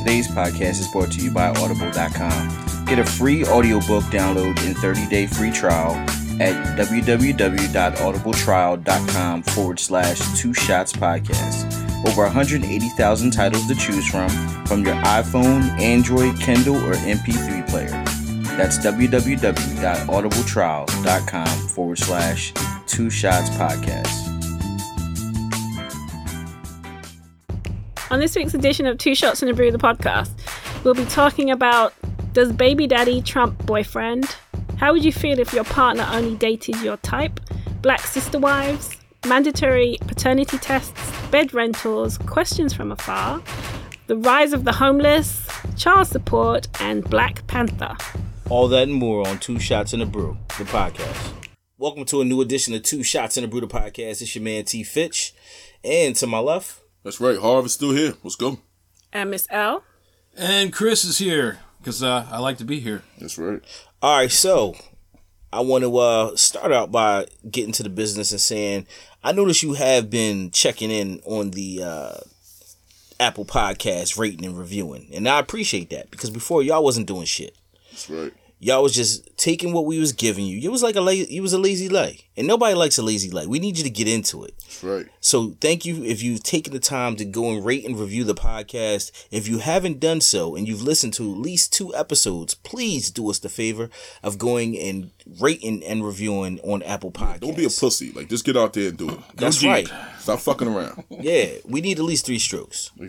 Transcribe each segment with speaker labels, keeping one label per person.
Speaker 1: Today's podcast is brought to you by Audible.com. Get a free audiobook download and 30-day free trial at www.audibletrial.com forward slash two shots podcast. Over 180,000 titles to choose from from your iPhone, Android, Kindle, or MP3 player. That's www.audibletrial.com forward slash two shots podcast.
Speaker 2: On this week's edition of Two Shots and a Brew, the podcast, we'll be talking about does baby daddy trump boyfriend? How would you feel if your partner only dated your type? Black sister wives, mandatory paternity tests, bed rentals, questions from afar, the rise of the homeless, child support, and Black Panther.
Speaker 1: All that and more on Two Shots and a Brew, the podcast. Welcome to a new edition of Two Shots and a Brew, the podcast. It's your man T. Fitch. And to my left,
Speaker 3: That's right. Harv is still here. Let's go.
Speaker 2: And Miss L.
Speaker 4: And Chris is here because uh, I like to be here.
Speaker 3: That's right.
Speaker 1: all right, so I want to uh, start out by getting to the business and saying I notice you have been checking in on the uh, Apple podcast rating and reviewing. And I appreciate that because before y'all wasn't doing shit.
Speaker 3: That's right.
Speaker 1: y'all was just taking what we was giving you. You was like a la- you was a lazy lay, and nobody likes a lazy lay. We need you to get into it.
Speaker 3: That's right.
Speaker 1: So thank you if you've taken the time to go and rate and review the podcast. If you haven't done so and you've listened to at least two episodes, please do us the favor of going and rating and reviewing on Apple Podcasts.
Speaker 3: Don't be a pussy. Like, just get out there and do it.
Speaker 1: That's
Speaker 4: Don't
Speaker 1: right.
Speaker 4: be-
Speaker 3: Stop fucking around.
Speaker 1: Yeah, we need at least three strokes.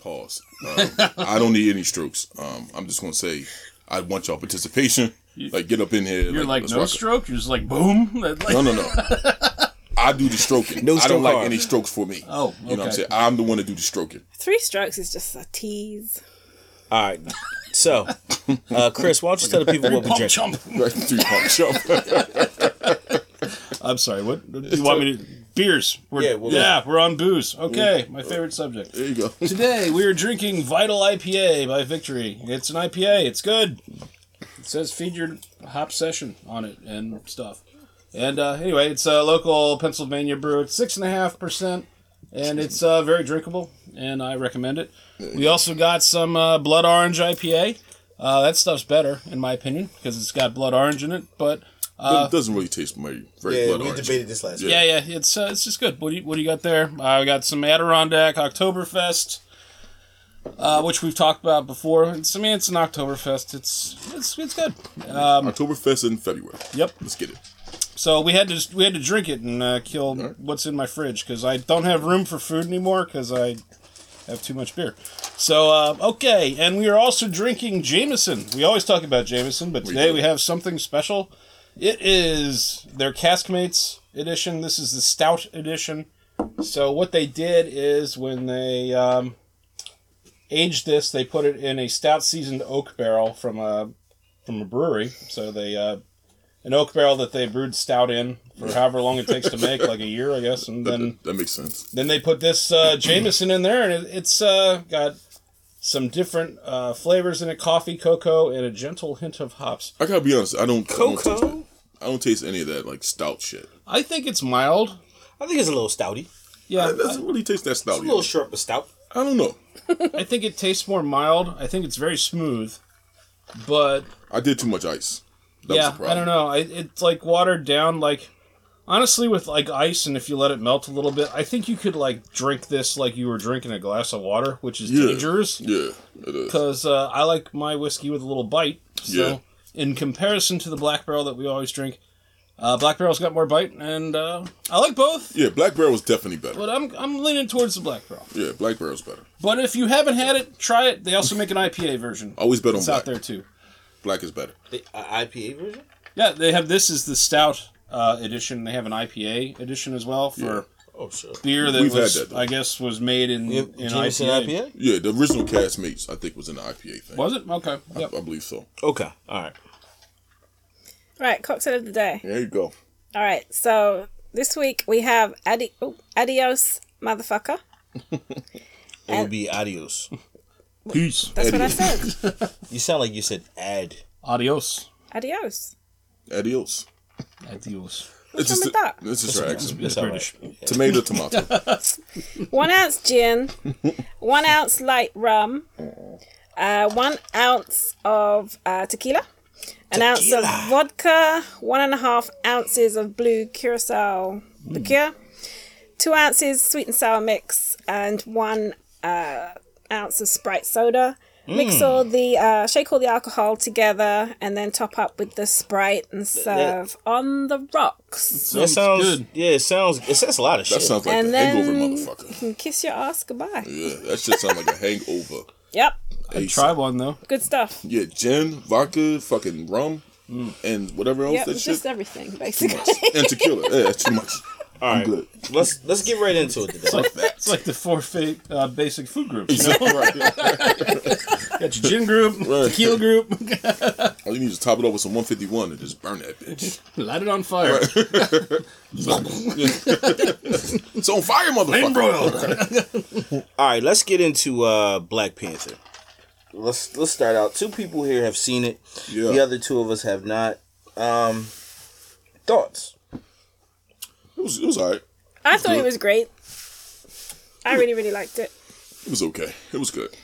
Speaker 3: Pause. Um, I don't need any strokes. Um, I'm just gonna say, I want y'all participation. Like, get up in here.
Speaker 4: You're like,
Speaker 3: let's
Speaker 4: no
Speaker 3: rock it.
Speaker 4: stroke. You're just like boom. That, like-
Speaker 3: No, no, no. I do the stroking.
Speaker 1: No
Speaker 3: I
Speaker 1: stroke
Speaker 3: don't like
Speaker 1: Harv.
Speaker 3: any strokes for me.
Speaker 4: Oh,
Speaker 3: you know what I'm
Speaker 4: okay.
Speaker 3: saying? I'm the one to do the stroking.
Speaker 2: Three strokes is just a tease.
Speaker 1: All right. So, uh, Chris, why don't you tell the people what we
Speaker 4: Pump
Speaker 1: drinking?
Speaker 4: chump.
Speaker 3: Right? Three pump jump.
Speaker 4: I'm sorry. What do you want me to? Beers. We're,
Speaker 1: Yeah,
Speaker 4: yeah,
Speaker 1: we'll-
Speaker 4: we're, on booze. Okay, my favorite subject.
Speaker 3: there you go.
Speaker 4: Today we are drinking Vital IPA by Victory. It's an IPA. It's good. It says feed your hop session on it and stuff. And uh, anyway, it's a local Pennsylvania brew. It's six and a half percent, and it's uh, very drinkable, and I recommend it. We also got some uh, blood orange IPA. Uh, that stuff's better, in my opinion, because it's got blood orange in it. But Uh,
Speaker 3: it doesn't really taste my very blood orange.
Speaker 1: this last
Speaker 3: Yeah.
Speaker 4: yeah, yeah, it's uh, it's just good. What do you what do you got there? I got some Adirondack Oktoberfest, uh, which we've talked about before. It's I mean it's an Oktoberfest. It's it's it's good.
Speaker 3: Oktoberfest in February.
Speaker 4: Yep.
Speaker 3: Let's get it.
Speaker 4: So we had to we had to drink it and uh, kill what's in my fridge because I don't have room for food anymore because I have too much beer. So uh, okay, and we are also drinking Jameson. We always talk about Jameson, but today
Speaker 3: do.
Speaker 4: we have something special. It is their Caskmates edition. This is the Stout edition. So what they did is when they um, aged this, they put it in a stout seasoned oak barrel from a from a brewery. So they uh, an oak barrel that they brewed stout in for however long it takes to make, like a year, I guess, and then
Speaker 3: That makes sense.
Speaker 4: then they put this uh, Jameson in there, and it, it's uh, got some different uh, flavors in it: coffee, cocoa, and a gentle hint of hops.
Speaker 3: I gotta be honest. I don't. I don't taste
Speaker 1: Cocoa?
Speaker 3: that. I don't taste any of that like stout shit.
Speaker 4: I think it's mild.
Speaker 1: I think it's a little stouty.
Speaker 4: Yeah,
Speaker 3: It doesn't really taste that stout.
Speaker 1: A little
Speaker 3: either.
Speaker 1: short but stout.
Speaker 3: I don't know.
Speaker 4: I think it tastes more mild. I think it's very smooth, but
Speaker 3: I did too much ice. That was
Speaker 4: yeah,
Speaker 3: the
Speaker 4: I
Speaker 3: problem.
Speaker 4: don't know. I, it's like watered down. Like honestly, with like ice, and if you let it melt a little bit, I think you could like drink this like you were drinking a glass of water, which is
Speaker 3: Yeah.
Speaker 4: dangerous
Speaker 3: Yeah, it is.
Speaker 4: because uh, I like my whiskey with a little bite. So
Speaker 3: Yeah.
Speaker 4: in comparison to the black barrel that we always drink, uh, black barrel's got more bite, and uh, I like both.
Speaker 3: Yeah, black barrel was definitely better.
Speaker 4: But I'm, I'm leaning towards the black barrel.
Speaker 3: yeah, black barrel's better.
Speaker 4: But if you haven't had it, try it. They also make an IPA version.
Speaker 3: Always bet on
Speaker 4: it's
Speaker 3: black.
Speaker 4: out there too.
Speaker 3: Black is better.
Speaker 1: The uh, IPA version?
Speaker 4: Yeah, they have this is the stout uh, edition. They have an IPA edition as well for
Speaker 1: Oh, sure.
Speaker 4: beer that
Speaker 3: We've had
Speaker 4: was,
Speaker 3: that, though.
Speaker 4: I guess, was made in in
Speaker 1: Jameson
Speaker 4: IPA.
Speaker 1: IPA?
Speaker 3: Yeah, the original Castmates, I think, was in the IPA thing.
Speaker 4: Was it okay? Yep.
Speaker 3: I believe so.
Speaker 1: Okay. All right.
Speaker 2: Right, cocktail of the day.
Speaker 3: There you go.
Speaker 2: All right, so this week we have Adi- oh, Adios, motherfucker.
Speaker 1: It would be adios.
Speaker 4: Peace.
Speaker 2: That's what I said.
Speaker 1: You sound like you said ad.
Speaker 4: Adios.
Speaker 2: Adios.
Speaker 3: Adios.
Speaker 4: Adios.
Speaker 2: What's wrong
Speaker 3: just
Speaker 2: with
Speaker 3: a-
Speaker 2: that?
Speaker 3: This is her accent.
Speaker 4: It's British.
Speaker 3: Tomato, tomato.
Speaker 2: One ounce gin, one ounce light rum, uh, one ounce of uh, tequila, an ounce of
Speaker 1: Tequila.
Speaker 2: vodka, one and a half ounces of blue curacao liqueur, two ounces sweet and sour mix, and one uh, ounce of Sprite soda. Mix all the uh, shake all the alcohol together, and then top up with the Sprite and serve on the rocks.
Speaker 1: That sounds
Speaker 4: good.
Speaker 1: Yeah, it sounds. It says a lot of
Speaker 3: That
Speaker 1: shit.
Speaker 3: sounds like
Speaker 2: And
Speaker 3: a
Speaker 2: then-
Speaker 3: hangover, motherfucker.
Speaker 2: And kiss your ass goodbye.
Speaker 3: Yeah, that shit sounds like a hangover.
Speaker 2: Yep,
Speaker 3: Ace.
Speaker 4: Try one though.
Speaker 2: good stuff.
Speaker 3: Yeah, gin, vodka, fucking rum, and whatever else
Speaker 2: Yeah,
Speaker 3: that
Speaker 2: it's
Speaker 3: shit.
Speaker 2: just everything, basically.
Speaker 3: and tequila. Yeah, that's too much.
Speaker 1: All right,
Speaker 3: I'm good.
Speaker 1: let's let's get right into it today.
Speaker 4: It's like the four fa- uh, basic food groups. You know?
Speaker 3: right.
Speaker 4: Got your gin group,
Speaker 3: Right.
Speaker 4: tequila group.
Speaker 3: All you need is to top it up with some 151 and just burn that bitch.
Speaker 4: Light it on fire.
Speaker 3: It's on fire, motherfucker.
Speaker 4: Embroiled.
Speaker 1: All right, let's get into uh, Black Panther. Let's let's start out. Two people here have seen it.
Speaker 3: Yeah.
Speaker 1: The other two of us have not. Um, thoughts?
Speaker 3: It was, it was all right.
Speaker 2: I thought it was great. I really, really liked it.
Speaker 3: It was okay. It was good.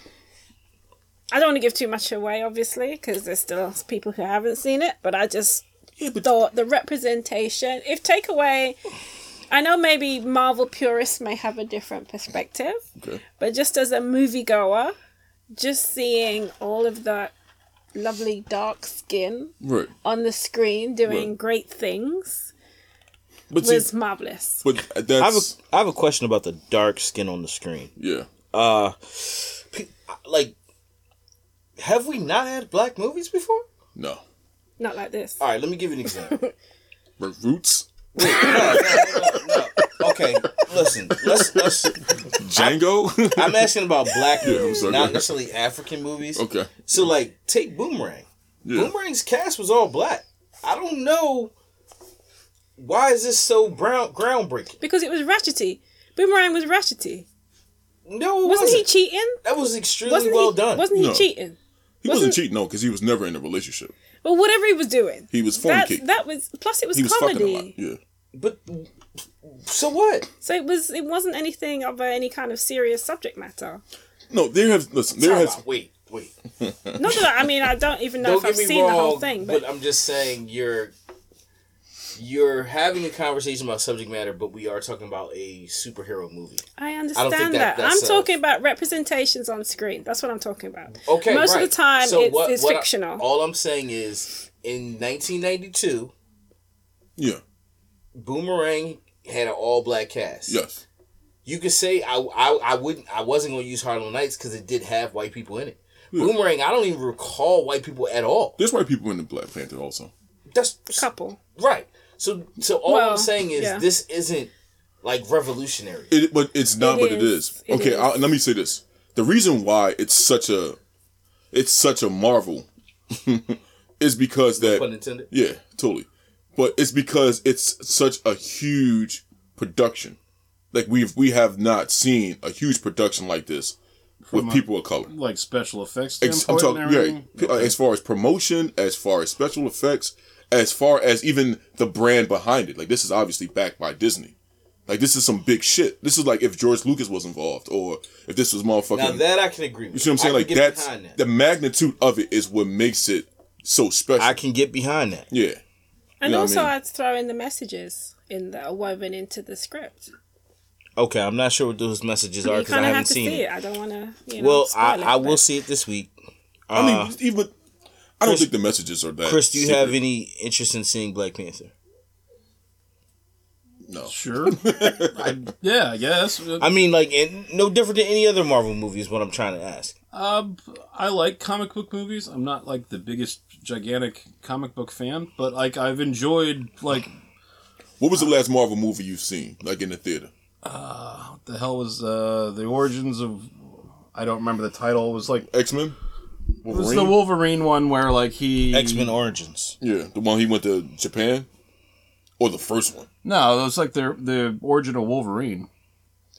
Speaker 2: I don't want to give too much away, obviously, because there's still people who haven't seen it, but I just
Speaker 3: Yeah, but
Speaker 2: thought the representation, if take away, I know maybe Marvel purists may have a different perspective,
Speaker 3: okay.
Speaker 2: but just as a moviegoer, just seeing all of that lovely dark skin
Speaker 3: Right.
Speaker 2: on the screen doing
Speaker 3: Right.
Speaker 2: great things
Speaker 3: But, see,
Speaker 2: was marvelous.
Speaker 3: but
Speaker 1: I have a
Speaker 3: that's.
Speaker 1: I have a question about the dark skin on the screen.
Speaker 3: yeah.
Speaker 1: Uh, pe- like, have we not had black movies before?
Speaker 3: No.
Speaker 2: Not like this.
Speaker 1: All right, let me give you an example.
Speaker 3: But roots?
Speaker 1: okay, listen. Let's let's.
Speaker 3: Django?
Speaker 1: I'm asking about black movies,
Speaker 3: sorry.
Speaker 1: not necessarily African movies.
Speaker 3: okay.
Speaker 1: So like, take Boomerang.
Speaker 3: Yeah.
Speaker 1: Boomerang's cast was all black. I don't know why is this so brown groundbreaking.
Speaker 2: Because it was ratchety. Boomerang was ratchety.
Speaker 1: No, it
Speaker 2: Wasn't he
Speaker 1: wasn't.
Speaker 2: cheating?
Speaker 1: that was extremely
Speaker 2: Wasn't
Speaker 1: well
Speaker 2: he,
Speaker 1: done.
Speaker 2: Wasn't he
Speaker 3: No.
Speaker 2: cheating?
Speaker 3: He wasn't cheating, no, because he was never in a relationship.
Speaker 2: Well, whatever he was doing,
Speaker 3: He was
Speaker 2: that
Speaker 3: fornicating.
Speaker 2: that was. Plus, it was
Speaker 3: he was fucking a lot.
Speaker 2: comedy,
Speaker 3: Yeah.
Speaker 1: but so what?
Speaker 2: so it was. It wasn't anything of any kind of serious subject matter.
Speaker 3: No, there have listen. There has
Speaker 1: wait, wait.
Speaker 2: Not that I, I mean, I don't even know
Speaker 1: Don't
Speaker 2: if I've
Speaker 1: get me
Speaker 2: seen
Speaker 1: wrong,
Speaker 2: the whole thing,
Speaker 1: but...
Speaker 2: but,
Speaker 1: I'm just saying you're you're having a conversation about subject matter, but we are talking about a superhero movie.
Speaker 2: I
Speaker 1: I don't think
Speaker 2: understand
Speaker 1: that-
Speaker 2: that. I'm
Speaker 1: that's, uh,
Speaker 2: talking about representations on screen. That's what I'm talking about.
Speaker 1: Okay,
Speaker 2: Most
Speaker 1: right.
Speaker 2: of the time,
Speaker 1: So
Speaker 2: it's,
Speaker 1: what-
Speaker 2: it's
Speaker 1: what I- Oh.
Speaker 2: fictional.
Speaker 1: all I'm saying is, in 1992,
Speaker 3: yeah,
Speaker 1: Boomerang had an all black cast.
Speaker 3: yes,
Speaker 1: you could say I, I I wouldn't I wasn't gonna use Harlem Nights because it did have white people in it. Boomerang, I don't even recall white people at all.
Speaker 3: there's white people in the Black Panther also.
Speaker 1: That's
Speaker 2: Couple.
Speaker 1: right. So so all I'm
Speaker 2: Well,
Speaker 1: saying is
Speaker 2: yeah.
Speaker 1: this isn't like revolutionary.
Speaker 3: It, but it's not.
Speaker 2: It
Speaker 3: but it
Speaker 2: is.
Speaker 3: is.
Speaker 2: It
Speaker 3: okay,
Speaker 2: is.
Speaker 3: I, let me say this. The reason why it's such a, it's such a marvel, is because that
Speaker 1: Pun intended.
Speaker 3: Yeah, totally. But it's because it's such a huge production. Like we've we have not seen a huge production like this with people of color.
Speaker 4: like special effects.
Speaker 3: Ex- I'm
Speaker 4: standpoint and
Speaker 3: talking yeah,
Speaker 4: everything.
Speaker 3: p- uh, as far as promotion, as far as special effects, as far as even the brand behind it. Like this is obviously backed by Disney. Like this is some big shit. This is like if George Lucas was involved, or if this was motherfucking.
Speaker 1: Now that I can agree with.
Speaker 3: you see what I'm saying?
Speaker 1: I
Speaker 3: Like
Speaker 1: can get
Speaker 3: that's
Speaker 1: behind that.
Speaker 3: the magnitude of it is what makes it so special.
Speaker 1: I can get behind that.
Speaker 3: yeah,
Speaker 2: And
Speaker 3: know what I
Speaker 2: also,
Speaker 3: mean?
Speaker 2: I'd throw in the messages in that are woven into the script.
Speaker 1: Okay, I'm not sure what those messages are
Speaker 2: You
Speaker 1: because I
Speaker 2: kind of have
Speaker 1: haven't
Speaker 2: to
Speaker 1: seen
Speaker 2: see
Speaker 1: it.
Speaker 2: it. I don't want to. You know,
Speaker 1: Well, I,
Speaker 2: spoil it,
Speaker 1: I will
Speaker 2: but-
Speaker 1: see it this week.
Speaker 3: I mean,
Speaker 1: Uh,
Speaker 3: even I don't
Speaker 1: Chris-
Speaker 3: think the messages are that.
Speaker 1: Chris, do you
Speaker 3: secret.
Speaker 1: have any interest in seeing Black Panther?
Speaker 3: No.
Speaker 4: Sure. I, yeah, I guess.
Speaker 1: I mean, like, and no different than any other Marvel movie is what I'm trying to ask.
Speaker 4: Um, I like comic book movies. I'm not like the biggest gigantic comic book fan, but like I've enjoyed like
Speaker 3: What was the last Marvel movie you've seen, like in the theater?
Speaker 4: what the hell was uh the origins of I don't remember the title. It was like it
Speaker 3: X Men. Wolverine.
Speaker 4: was the Wolverine one where like he
Speaker 1: X Men Origins.
Speaker 3: yeah, the one he went to Japan, or the first one.
Speaker 4: No, it was like the the origin of Wolverine.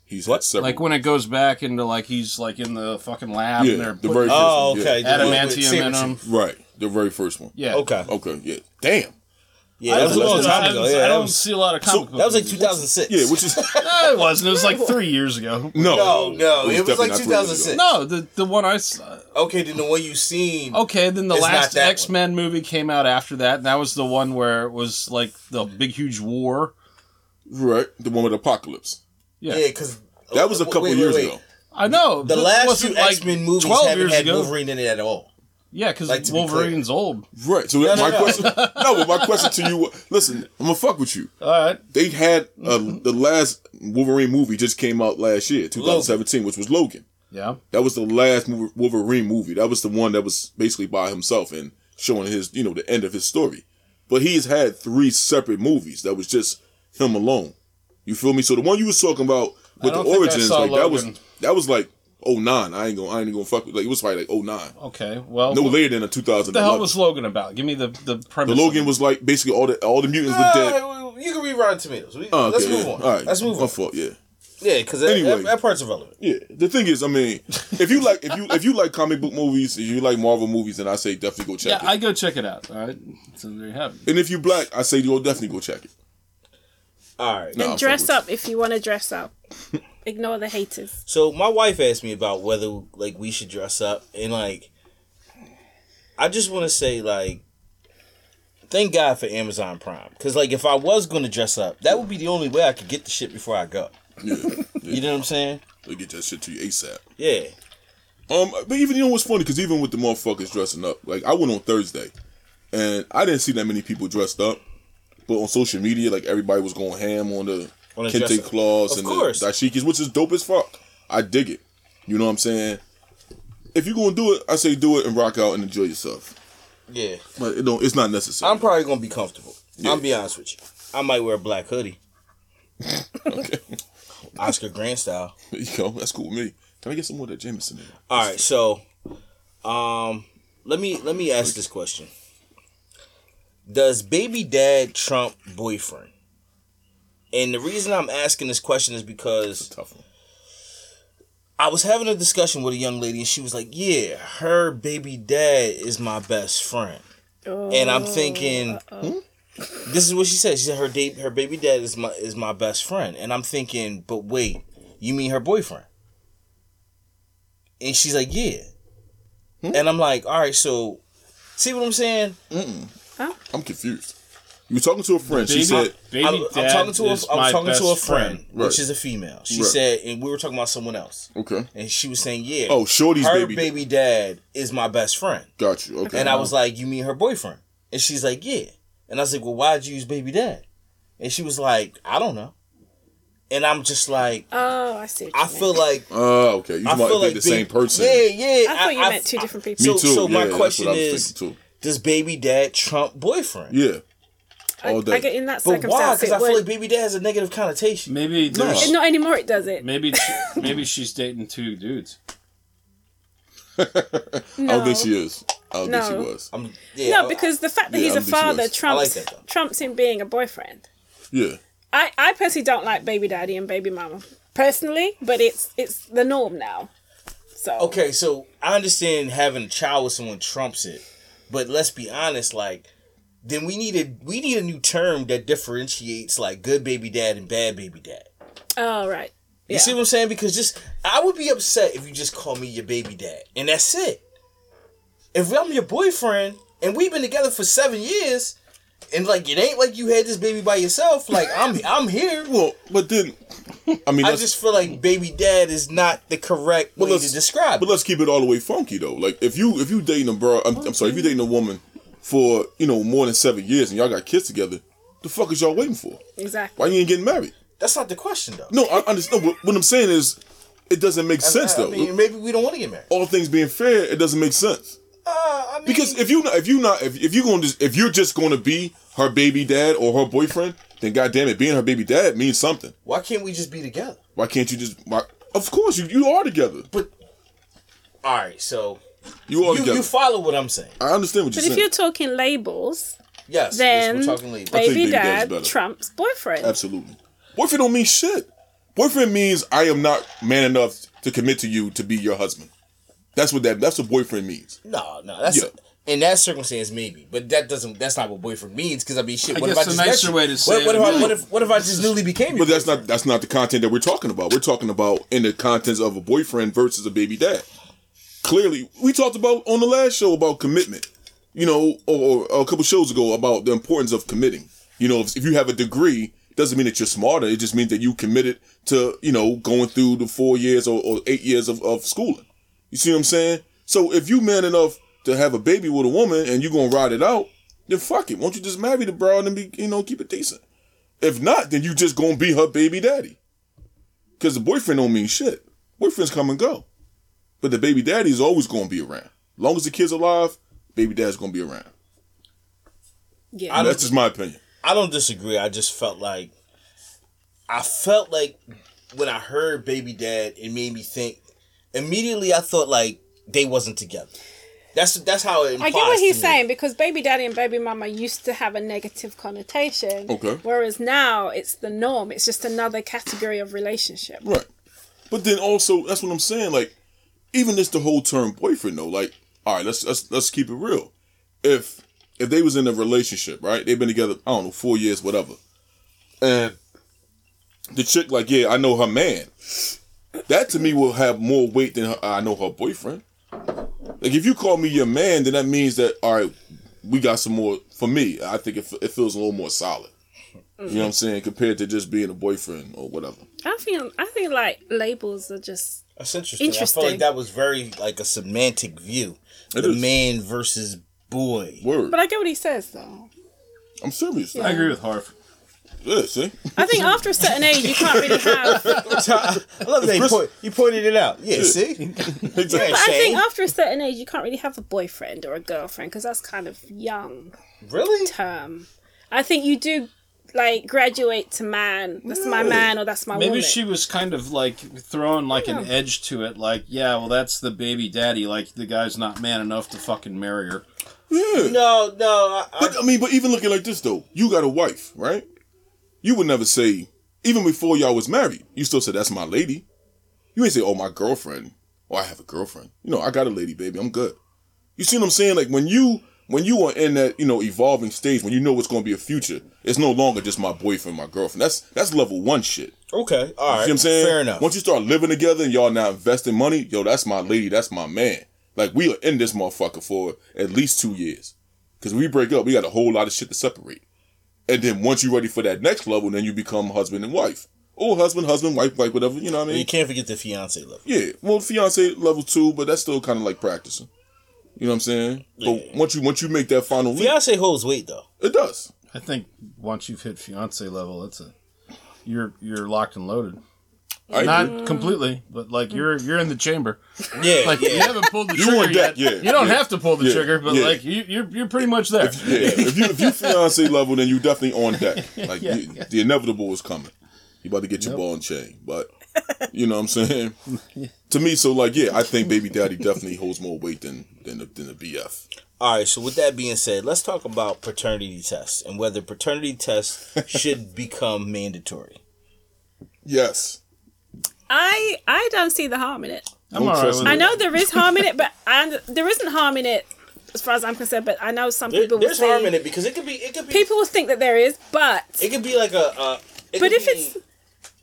Speaker 3: He's
Speaker 1: What?
Speaker 3: had several.
Speaker 4: Like when it goes back into like he's like in the fucking lab
Speaker 3: yeah,
Speaker 4: and they're
Speaker 3: the
Speaker 4: putting
Speaker 3: very first
Speaker 1: Oh,
Speaker 3: one,
Speaker 1: okay.
Speaker 3: Yeah.
Speaker 1: The one with
Speaker 4: adamantium in
Speaker 1: Sabretooth.
Speaker 4: him.
Speaker 3: Right, the very first one.
Speaker 4: Yeah.
Speaker 1: Okay.
Speaker 3: Okay. Yeah. Damn.
Speaker 1: Yeah,
Speaker 4: I,
Speaker 1: that was a
Speaker 4: don't-
Speaker 1: long time
Speaker 4: I-
Speaker 1: ago.
Speaker 4: I
Speaker 1: Yeah, that
Speaker 4: don't
Speaker 1: was,
Speaker 4: see a lot of comic
Speaker 1: that was like
Speaker 4: movies.
Speaker 1: 2006.
Speaker 3: Yeah, which is
Speaker 4: No, it wasn't. It was like three years ago.
Speaker 3: no,
Speaker 5: No, no, it was
Speaker 3: definitely
Speaker 5: like
Speaker 3: not three years ago.
Speaker 5: 2006.
Speaker 4: No, the the one I saw.
Speaker 5: Okay, then the one you seen.
Speaker 4: Okay, then the
Speaker 5: It's not
Speaker 4: last
Speaker 5: that one.
Speaker 4: X Men movie came out after that, and that was the one where it was like the big huge war.
Speaker 3: Right, the one with apocalypse.
Speaker 4: Yeah,
Speaker 5: Yeah, because
Speaker 3: That was a couple years ago.
Speaker 4: I know.
Speaker 5: The
Speaker 4: but it
Speaker 5: last
Speaker 4: wasn't
Speaker 5: two
Speaker 4: like
Speaker 5: X Men movies
Speaker 4: 12
Speaker 5: haven't
Speaker 4: years
Speaker 5: had
Speaker 4: ago.
Speaker 5: Wolverine in it at all.
Speaker 4: Yeah, because
Speaker 5: Like, to be
Speaker 4: Wolverine's old.
Speaker 3: Right. So my
Speaker 5: no.
Speaker 3: question, no, but my question to you, wa- listen, I'm gonna fuck with you.
Speaker 4: All right.
Speaker 3: They had uh, the last Wolverine movie just came out last year, 2017, which was Logan.
Speaker 4: Yeah.
Speaker 3: That was the last Mo- Wolverine movie. That was the one that was basically by himself and showing his, you know, the end of his story. But he's had three separate movies that was just him alone. You feel me? So the one you was talking about with the
Speaker 4: don't think I
Speaker 3: origins,
Speaker 4: saw
Speaker 3: like that was
Speaker 4: Logan.
Speaker 3: that was like 09. I ain't gonna I ain't gonna fuck with like it was probably like 09.
Speaker 4: Okay. Well,
Speaker 3: No
Speaker 4: what
Speaker 3: later than a 2011.
Speaker 4: the hell was Logan about? Give me the the
Speaker 3: The
Speaker 4: premise.
Speaker 3: Logan was like basically all the all the mutants were
Speaker 5: All
Speaker 3: dead.
Speaker 5: right, well, Uh, you can read Rotten Tomatoes. We-
Speaker 3: Oh, okay,
Speaker 5: Let's move
Speaker 3: yeah.
Speaker 5: on.
Speaker 3: All right,
Speaker 5: Let's move
Speaker 3: My
Speaker 5: on.
Speaker 3: fault. Yeah,
Speaker 5: Yeah, because that,
Speaker 3: Anyway.
Speaker 5: that, that part's irrelevant.
Speaker 3: yeah. The thing is, I mean, if you like if you if you like comic book movies, if you like Marvel movies, then I say definitely go
Speaker 4: Yeah,
Speaker 3: check it.
Speaker 4: I go check it out. All right. So there you have it.
Speaker 3: and if you black, I say you'll definitely go check it.
Speaker 1: All right.
Speaker 3: Nah, I fuck
Speaker 2: Dress
Speaker 3: with
Speaker 2: up if you want to dress up. Ignore the haters.
Speaker 1: So my wife asked me about whether like we should dress up, and like, I just want to say like, thank God for Amazon Prime, because like if I was going to dress up, that would be the only way I could get the shit before I go.
Speaker 3: you. Yeah,
Speaker 1: You know what I'm saying?
Speaker 3: they'll get that shit to you asap.
Speaker 1: Yeah.
Speaker 3: Um, but even you know what's funny? Because even with the motherfuckers dressing up, like I went on Thursday, and I didn't see that many people dressed up. But on social media, like everybody was going ham on the
Speaker 1: On the dress
Speaker 3: kente
Speaker 1: up.
Speaker 3: claws
Speaker 1: Of
Speaker 3: and
Speaker 1: course.
Speaker 3: the dashikis, which is dope as fuck. I dig it. You know what I'm saying? If you're gonna do it, I say do it and rock out and enjoy yourself.
Speaker 1: Yeah.
Speaker 3: But it don't. It's not necessary.
Speaker 1: I'm probably gonna be comfortable. I'm be honest with you. I might wear a black hoodie. Oscar Grant style.
Speaker 3: There you go. That's cool with me. Can I get some more of that Jameson? In?
Speaker 1: All right, so um let me let me ask this question. Does baby dad trump boyfriend? And the reason I'm asking this question is because
Speaker 3: Tough one.
Speaker 1: I was having a discussion with a young lady and she was like, "Yeah, her baby dad is my best friend."
Speaker 2: Oh,
Speaker 1: And I'm thinking
Speaker 3: Hmm?
Speaker 1: This is what she said. She said her date her baby dad is my is my best friend. And I'm thinking, "But wait, you mean her boyfriend?" And she's like, "Yeah."
Speaker 3: Hmm?
Speaker 1: And I'm like, "All right, so see what I'm saying?
Speaker 3: I'm confused. You were talking to a friend. She said,
Speaker 4: baby
Speaker 1: I'm, I'm
Speaker 4: dad
Speaker 1: talking to a,
Speaker 4: is
Speaker 1: I'm
Speaker 4: my
Speaker 1: talking to a
Speaker 4: best
Speaker 1: friend, which
Speaker 3: Right.
Speaker 1: is a female. She
Speaker 3: Right.
Speaker 1: said and we were talking about someone else.
Speaker 3: "Okay,
Speaker 1: And she was saying, "Yeah."
Speaker 3: oh, Shorty's
Speaker 1: her
Speaker 3: baby.
Speaker 1: baby, dad is my best friend.
Speaker 3: Got you. Okay,
Speaker 1: And I was like, You mean her boyfriend? And she's like, Yeah. And I was like, Well, why'd you use baby dad? And she was like, I don't know. And I'm just like,
Speaker 2: Oh, I see. what you
Speaker 1: I
Speaker 2: mean.
Speaker 1: feel like
Speaker 3: Oh, okay. You
Speaker 1: I
Speaker 3: might be
Speaker 1: feel like
Speaker 3: the
Speaker 1: big-
Speaker 3: same person.
Speaker 1: Yeah, yeah.
Speaker 2: I thought you meant two
Speaker 1: I-
Speaker 2: different people.
Speaker 3: Me
Speaker 1: So-
Speaker 3: too.
Speaker 1: so my
Speaker 3: yeah, that's
Speaker 1: question
Speaker 3: what I was
Speaker 1: is-
Speaker 3: thinking too.
Speaker 1: Does baby dad trump boyfriend?
Speaker 3: Yeah.
Speaker 2: I,
Speaker 3: all day.
Speaker 2: I get in that
Speaker 1: But why?
Speaker 2: circumstance.
Speaker 1: Because I
Speaker 2: it would.
Speaker 1: feel like baby dad has a negative connotation.
Speaker 4: Maybe there's-
Speaker 2: Not anymore. It does it.
Speaker 4: maybe she- maybe she's dating two dudes.
Speaker 3: I
Speaker 2: No.
Speaker 3: don't think she is. I don't
Speaker 2: No.
Speaker 3: think she was.
Speaker 1: I'm, yeah, uh,
Speaker 2: No, because the fact that
Speaker 3: Yeah,
Speaker 2: he's
Speaker 3: I
Speaker 2: a
Speaker 3: think she
Speaker 2: father
Speaker 3: was. I
Speaker 1: like
Speaker 2: trumps
Speaker 1: that, though.
Speaker 2: trumps him being a boyfriend.
Speaker 3: Yeah.
Speaker 2: I, I personally don't like baby daddy and baby mama personally, but it's it's the norm now. So
Speaker 1: Okay, so I understand having a child with someone trumps it, but let's be honest, like then we need a we need a new term that differentiates like good baby dad and bad baby dad.
Speaker 2: all right.
Speaker 1: You
Speaker 2: Yeah.
Speaker 1: see what I'm saying? Because just I would be upset if you just call me your baby dad, and that's it. If I'm your boyfriend and we've been together for seven years, and like it ain't like you had this baby by yourself, like I'm I'm here.
Speaker 3: Well, but then, I mean,
Speaker 1: I
Speaker 3: let's-
Speaker 1: just feel like baby dad is not the correct way
Speaker 3: let's-
Speaker 1: to describe.
Speaker 3: but
Speaker 1: it.
Speaker 3: let's keep it all the way funky though. Like if you if you dating a bro, I'm, I'm sorry, if you dating a woman for you know more than seven years and y'all got kids together, the fuck is y'all waiting for?
Speaker 2: Exactly.
Speaker 3: Why you ain't getting married?
Speaker 1: That's not the question though.
Speaker 3: No, I understand. what, what I'm saying is, it doesn't make sense
Speaker 1: I- I
Speaker 3: though.
Speaker 1: mean, maybe we don't want to get married.
Speaker 3: all things being fair, it doesn't make sense.
Speaker 1: Uh, I mean,
Speaker 3: Because if you not- if you not if, if you going to if you're just going to be her baby dad or her boyfriend, then goddamn it, being her baby dad means something.
Speaker 1: why can't we just be together?
Speaker 3: Why can't you just? Why, of course, you you are together.
Speaker 1: But all right, so
Speaker 3: You are
Speaker 1: you,
Speaker 3: together.
Speaker 1: you follow what I'm saying?
Speaker 3: I understand what you're
Speaker 2: But if
Speaker 3: saying.
Speaker 2: you're talking labels,
Speaker 1: Yes, yes,
Speaker 2: then
Speaker 1: we're talking later.
Speaker 3: think
Speaker 2: baby
Speaker 3: baby dad's
Speaker 2: dad
Speaker 3: better.
Speaker 2: trumps boyfriend.
Speaker 3: Absolutely. Boyfriend don't mean shit. Boyfriend means I am not man enough to commit to you to be your husband. That's what that. That's what boyfriend means.
Speaker 1: No, no, that's
Speaker 3: Yeah.
Speaker 1: in that circumstance, maybe, but that doesn't. That's not what boyfriend means. Because I mean, shit.
Speaker 4: I
Speaker 1: What if
Speaker 4: guess
Speaker 1: I
Speaker 4: a
Speaker 1: just
Speaker 4: nicer
Speaker 1: met you?
Speaker 4: way to say
Speaker 1: what, what
Speaker 4: it.
Speaker 1: if
Speaker 4: No.
Speaker 1: I, what if what if I just newly became your
Speaker 3: But that's not that's not the content that we're talking about. We're talking about in the contents of a boyfriend versus a baby dad. Clearly, we talked about on the last show about commitment. You know, or, or a couple shows ago about the importance of committing. You know, if, if you have a degree, doesn't mean that you're smarter. It just means that you committed to you know going through the four years or, or eight years of, of schooling. You see what I'm saying? So if you man enough to have a baby with a woman and you gonna ride it out, then fuck it. Won't you just marry the broad and be you know keep it decent? If not, then you just gonna be her baby daddy. Cause the boyfriend don't mean shit. Boyfriends come and go. But the baby daddy is always gonna be around. Long as the kid's alive, baby dad's gonna be around.
Speaker 2: Yeah.
Speaker 3: That's just my opinion.
Speaker 1: I don't disagree. I just felt like I felt like when I heard baby dad, it made me think immediately I thought like they wasn't together. That's that's how it
Speaker 2: I
Speaker 1: implies
Speaker 2: get what he's
Speaker 1: to me.
Speaker 2: saying because baby daddy and baby mama used to have a negative connotation.
Speaker 3: Okay.
Speaker 2: Whereas now it's the norm. It's just another category of relationship.
Speaker 3: Right. But then also, that's what I'm saying. Like, even this the whole term boyfriend though. Like, all right, let's let's let's keep it real. If if they was in a relationship, right? They've been together, I don't know, four years, whatever. And the chick, like, yeah, I know her man. That to me will have more weight than her, I know her boyfriend. Like, if you call me your man, then that means that all right, we got some more. For me, I think it, it feels a little more solid. You know what I'm saying? Compared to just being a boyfriend or whatever.
Speaker 2: I feel I think like labels are just
Speaker 1: That's interesting. I
Speaker 2: Interesting.
Speaker 1: felt like that was very like a semantic view. the
Speaker 3: is.
Speaker 1: man versus boy.
Speaker 3: Word.
Speaker 2: but I get what he says though.
Speaker 3: I'm serious.
Speaker 4: I
Speaker 3: Yeah,
Speaker 4: agree with Harf.
Speaker 3: see?
Speaker 2: I think after a certain age you can't really have but
Speaker 1: I love that you, point, you pointed it out. Yeah, see?
Speaker 3: Exactly.
Speaker 2: I think after a certain age you can't really have a boyfriend or a girlfriend because that's kind of young
Speaker 1: Really?
Speaker 2: term. I think you do like graduate to man. That's my man or that's my
Speaker 4: Maybe
Speaker 2: woman.
Speaker 4: she was kind of like throwing like an edge to it, like, yeah, well, that's the baby daddy. Like, the guy's not man enough to fucking marry her.
Speaker 1: No, no. I, I,
Speaker 3: But I mean, but even looking like this though, you got a wife, right? You would never say, even before y'all was married, you still said that's my lady. You ain't say, oh my girlfriend, or I have a girlfriend. You know, I got a lady, baby. I'm good. You see what I'm saying? Like when you when you are in that you know evolving stage, when you know it's going to be a future, it's no longer just my boyfriend, my girlfriend. That's that's level one shit.
Speaker 1: okay, all right.
Speaker 3: You know what I'm saying?
Speaker 1: Fair enough.
Speaker 3: Once you start living together and y'all now investing money, yo, that's my lady, that's my man. Like we are in this motherfucker for at least two years. Cause when we break up, we got a whole lot of shit to separate. And then once you're ready for that next level, then you become husband and wife. Or husband, husband, wife, wife, whatever, you know what I
Speaker 1: you
Speaker 3: mean?
Speaker 1: can't forget the fiance level.
Speaker 3: Yeah. Well fiance level two, but that's still kinda like practicing. You know what I'm saying? But once you once you make that final leap,
Speaker 1: Fiance holds weight though.
Speaker 3: it does.
Speaker 4: I think once you've hit fiance level, that's a you're you're locked and loaded.
Speaker 3: I
Speaker 4: Not
Speaker 3: agree.
Speaker 4: completely, but like you're you're in the chamber.
Speaker 1: Yeah,
Speaker 4: Like you
Speaker 1: yeah.
Speaker 4: haven't pulled the
Speaker 3: You
Speaker 4: trigger
Speaker 3: want
Speaker 4: yet.
Speaker 3: that, yeah,
Speaker 4: you don't
Speaker 3: yeah,
Speaker 4: have to pull the
Speaker 3: yeah,
Speaker 4: trigger, but
Speaker 3: yeah.
Speaker 4: like you, you're you're pretty much there.
Speaker 3: Yeah, if you if you fiance level, then you definitely on deck. Like you, the inevitable is coming. You about to get your ball and chain, but you know what I'm saying. to me, so like yeah, I think baby daddy definitely holds more weight than than the, than the BF.
Speaker 1: All right. So with that being said, let's talk about paternity tests and whether paternity tests should become mandatory.
Speaker 3: Yes,
Speaker 2: I I don't see the harm in it.
Speaker 4: I'm all right
Speaker 3: trust
Speaker 4: with
Speaker 3: it.
Speaker 2: I
Speaker 4: it.
Speaker 2: know there is harm in it, but and there isn't harm in it as far as I'm concerned. But I know some
Speaker 1: There-
Speaker 2: people will
Speaker 1: there's
Speaker 2: say,
Speaker 1: harm in it because it could be it could be
Speaker 2: people will think that there is, but
Speaker 1: it could be like a. Uh, it
Speaker 2: but
Speaker 1: could
Speaker 2: if
Speaker 1: be-
Speaker 2: it's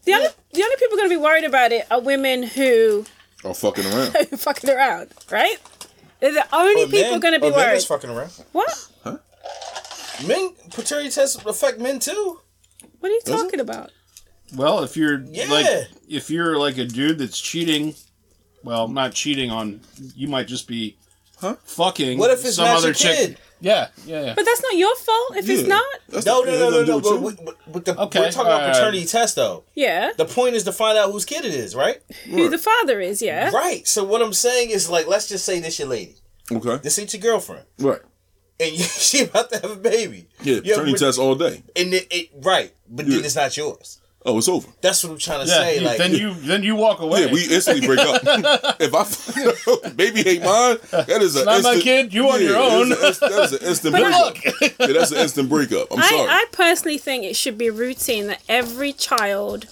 Speaker 2: the only the only people going to be worried about it are women who
Speaker 3: or fucking around.
Speaker 2: who fucking around, right? They're the only
Speaker 1: or
Speaker 2: people
Speaker 1: Oh, men-
Speaker 2: going to be
Speaker 1: or men
Speaker 2: worried.
Speaker 1: is fucking around.
Speaker 2: what?
Speaker 1: Men paternity tests affect men too.
Speaker 2: What are you talking about?
Speaker 4: Well, if you're
Speaker 1: Yeah.
Speaker 4: like if you're like a dude that's cheating, well, not cheating on you might just be fucking
Speaker 1: What if it's
Speaker 4: some
Speaker 1: not
Speaker 4: other
Speaker 1: your
Speaker 4: chick.
Speaker 1: kid?
Speaker 4: Yeah, yeah, yeah.
Speaker 2: But that's not your fault if
Speaker 3: Yeah.
Speaker 2: it's not.
Speaker 3: That's
Speaker 1: No,
Speaker 3: the-
Speaker 1: no,
Speaker 3: yeah,
Speaker 1: no, no,
Speaker 3: that's
Speaker 1: no.
Speaker 3: nothing to do
Speaker 1: But,
Speaker 3: with you.
Speaker 1: but- but the,
Speaker 4: Okay,
Speaker 1: we're talking about
Speaker 4: alright.
Speaker 1: paternity test though.
Speaker 2: Yeah,
Speaker 1: The point is to find out whose kid it is, right?
Speaker 2: who the father is. Yeah,
Speaker 1: Right. So what I'm saying is like, let's just say this your lady.
Speaker 3: Okay,
Speaker 1: This ain't your girlfriend,
Speaker 3: right?
Speaker 1: and you, she about to have a baby.
Speaker 3: Yeah,
Speaker 1: You have-
Speaker 3: attorney test all day.
Speaker 1: And it, it right, but then
Speaker 3: Yeah.
Speaker 1: it's not yours.
Speaker 3: Oh, it's over.
Speaker 1: That's what I'm trying to
Speaker 4: Yeah,
Speaker 1: say.
Speaker 4: you-
Speaker 1: like,
Speaker 4: then you then you walk away.
Speaker 3: Yeah, we instantly break up. if I find out baby ain't mine, that is a
Speaker 4: not my kid, you on your own.
Speaker 3: That's an inst- instant breakup. Yeah, that's an instant breakup. I'm
Speaker 2: I
Speaker 3: sorry.
Speaker 2: I personally think it should be routine that every child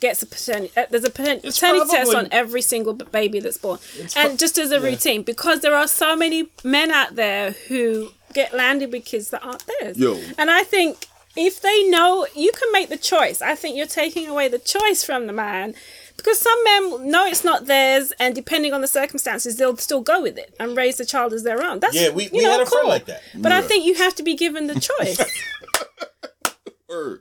Speaker 2: gets a percentage. Uh, there's a percent,
Speaker 4: It's
Speaker 2: percentage test
Speaker 4: probably-
Speaker 2: on every single b- baby that's born, and just as a routine, because there are so many men out there who get landed with kids that aren't theirs.
Speaker 3: Yo.
Speaker 2: And I think if they know, you can make the choice. I think you're taking away the choice from the man. Because some men know it's not theirs, and depending on the circumstances, they'll still go with it and raise the child as their own. That's
Speaker 1: Yeah, we-
Speaker 2: you
Speaker 1: we
Speaker 2: know,
Speaker 1: had a friend
Speaker 2: cool.
Speaker 1: like that.
Speaker 2: But I think you have to be given the choice.
Speaker 3: Word.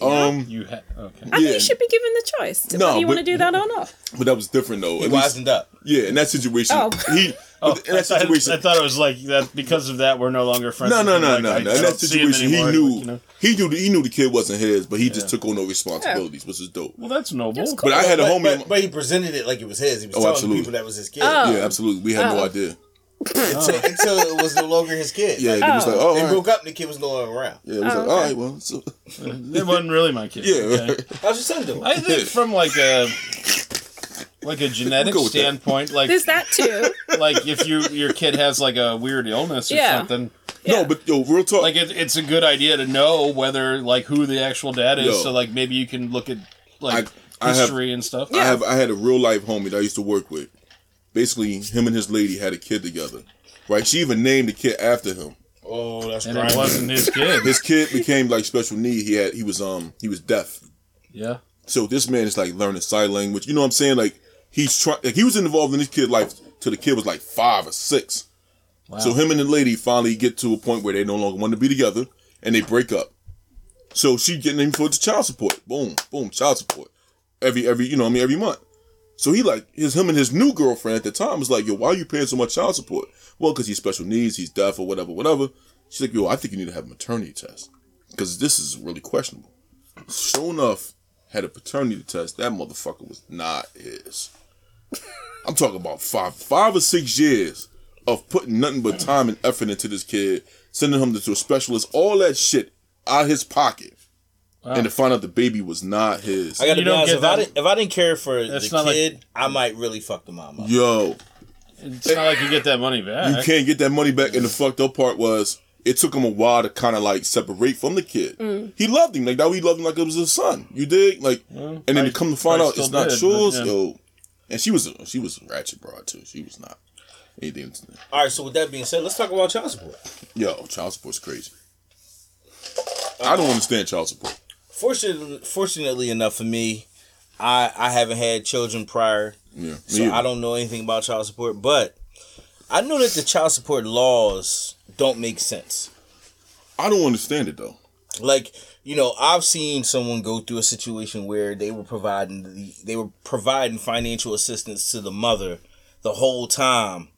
Speaker 3: Um,
Speaker 4: You ha- okay.
Speaker 2: I
Speaker 3: Yeah.
Speaker 2: think you should be given the choice to
Speaker 3: No,
Speaker 2: whether you
Speaker 3: but-
Speaker 2: want to do that or not.
Speaker 3: but that was different though. At
Speaker 1: He
Speaker 3: least,
Speaker 1: wisened up.
Speaker 3: yeah, in that situation,
Speaker 2: Oh.
Speaker 3: he. but in that
Speaker 4: I thought-
Speaker 3: situation,
Speaker 4: I thought it was like that because of that we're no longer friends.
Speaker 3: No, no,
Speaker 4: with you.
Speaker 3: no,
Speaker 4: Like,
Speaker 3: no,
Speaker 4: I-
Speaker 3: no.
Speaker 4: I
Speaker 3: In that
Speaker 4: don't see him
Speaker 3: situation, he
Speaker 4: anymore,
Speaker 3: knew,
Speaker 4: like, you know?
Speaker 3: he knew, he knew the kid wasn't his, but he just took on no responsibilities, which is dope.
Speaker 4: Well, that's noble.
Speaker 2: That's
Speaker 3: But I had a
Speaker 1: But,
Speaker 3: homie. in
Speaker 1: but,
Speaker 3: my-
Speaker 1: but he presented it like it was his. He was
Speaker 3: Oh,
Speaker 1: telling
Speaker 3: absolutely.
Speaker 1: people that was his kid
Speaker 2: Oh.
Speaker 3: yeah, absolutely. We had no idea.
Speaker 1: until, until it was no longer his kid.
Speaker 3: Yeah, it was like, oh,
Speaker 1: They
Speaker 3: all right.
Speaker 1: broke up and the kid was no longer around.
Speaker 3: yeah, it
Speaker 2: Oh,
Speaker 3: was like, all right, well, so,
Speaker 4: It wasn't really my kid.
Speaker 3: yeah,
Speaker 4: okay?
Speaker 1: How's your son doing?
Speaker 4: I think from like a like a genetic
Speaker 3: We'll go with that.
Speaker 4: standpoint, like
Speaker 2: There's that too.
Speaker 4: like if you your kid has like a weird illness or
Speaker 2: Yeah.
Speaker 4: something,
Speaker 2: Yeah.
Speaker 3: no, but yo, real talk.
Speaker 4: like it, it's a good idea to know whether like who the actual dad is.
Speaker 3: Yo.
Speaker 4: So like maybe you can look at like
Speaker 3: I- I have-
Speaker 4: history and stuff.
Speaker 3: I have, I had a real life homie that I used to work with. Basically, him and his lady had a kid together, right? She even named the kid after him.
Speaker 1: Oh, that's
Speaker 4: And it
Speaker 1: right.
Speaker 4: wasn't his kid.
Speaker 3: His kid became like special need. He had, he was, um, he was deaf.
Speaker 4: Yeah.
Speaker 3: So this man is like learning sign language. You know what I'm saying? Like he's trying. Like he was involved in this kid life till the kid was like five or six. So him and the lady finally get to a point where they no longer want to be together and they break up. So she getting him for the child support. Boom, boom, child support. Every every you know what I mean every month. So he like his him and his new girlfriend at the time was like, yo, why are you paying so much child support? Well, because he's special needs, he's deaf or whatever, whatever. She's like, yo, I think you need to have a maternity test because this is really questionable. Sure enough, had a paternity test. That motherfucker was not his. I'm talking about five, five or six years of putting nothing but time and effort into this kid, sending him to a specialist, all that shit out of his pocket, and to find out the baby was not his.
Speaker 1: I gotta
Speaker 4: You
Speaker 1: be
Speaker 4: don't
Speaker 1: honest.
Speaker 4: get
Speaker 1: If I,
Speaker 4: that-
Speaker 1: didn't, if I didn't care for
Speaker 4: That's
Speaker 1: the
Speaker 4: not like-
Speaker 1: kid, I might really fuck the mom up.
Speaker 3: Yo,
Speaker 4: It's not like you get that money
Speaker 3: you
Speaker 4: back.
Speaker 3: can't get that money back. And the fucked up part was, it took him a while to kind of like separate from the kid. He loved him like that. He loved him like it was his son. You dig? Like, and then
Speaker 4: I-
Speaker 3: to come to find
Speaker 4: I
Speaker 3: out
Speaker 4: still
Speaker 3: it's not
Speaker 4: did, but
Speaker 3: yours,
Speaker 4: yeah.
Speaker 3: yo. And she was a, she was a ratchet broad too. She was not anything.
Speaker 1: All right. So with that being said, let's talk about child support.
Speaker 3: Yo, child support's crazy. I don't understand child support.
Speaker 1: Fortunately, fortunately enough for me, I I haven't had children prior.
Speaker 3: Yeah,
Speaker 1: So I don't know anything about child support, but I know that the child support laws don't make sense.
Speaker 3: I don't understand it though.
Speaker 1: Like, you know, I've seen someone go through a situation where they were providing the, they were providing financial assistance to the mother the whole time.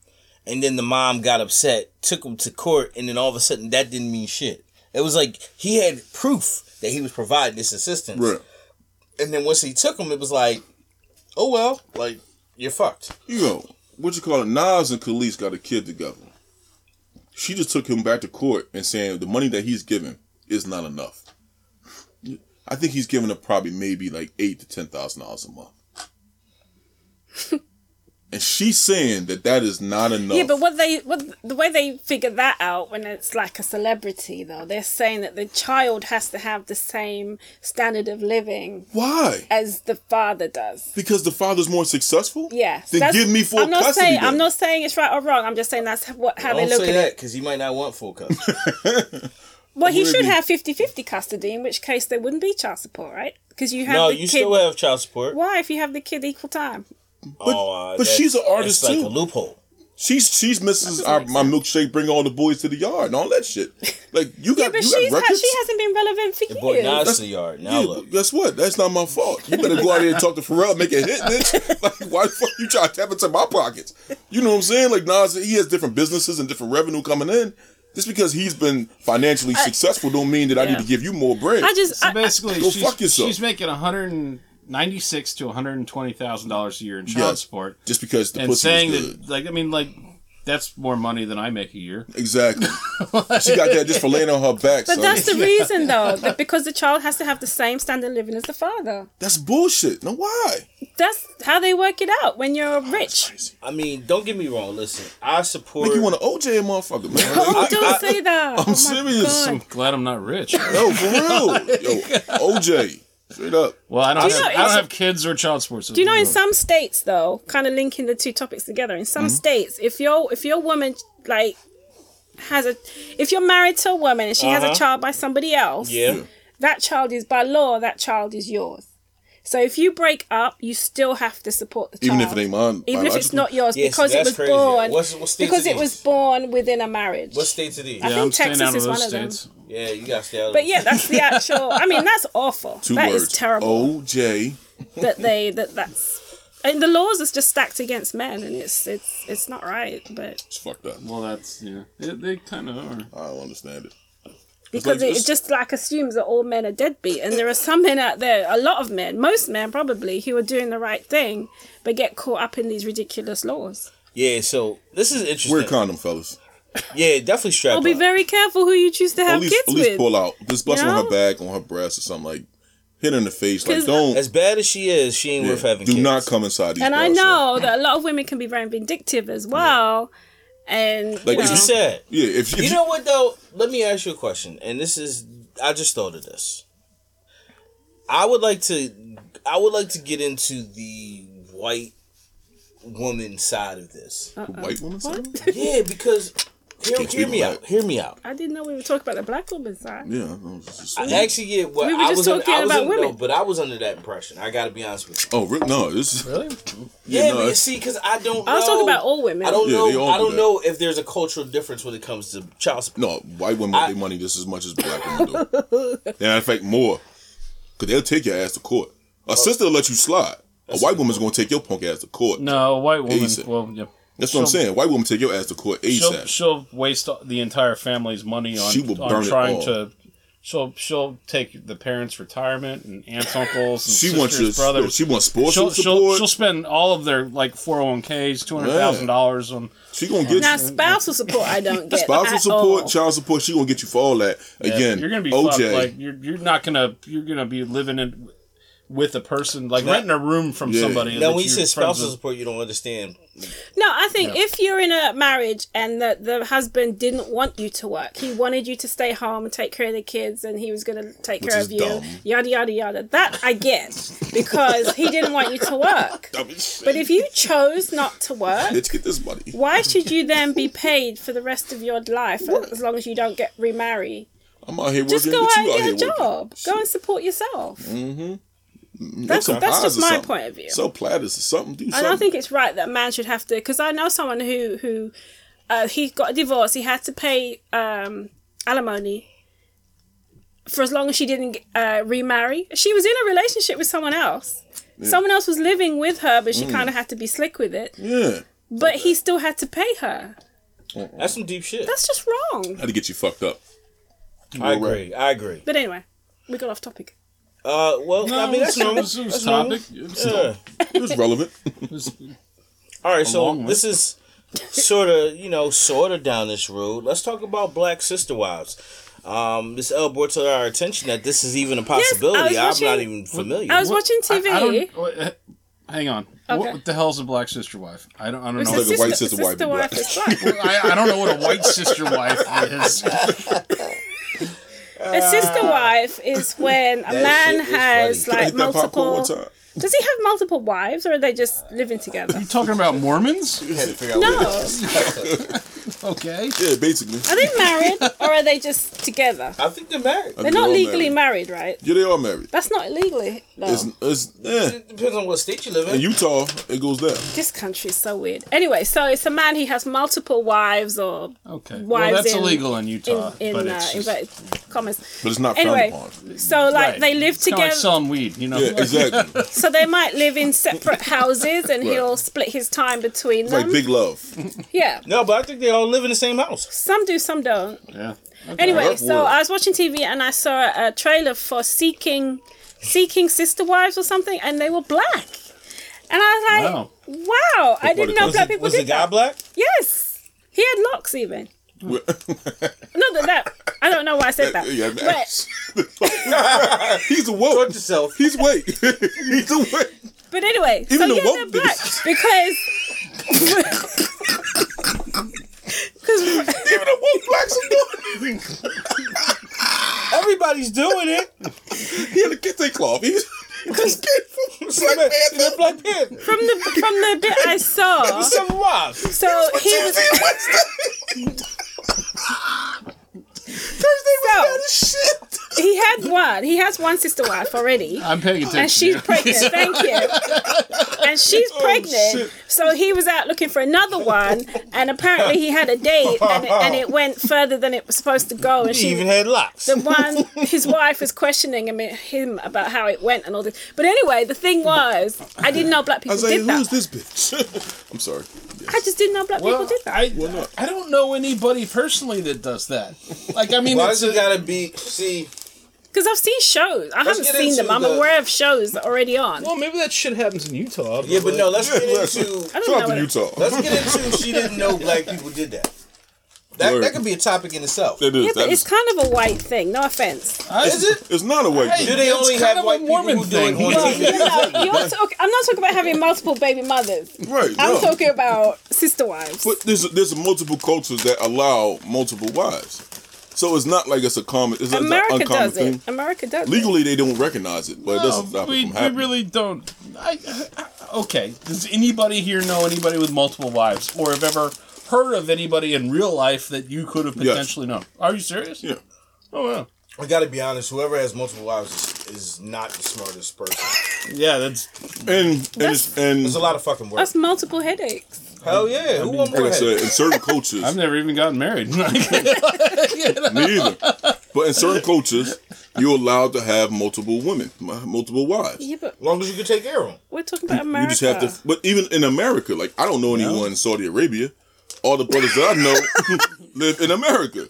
Speaker 1: And then the mom got upset, took him to court, and then all of a sudden that didn't mean shit. It was like he had proof that he was providing this assistance.
Speaker 3: Right.
Speaker 1: And then once he took him, it was like, oh well, like you're fucked.
Speaker 3: Yo, what you call it? Nas and Khalees got a kid together. She just took him back to court and saying the money that he's given is not enough. I think he's giving her probably maybe like eight to ten thousand dollars a month. and she's saying that that is not enough.
Speaker 2: Yeah, but what they what the way they figure that out when it's like a celebrity though, they're saying that the child has to have the same standard of living
Speaker 3: why?
Speaker 2: as the father does.
Speaker 3: Because the father's more successful.
Speaker 2: Yes.
Speaker 3: Then
Speaker 2: that's-
Speaker 3: give me full
Speaker 2: I'm not
Speaker 3: custody.
Speaker 2: saying I'm
Speaker 3: then.
Speaker 2: not saying it's right or wrong. I'm just saying that's what how they
Speaker 1: Don't
Speaker 2: look
Speaker 1: say
Speaker 2: at
Speaker 1: that
Speaker 2: it.
Speaker 1: because he might not want full custody.
Speaker 2: Well, he
Speaker 3: Would it
Speaker 2: should
Speaker 3: be-
Speaker 2: have 50-50 custody, in which case there wouldn't be child support, right? Because you have
Speaker 1: no,
Speaker 2: the
Speaker 1: you
Speaker 2: kid.
Speaker 1: still have child support.
Speaker 2: Why if you have the kid equal time?
Speaker 3: But,
Speaker 1: uh,
Speaker 3: but
Speaker 1: that-
Speaker 3: she's an artist
Speaker 1: It's like
Speaker 3: too.
Speaker 1: a loophole.
Speaker 3: She's she's Mrs.
Speaker 2: doesn't
Speaker 3: Our,
Speaker 2: make
Speaker 3: my milkshake bring all the boys to the yard and all that shit. Like you
Speaker 2: Yeah,
Speaker 3: got
Speaker 2: but
Speaker 3: you
Speaker 2: she's
Speaker 3: got
Speaker 2: ha-
Speaker 3: records.
Speaker 2: she hasn't been relevant for
Speaker 1: Boy,
Speaker 2: years.
Speaker 1: now it's the yard. Now
Speaker 3: Yeah,
Speaker 1: look.
Speaker 3: but guess what? That's not my fault. You better go out there and talk to Pharrell, and make a hit, bitch. Like, why the fuck you try to tap into my pockets? You know what I'm saying? Like, Nas, he has different businesses and different revenue coming in. Just because he's been financially successful, don't mean that I need to give you more bread.
Speaker 2: I just
Speaker 4: So
Speaker 2: I-
Speaker 4: basically,
Speaker 3: Go
Speaker 4: she's,
Speaker 3: fuck yourself.
Speaker 4: she's making one hundred ninety-six to one hundred twenty thousand dollars a year in child
Speaker 3: Yes.
Speaker 4: support,
Speaker 3: just because the
Speaker 4: and
Speaker 3: pussy
Speaker 4: saying
Speaker 3: is good.
Speaker 4: that, like, I mean, like, that's more money than I make a year.
Speaker 3: exactly. she got that just for laying on her back.
Speaker 2: But
Speaker 3: son.
Speaker 2: that's the reason, though, that because the child has to have the same standard of living as the father.
Speaker 3: That's bullshit. Now why?
Speaker 2: That's how they work it out when
Speaker 3: Oh,
Speaker 2: you're rich.
Speaker 1: I mean, don't get me wrong. Listen, I support.
Speaker 3: Make you want to OJ a motherfucker, man. Like,
Speaker 2: Oh, don't say that.
Speaker 3: I'm serious.
Speaker 4: I'm glad I'm not rich.
Speaker 3: Yo, for real. Yo, OJ. Straight up.
Speaker 4: Well, I don't, have,
Speaker 2: you know
Speaker 4: I don't
Speaker 2: it's-
Speaker 4: have kids or child sports.
Speaker 2: Do you know in some states though, kind of linking the two topics together, in
Speaker 3: Mm-hmm.
Speaker 2: some states, if your if your woman like has a if you're married to a woman and she
Speaker 3: Uh-huh.
Speaker 2: has a child by somebody else,
Speaker 6: Yeah.
Speaker 2: that child is by law, that child is yours. So if you break up, you still have to support the child.
Speaker 3: Even if it ain't mine.
Speaker 2: even if it's
Speaker 3: biologically.
Speaker 2: not yours
Speaker 6: Yes,
Speaker 2: because it
Speaker 6: that's
Speaker 2: was
Speaker 6: crazy.
Speaker 2: born
Speaker 6: What's- what states
Speaker 2: because
Speaker 6: it
Speaker 2: it was
Speaker 6: is?
Speaker 2: born within a marriage.
Speaker 1: What states it is?
Speaker 2: I
Speaker 1: Yeah,
Speaker 2: think Texas is one of them.
Speaker 1: you gotta stay out of
Speaker 2: But
Speaker 1: it.
Speaker 2: yeah, that's the actual. I mean, that's awful. That
Speaker 3: Two
Speaker 2: is
Speaker 3: words.
Speaker 2: terrible.
Speaker 3: OJ.
Speaker 2: That they that that's and the laws is just stacked against men, and it's it's it's not right. But
Speaker 3: It's fucked up.
Speaker 4: Well, that's yeah. They, they kind of are.
Speaker 3: I don't understand it.
Speaker 2: because
Speaker 3: like
Speaker 2: it
Speaker 3: this-
Speaker 2: just like assumes that all men are deadbeat, and there are some men out there, a lot of men, most men probably, who are doing the right thing, but get caught up in these ridiculous laws.
Speaker 6: Yeah, so this is interesting.
Speaker 3: Wear a condom, fellas.
Speaker 6: yeah, definitely strap
Speaker 2: Or be
Speaker 6: up.
Speaker 2: very careful who you choose to
Speaker 3: At
Speaker 2: have
Speaker 3: least,
Speaker 2: kids
Speaker 3: at least
Speaker 2: with.
Speaker 3: pull out. Just bust
Speaker 2: You
Speaker 3: on
Speaker 2: know?
Speaker 3: her back, on her breast, or something like. Hit her in the face. Like
Speaker 2: 'Cause-
Speaker 3: don't.
Speaker 6: as bad as she is, she ain't
Speaker 3: yeah,
Speaker 6: worth having
Speaker 3: do
Speaker 6: kids.
Speaker 3: not come inside these.
Speaker 2: and I
Speaker 3: girls, yo.
Speaker 2: know that a lot of women can be very vindictive as well. And
Speaker 3: Like,
Speaker 2: you
Speaker 3: if
Speaker 2: know,
Speaker 3: you
Speaker 6: It's sad.
Speaker 3: Yeah, if, if
Speaker 6: You know what though? Let me ask you a question, and this is I just thought of this. I would like to, I would like to get into the white woman side of this.
Speaker 3: the white woman.
Speaker 2: Uh-uh.
Speaker 3: said it?
Speaker 6: Yeah, because hear,
Speaker 3: Can't
Speaker 6: hear
Speaker 3: be
Speaker 6: me
Speaker 3: black.
Speaker 6: out. Hear me out.
Speaker 2: I didn't know we were talking about the black woman side.
Speaker 3: Yeah, I know, it's just-
Speaker 6: I actually get what
Speaker 2: We were
Speaker 6: I
Speaker 2: just
Speaker 6: was. under-
Speaker 2: talking
Speaker 6: I was
Speaker 2: about
Speaker 6: under- no,
Speaker 2: women.
Speaker 6: but I was under that impression. I got to be honest with you.
Speaker 3: oh re- no, this.
Speaker 4: Really?
Speaker 6: Yeah,
Speaker 3: no,
Speaker 6: but you
Speaker 3: it's-
Speaker 6: see, because I don't.
Speaker 2: I was
Speaker 6: know-
Speaker 2: talking about all women.
Speaker 6: I don't
Speaker 3: Yeah, they
Speaker 6: know.
Speaker 3: all
Speaker 6: I
Speaker 3: do
Speaker 6: don't
Speaker 3: that.
Speaker 6: know if there's a cultural difference when it comes to child support.
Speaker 3: No, white women make their money just as much as black women do. and in fact, more. Because they'll take your ass to court. A
Speaker 6: Oh.
Speaker 3: sister will let you slide. A white woman's going to take your punk ass to court.
Speaker 4: No, a white woman.
Speaker 3: Easy.
Speaker 4: Well, yeah.
Speaker 3: That's what I'm
Speaker 4: She'll-
Speaker 3: saying. White woman take your ass to court
Speaker 4: She'll,
Speaker 3: ASAP.
Speaker 4: she'll waste the entire family's money on,
Speaker 3: She will
Speaker 4: on
Speaker 3: burn it
Speaker 4: trying
Speaker 3: all.
Speaker 4: to. She'll she'll take the parents' retirement and aunts, uncles, and
Speaker 3: She,
Speaker 4: sisters,
Speaker 3: wants your,
Speaker 4: brothers.
Speaker 3: she wants sports
Speaker 4: she'll, she'll,
Speaker 3: support.
Speaker 4: she'll spend all of their like 401ks, two hundred thousand dollars on.
Speaker 3: she going to get
Speaker 2: Now
Speaker 3: you.
Speaker 2: spousal support I don't get.
Speaker 3: Spousal
Speaker 2: at
Speaker 3: support,
Speaker 2: all.
Speaker 3: child support, she going to get you for all that. Again,
Speaker 4: you're gonna be fucked.
Speaker 3: OJ.
Speaker 4: Like you're you're not gonna you're gonna be living in with a person like renting a room from
Speaker 3: Yeah.
Speaker 4: somebody.
Speaker 6: Now,
Speaker 4: that
Speaker 6: when you
Speaker 4: you're
Speaker 6: say
Speaker 4: friends
Speaker 6: spousal
Speaker 4: with.
Speaker 6: support, you don't understand.
Speaker 2: No, I think if you're in a marriage and the, the husband didn't want you to work, he wanted you to stay home and take care of the kids and he was going to take
Speaker 3: Which
Speaker 2: care
Speaker 3: is
Speaker 2: of you,
Speaker 3: dumb.
Speaker 2: yada, yada, yada. That I get because he didn't want you to work. But if you chose not to work,
Speaker 3: Let's get this money.
Speaker 2: why should you then be paid for the rest of your life as long as you don't get remarry?
Speaker 3: I'm out here working.
Speaker 2: Just go
Speaker 3: but
Speaker 2: out
Speaker 3: you out here
Speaker 2: and get a
Speaker 3: working.
Speaker 2: job. Go and support yourself.
Speaker 3: Make some
Speaker 2: that's
Speaker 3: pies
Speaker 2: just
Speaker 3: or
Speaker 2: my
Speaker 3: something.
Speaker 2: point of view.
Speaker 3: Sell platters or something. Do
Speaker 2: And
Speaker 3: something.
Speaker 2: I think it's right that a man should have to, because I know someone who who uh, he got a divorce. He had to pay um, alimony for as long as she didn't uh, remarry. She was in a relationship with someone else. Someone else was living with her, but she kind of had to be slick with it.
Speaker 3: yeah.
Speaker 2: But he still had to pay her.
Speaker 6: That's some deep shit.
Speaker 2: That's just wrong.
Speaker 3: How to get you fucked up.
Speaker 6: I agree. I agree.
Speaker 2: But anyway, we got off topic.
Speaker 6: Uh, well,
Speaker 4: No,
Speaker 6: I mean that's
Speaker 4: it's no,
Speaker 6: normal.
Speaker 4: it's, it's
Speaker 6: That's normal.
Speaker 4: topic. It's not-
Speaker 6: Yeah.
Speaker 3: It was relevant.
Speaker 4: it's-
Speaker 6: All right, so
Speaker 4: long one.
Speaker 6: this is sort of you know sort of down this road. Let's talk about black sister wives. Um, this L brought to our attention that this is even a possibility.
Speaker 2: I was
Speaker 6: I'm not
Speaker 2: watching-
Speaker 6: even familiar.
Speaker 2: I was watching
Speaker 4: I-
Speaker 2: TV.
Speaker 4: I don't- wait, eh, hang on.
Speaker 2: Okay.
Speaker 4: What, what the hell's a black sister wife? I don't. I don't
Speaker 2: It's
Speaker 4: know.
Speaker 2: a
Speaker 3: like
Speaker 2: sister,
Speaker 3: a white
Speaker 2: white
Speaker 3: sister
Speaker 2: sister,
Speaker 3: wife be
Speaker 2: wife
Speaker 3: black.
Speaker 2: is black.
Speaker 4: I, I don't know what a white sister wife is.
Speaker 2: A sister wife is when a
Speaker 6: shit
Speaker 2: man
Speaker 6: is
Speaker 2: has
Speaker 3: I
Speaker 2: like
Speaker 3: hit that popcorn
Speaker 2: multiple.
Speaker 3: one time.
Speaker 2: Does he have multiple wives, or are they just living together?
Speaker 4: You talking about Mormons?
Speaker 2: No,
Speaker 4: Okay.
Speaker 3: Yeah, basically.
Speaker 2: are they married, or are they just together?
Speaker 6: I think they're married.
Speaker 2: They're not legally married, right?
Speaker 3: Yeah, they are married.
Speaker 2: That's not illegally. No.
Speaker 3: It's, it's, eh.
Speaker 6: It depends on what state you live
Speaker 3: In
Speaker 6: in.
Speaker 3: Utah, it goes down.
Speaker 2: This country's so weird. Anyway, so it's a man who has multiple wives or
Speaker 4: Okay. well,
Speaker 2: Wives
Speaker 4: that's
Speaker 2: in-
Speaker 4: illegal in
Speaker 2: in,
Speaker 4: Utah,
Speaker 2: in
Speaker 4: but
Speaker 2: uh,
Speaker 4: it's just,
Speaker 2: inverted commas.
Speaker 3: But it's not
Speaker 2: Anyway,
Speaker 3: frowned upon.
Speaker 2: So like
Speaker 4: right.
Speaker 2: they live
Speaker 4: It's kinda
Speaker 2: together.
Speaker 4: Like selling weed, you know.
Speaker 3: Yeah, exactly. It's
Speaker 2: so they might live in separate houses, and
Speaker 3: Right.
Speaker 2: he'll split his time between them.
Speaker 3: like big love.
Speaker 2: yeah.
Speaker 6: No, but I think they all live in the same house.
Speaker 2: Some do, some don't.
Speaker 4: Yeah.
Speaker 2: Anyway,
Speaker 3: Dark
Speaker 2: so
Speaker 3: world.
Speaker 2: I was watching TV and I saw a trailer for Seeking Seeking Sister Wives or something, and they were black. And I
Speaker 4: Wow.
Speaker 2: was like, wow, I didn't know
Speaker 3: was
Speaker 2: black
Speaker 3: it-
Speaker 2: people
Speaker 6: Was
Speaker 2: did
Speaker 6: the guy
Speaker 2: that.
Speaker 6: black?
Speaker 2: Yes, he had locks even.
Speaker 3: We're-
Speaker 2: Not that that I don't know why I said that,
Speaker 3: yeah,
Speaker 2: but
Speaker 3: he's a woke.
Speaker 6: yourself.
Speaker 3: He's white. he's a white.
Speaker 2: but anyway,
Speaker 3: Even
Speaker 2: so
Speaker 3: the
Speaker 2: yeah,
Speaker 3: woke
Speaker 2: they're black because because
Speaker 3: Even the woke blacks are doing it.
Speaker 6: Everybody's doing it.
Speaker 3: He had to get their off. He's, he's getting from Black Panther.
Speaker 6: Black Panther.
Speaker 2: From the from the bit I saw,
Speaker 6: Seven wives.
Speaker 2: so he was
Speaker 3: Tuesday and Wednesday. Thursday was
Speaker 2: So-
Speaker 3: bad as shit.
Speaker 2: he had one. He has one sister wife already.
Speaker 4: I'm paying attention.
Speaker 3: Oh,
Speaker 2: and she's
Speaker 4: to you.
Speaker 2: pregnant. Thank you. And she's pregnant. so he was out looking for another one, and apparently he had a date, and it, and it went further than it was supposed to go. And
Speaker 6: She
Speaker 2: she,
Speaker 6: even had locks.
Speaker 2: the one, his wife was questioning him, him about how it went and all this. But anyway, the thing was, I didn't know black
Speaker 3: I
Speaker 2: people
Speaker 3: was like,
Speaker 2: did that.
Speaker 3: who's this bitch? I'm sorry.
Speaker 2: I just didn't know black
Speaker 4: Well,
Speaker 2: people did that.
Speaker 4: I, I don't know anybody personally that does that. Like, I mean,
Speaker 1: Why
Speaker 4: it's
Speaker 1: does it gotta be? See,
Speaker 2: Because I've seen shows. I haven't
Speaker 1: get
Speaker 2: seen
Speaker 1: into
Speaker 2: them. I'm
Speaker 1: the-
Speaker 2: aware of shows that are already on.
Speaker 7: Well, maybe that shit happens in Utah.
Speaker 1: yeah, but no. Let's get
Speaker 3: Yeah,
Speaker 1: into.
Speaker 2: I don't
Speaker 3: Shout out
Speaker 2: know.
Speaker 3: to
Speaker 2: What it,
Speaker 3: Utah.
Speaker 1: Let's get into. She didn't know black people did that. That,
Speaker 3: Word.
Speaker 1: that could be a topic in itself.
Speaker 3: It is.
Speaker 2: yeah,
Speaker 3: that
Speaker 2: but
Speaker 3: is-
Speaker 2: it's kind of a white thing. No offense.
Speaker 1: Is it?
Speaker 3: it's not a white
Speaker 4: Hey,
Speaker 1: Do
Speaker 3: thing.
Speaker 1: they
Speaker 4: It's
Speaker 1: only
Speaker 4: kind
Speaker 1: have
Speaker 4: of a
Speaker 1: white people
Speaker 4: Mormon
Speaker 1: who do it
Speaker 4: thing.
Speaker 1: on
Speaker 2: No,
Speaker 1: TV?
Speaker 2: no, no. You're talk- I'm not talking about having multiple baby mothers.
Speaker 3: Right.
Speaker 2: I'm
Speaker 3: no.
Speaker 2: talking about sister wives.
Speaker 3: But there's there's multiple cultures that allow multiple wives, so it's not like it's a common. It's, it's an
Speaker 2: America
Speaker 3: uncommon
Speaker 2: does
Speaker 3: thing.
Speaker 2: it. America does
Speaker 3: Legally, they don't recognize it, but it doesn't
Speaker 4: No,
Speaker 3: stop it
Speaker 4: we,
Speaker 3: from
Speaker 4: we
Speaker 3: happening.
Speaker 4: really don't. I, I, okay, does anybody here know anybody with multiple wives, or have ever heard of anybody in real life that you could have
Speaker 3: Yes.
Speaker 4: potentially known? Are you serious?
Speaker 3: yeah.
Speaker 4: Oh wow.
Speaker 1: I gotta be honest. Whoever has multiple wives is, is not the smartest person.
Speaker 4: Yeah, that's
Speaker 3: And and it's, and
Speaker 1: There's a lot of fucking
Speaker 2: it.
Speaker 1: work.
Speaker 2: That's multiple headaches.
Speaker 1: Hell yeah. Who want
Speaker 3: like
Speaker 1: more
Speaker 3: I said,
Speaker 1: head?
Speaker 3: in certain cultures,
Speaker 4: I've never even gotten married. Like,
Speaker 3: me either. But in certain cultures, you're allowed to have multiple women, mu- multiple wives.
Speaker 2: Yeah, but
Speaker 1: As long as you can take care of them.
Speaker 2: we're talking about
Speaker 3: You
Speaker 2: America.
Speaker 3: just have to. But even in America, like I don't know anyone in Saudi Arabia. All the brothers that I know live in America.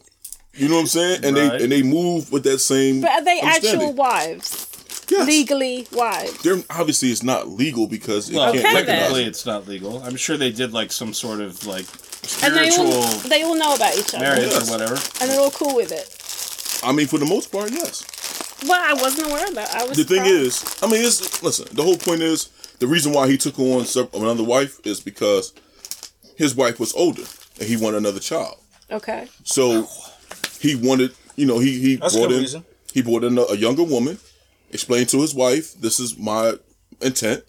Speaker 3: You know what I'm saying? And
Speaker 4: Right.
Speaker 3: they and they move with that same.
Speaker 2: but are they actual
Speaker 3: understanding.
Speaker 2: wives?
Speaker 3: Yes.
Speaker 2: Legally wives?
Speaker 3: They're obviously it's not legal because it
Speaker 4: well,
Speaker 3: can't
Speaker 2: okay,
Speaker 3: recognize.
Speaker 4: technically,
Speaker 3: it.
Speaker 4: it's not legal. I'm sure they did like some sort of like
Speaker 2: And they
Speaker 4: spiritual
Speaker 2: all they all know about each other,
Speaker 4: marriage
Speaker 3: Yes.
Speaker 4: or whatever.
Speaker 2: and they're all cool with it.
Speaker 3: I mean, for the most part, yes.
Speaker 2: Well, I wasn't aware of that. I was.
Speaker 3: The thing
Speaker 2: surprised.
Speaker 3: is, I mean, it's listen. The whole point is the reason why he took on sep- another wife is because his wife was older and he wanted another child.
Speaker 2: okay.
Speaker 3: So he wanted, you know, he he
Speaker 1: That's a
Speaker 3: brought
Speaker 1: good
Speaker 3: in
Speaker 1: reason.
Speaker 3: he brought in a, a younger woman, explained to his wife, "This is my intent."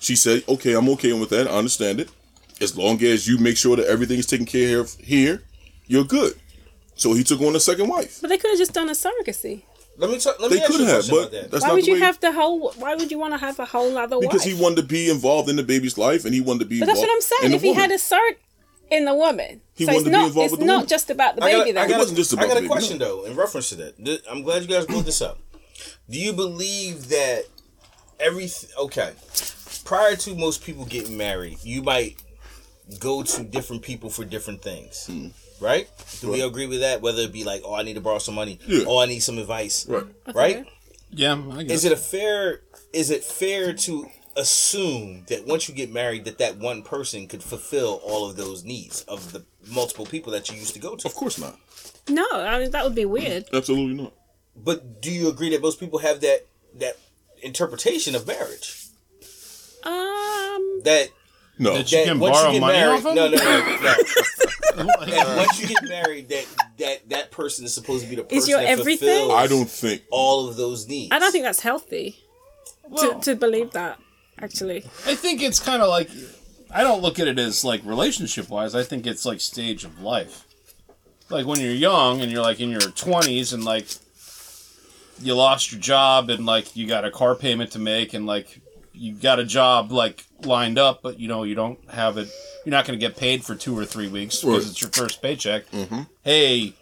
Speaker 3: She said, "Okay, I'm okay with that. I understand it. As long as you make sure that everything's taken care of here, you're good." So he took on a second wife.
Speaker 2: But they could have just done a surrogacy.
Speaker 1: Let me talk. Let
Speaker 3: They
Speaker 1: me ask
Speaker 3: could
Speaker 1: you a
Speaker 3: have,
Speaker 1: question
Speaker 3: but
Speaker 1: about that.
Speaker 3: that's
Speaker 2: Why
Speaker 3: not
Speaker 2: would
Speaker 3: the
Speaker 2: you
Speaker 3: way-
Speaker 2: have the whole? Why would you want to have a whole other
Speaker 3: because
Speaker 2: wife?
Speaker 3: he wanted to be involved in the baby's life and he wanted to be.
Speaker 2: But that's what I'm
Speaker 3: involved in
Speaker 2: saying.
Speaker 3: the
Speaker 2: If he
Speaker 3: woman.
Speaker 2: had a cert in the woman,
Speaker 3: He
Speaker 2: so it's
Speaker 3: wanted to be
Speaker 2: not.
Speaker 3: involved
Speaker 2: It's
Speaker 3: with the
Speaker 2: not
Speaker 3: woman.
Speaker 2: just about the
Speaker 1: I got,
Speaker 2: baby
Speaker 1: I
Speaker 2: though.
Speaker 1: got,
Speaker 3: It wasn't just
Speaker 1: I
Speaker 3: about
Speaker 1: got a
Speaker 3: baby,
Speaker 1: question though in reference to that. Th- I'm glad you guys brought this up. Do you believe that every okay prior to most people getting married, you might go to different people for different things, Hmm. right? Do we agree with that? Whether it be like, oh, I need to borrow some money,
Speaker 3: Yeah.
Speaker 1: oh, I need some advice,
Speaker 3: Right.
Speaker 1: right?
Speaker 4: Yeah, I guess.
Speaker 1: Is it a fair? Is it fair to assume that once you get married, that that one person could fulfill all of those needs of the multiple people that you used to go to?
Speaker 3: Of course not.
Speaker 2: No, I mean that would be weird.
Speaker 3: Absolutely not.
Speaker 1: But do you agree that most people have that that interpretation of marriage?
Speaker 2: Um,
Speaker 1: That
Speaker 3: No.
Speaker 4: That you
Speaker 1: that
Speaker 4: can
Speaker 1: once
Speaker 4: borrow
Speaker 1: you get
Speaker 4: money
Speaker 1: married,
Speaker 4: off him.
Speaker 1: no, no, no, no. that once you get married, that that that person is supposed to be the person
Speaker 2: Is your
Speaker 1: that
Speaker 2: everything?
Speaker 1: fulfills
Speaker 3: I don't think.
Speaker 1: all of those needs.
Speaker 2: I don't think that's healthy to, to believe that. Actually,
Speaker 4: I think it's kind of like I don't look at it as like relationship wise. I think it's like stage of life. Like when you're young and you're like in your 20s and like you lost your job and like you got a car payment to make and like you got a job like lined up but you know you don't have it you're not going to get paid for 2 or 3 weeks because
Speaker 3: Right.
Speaker 4: it's your first paycheck. Hey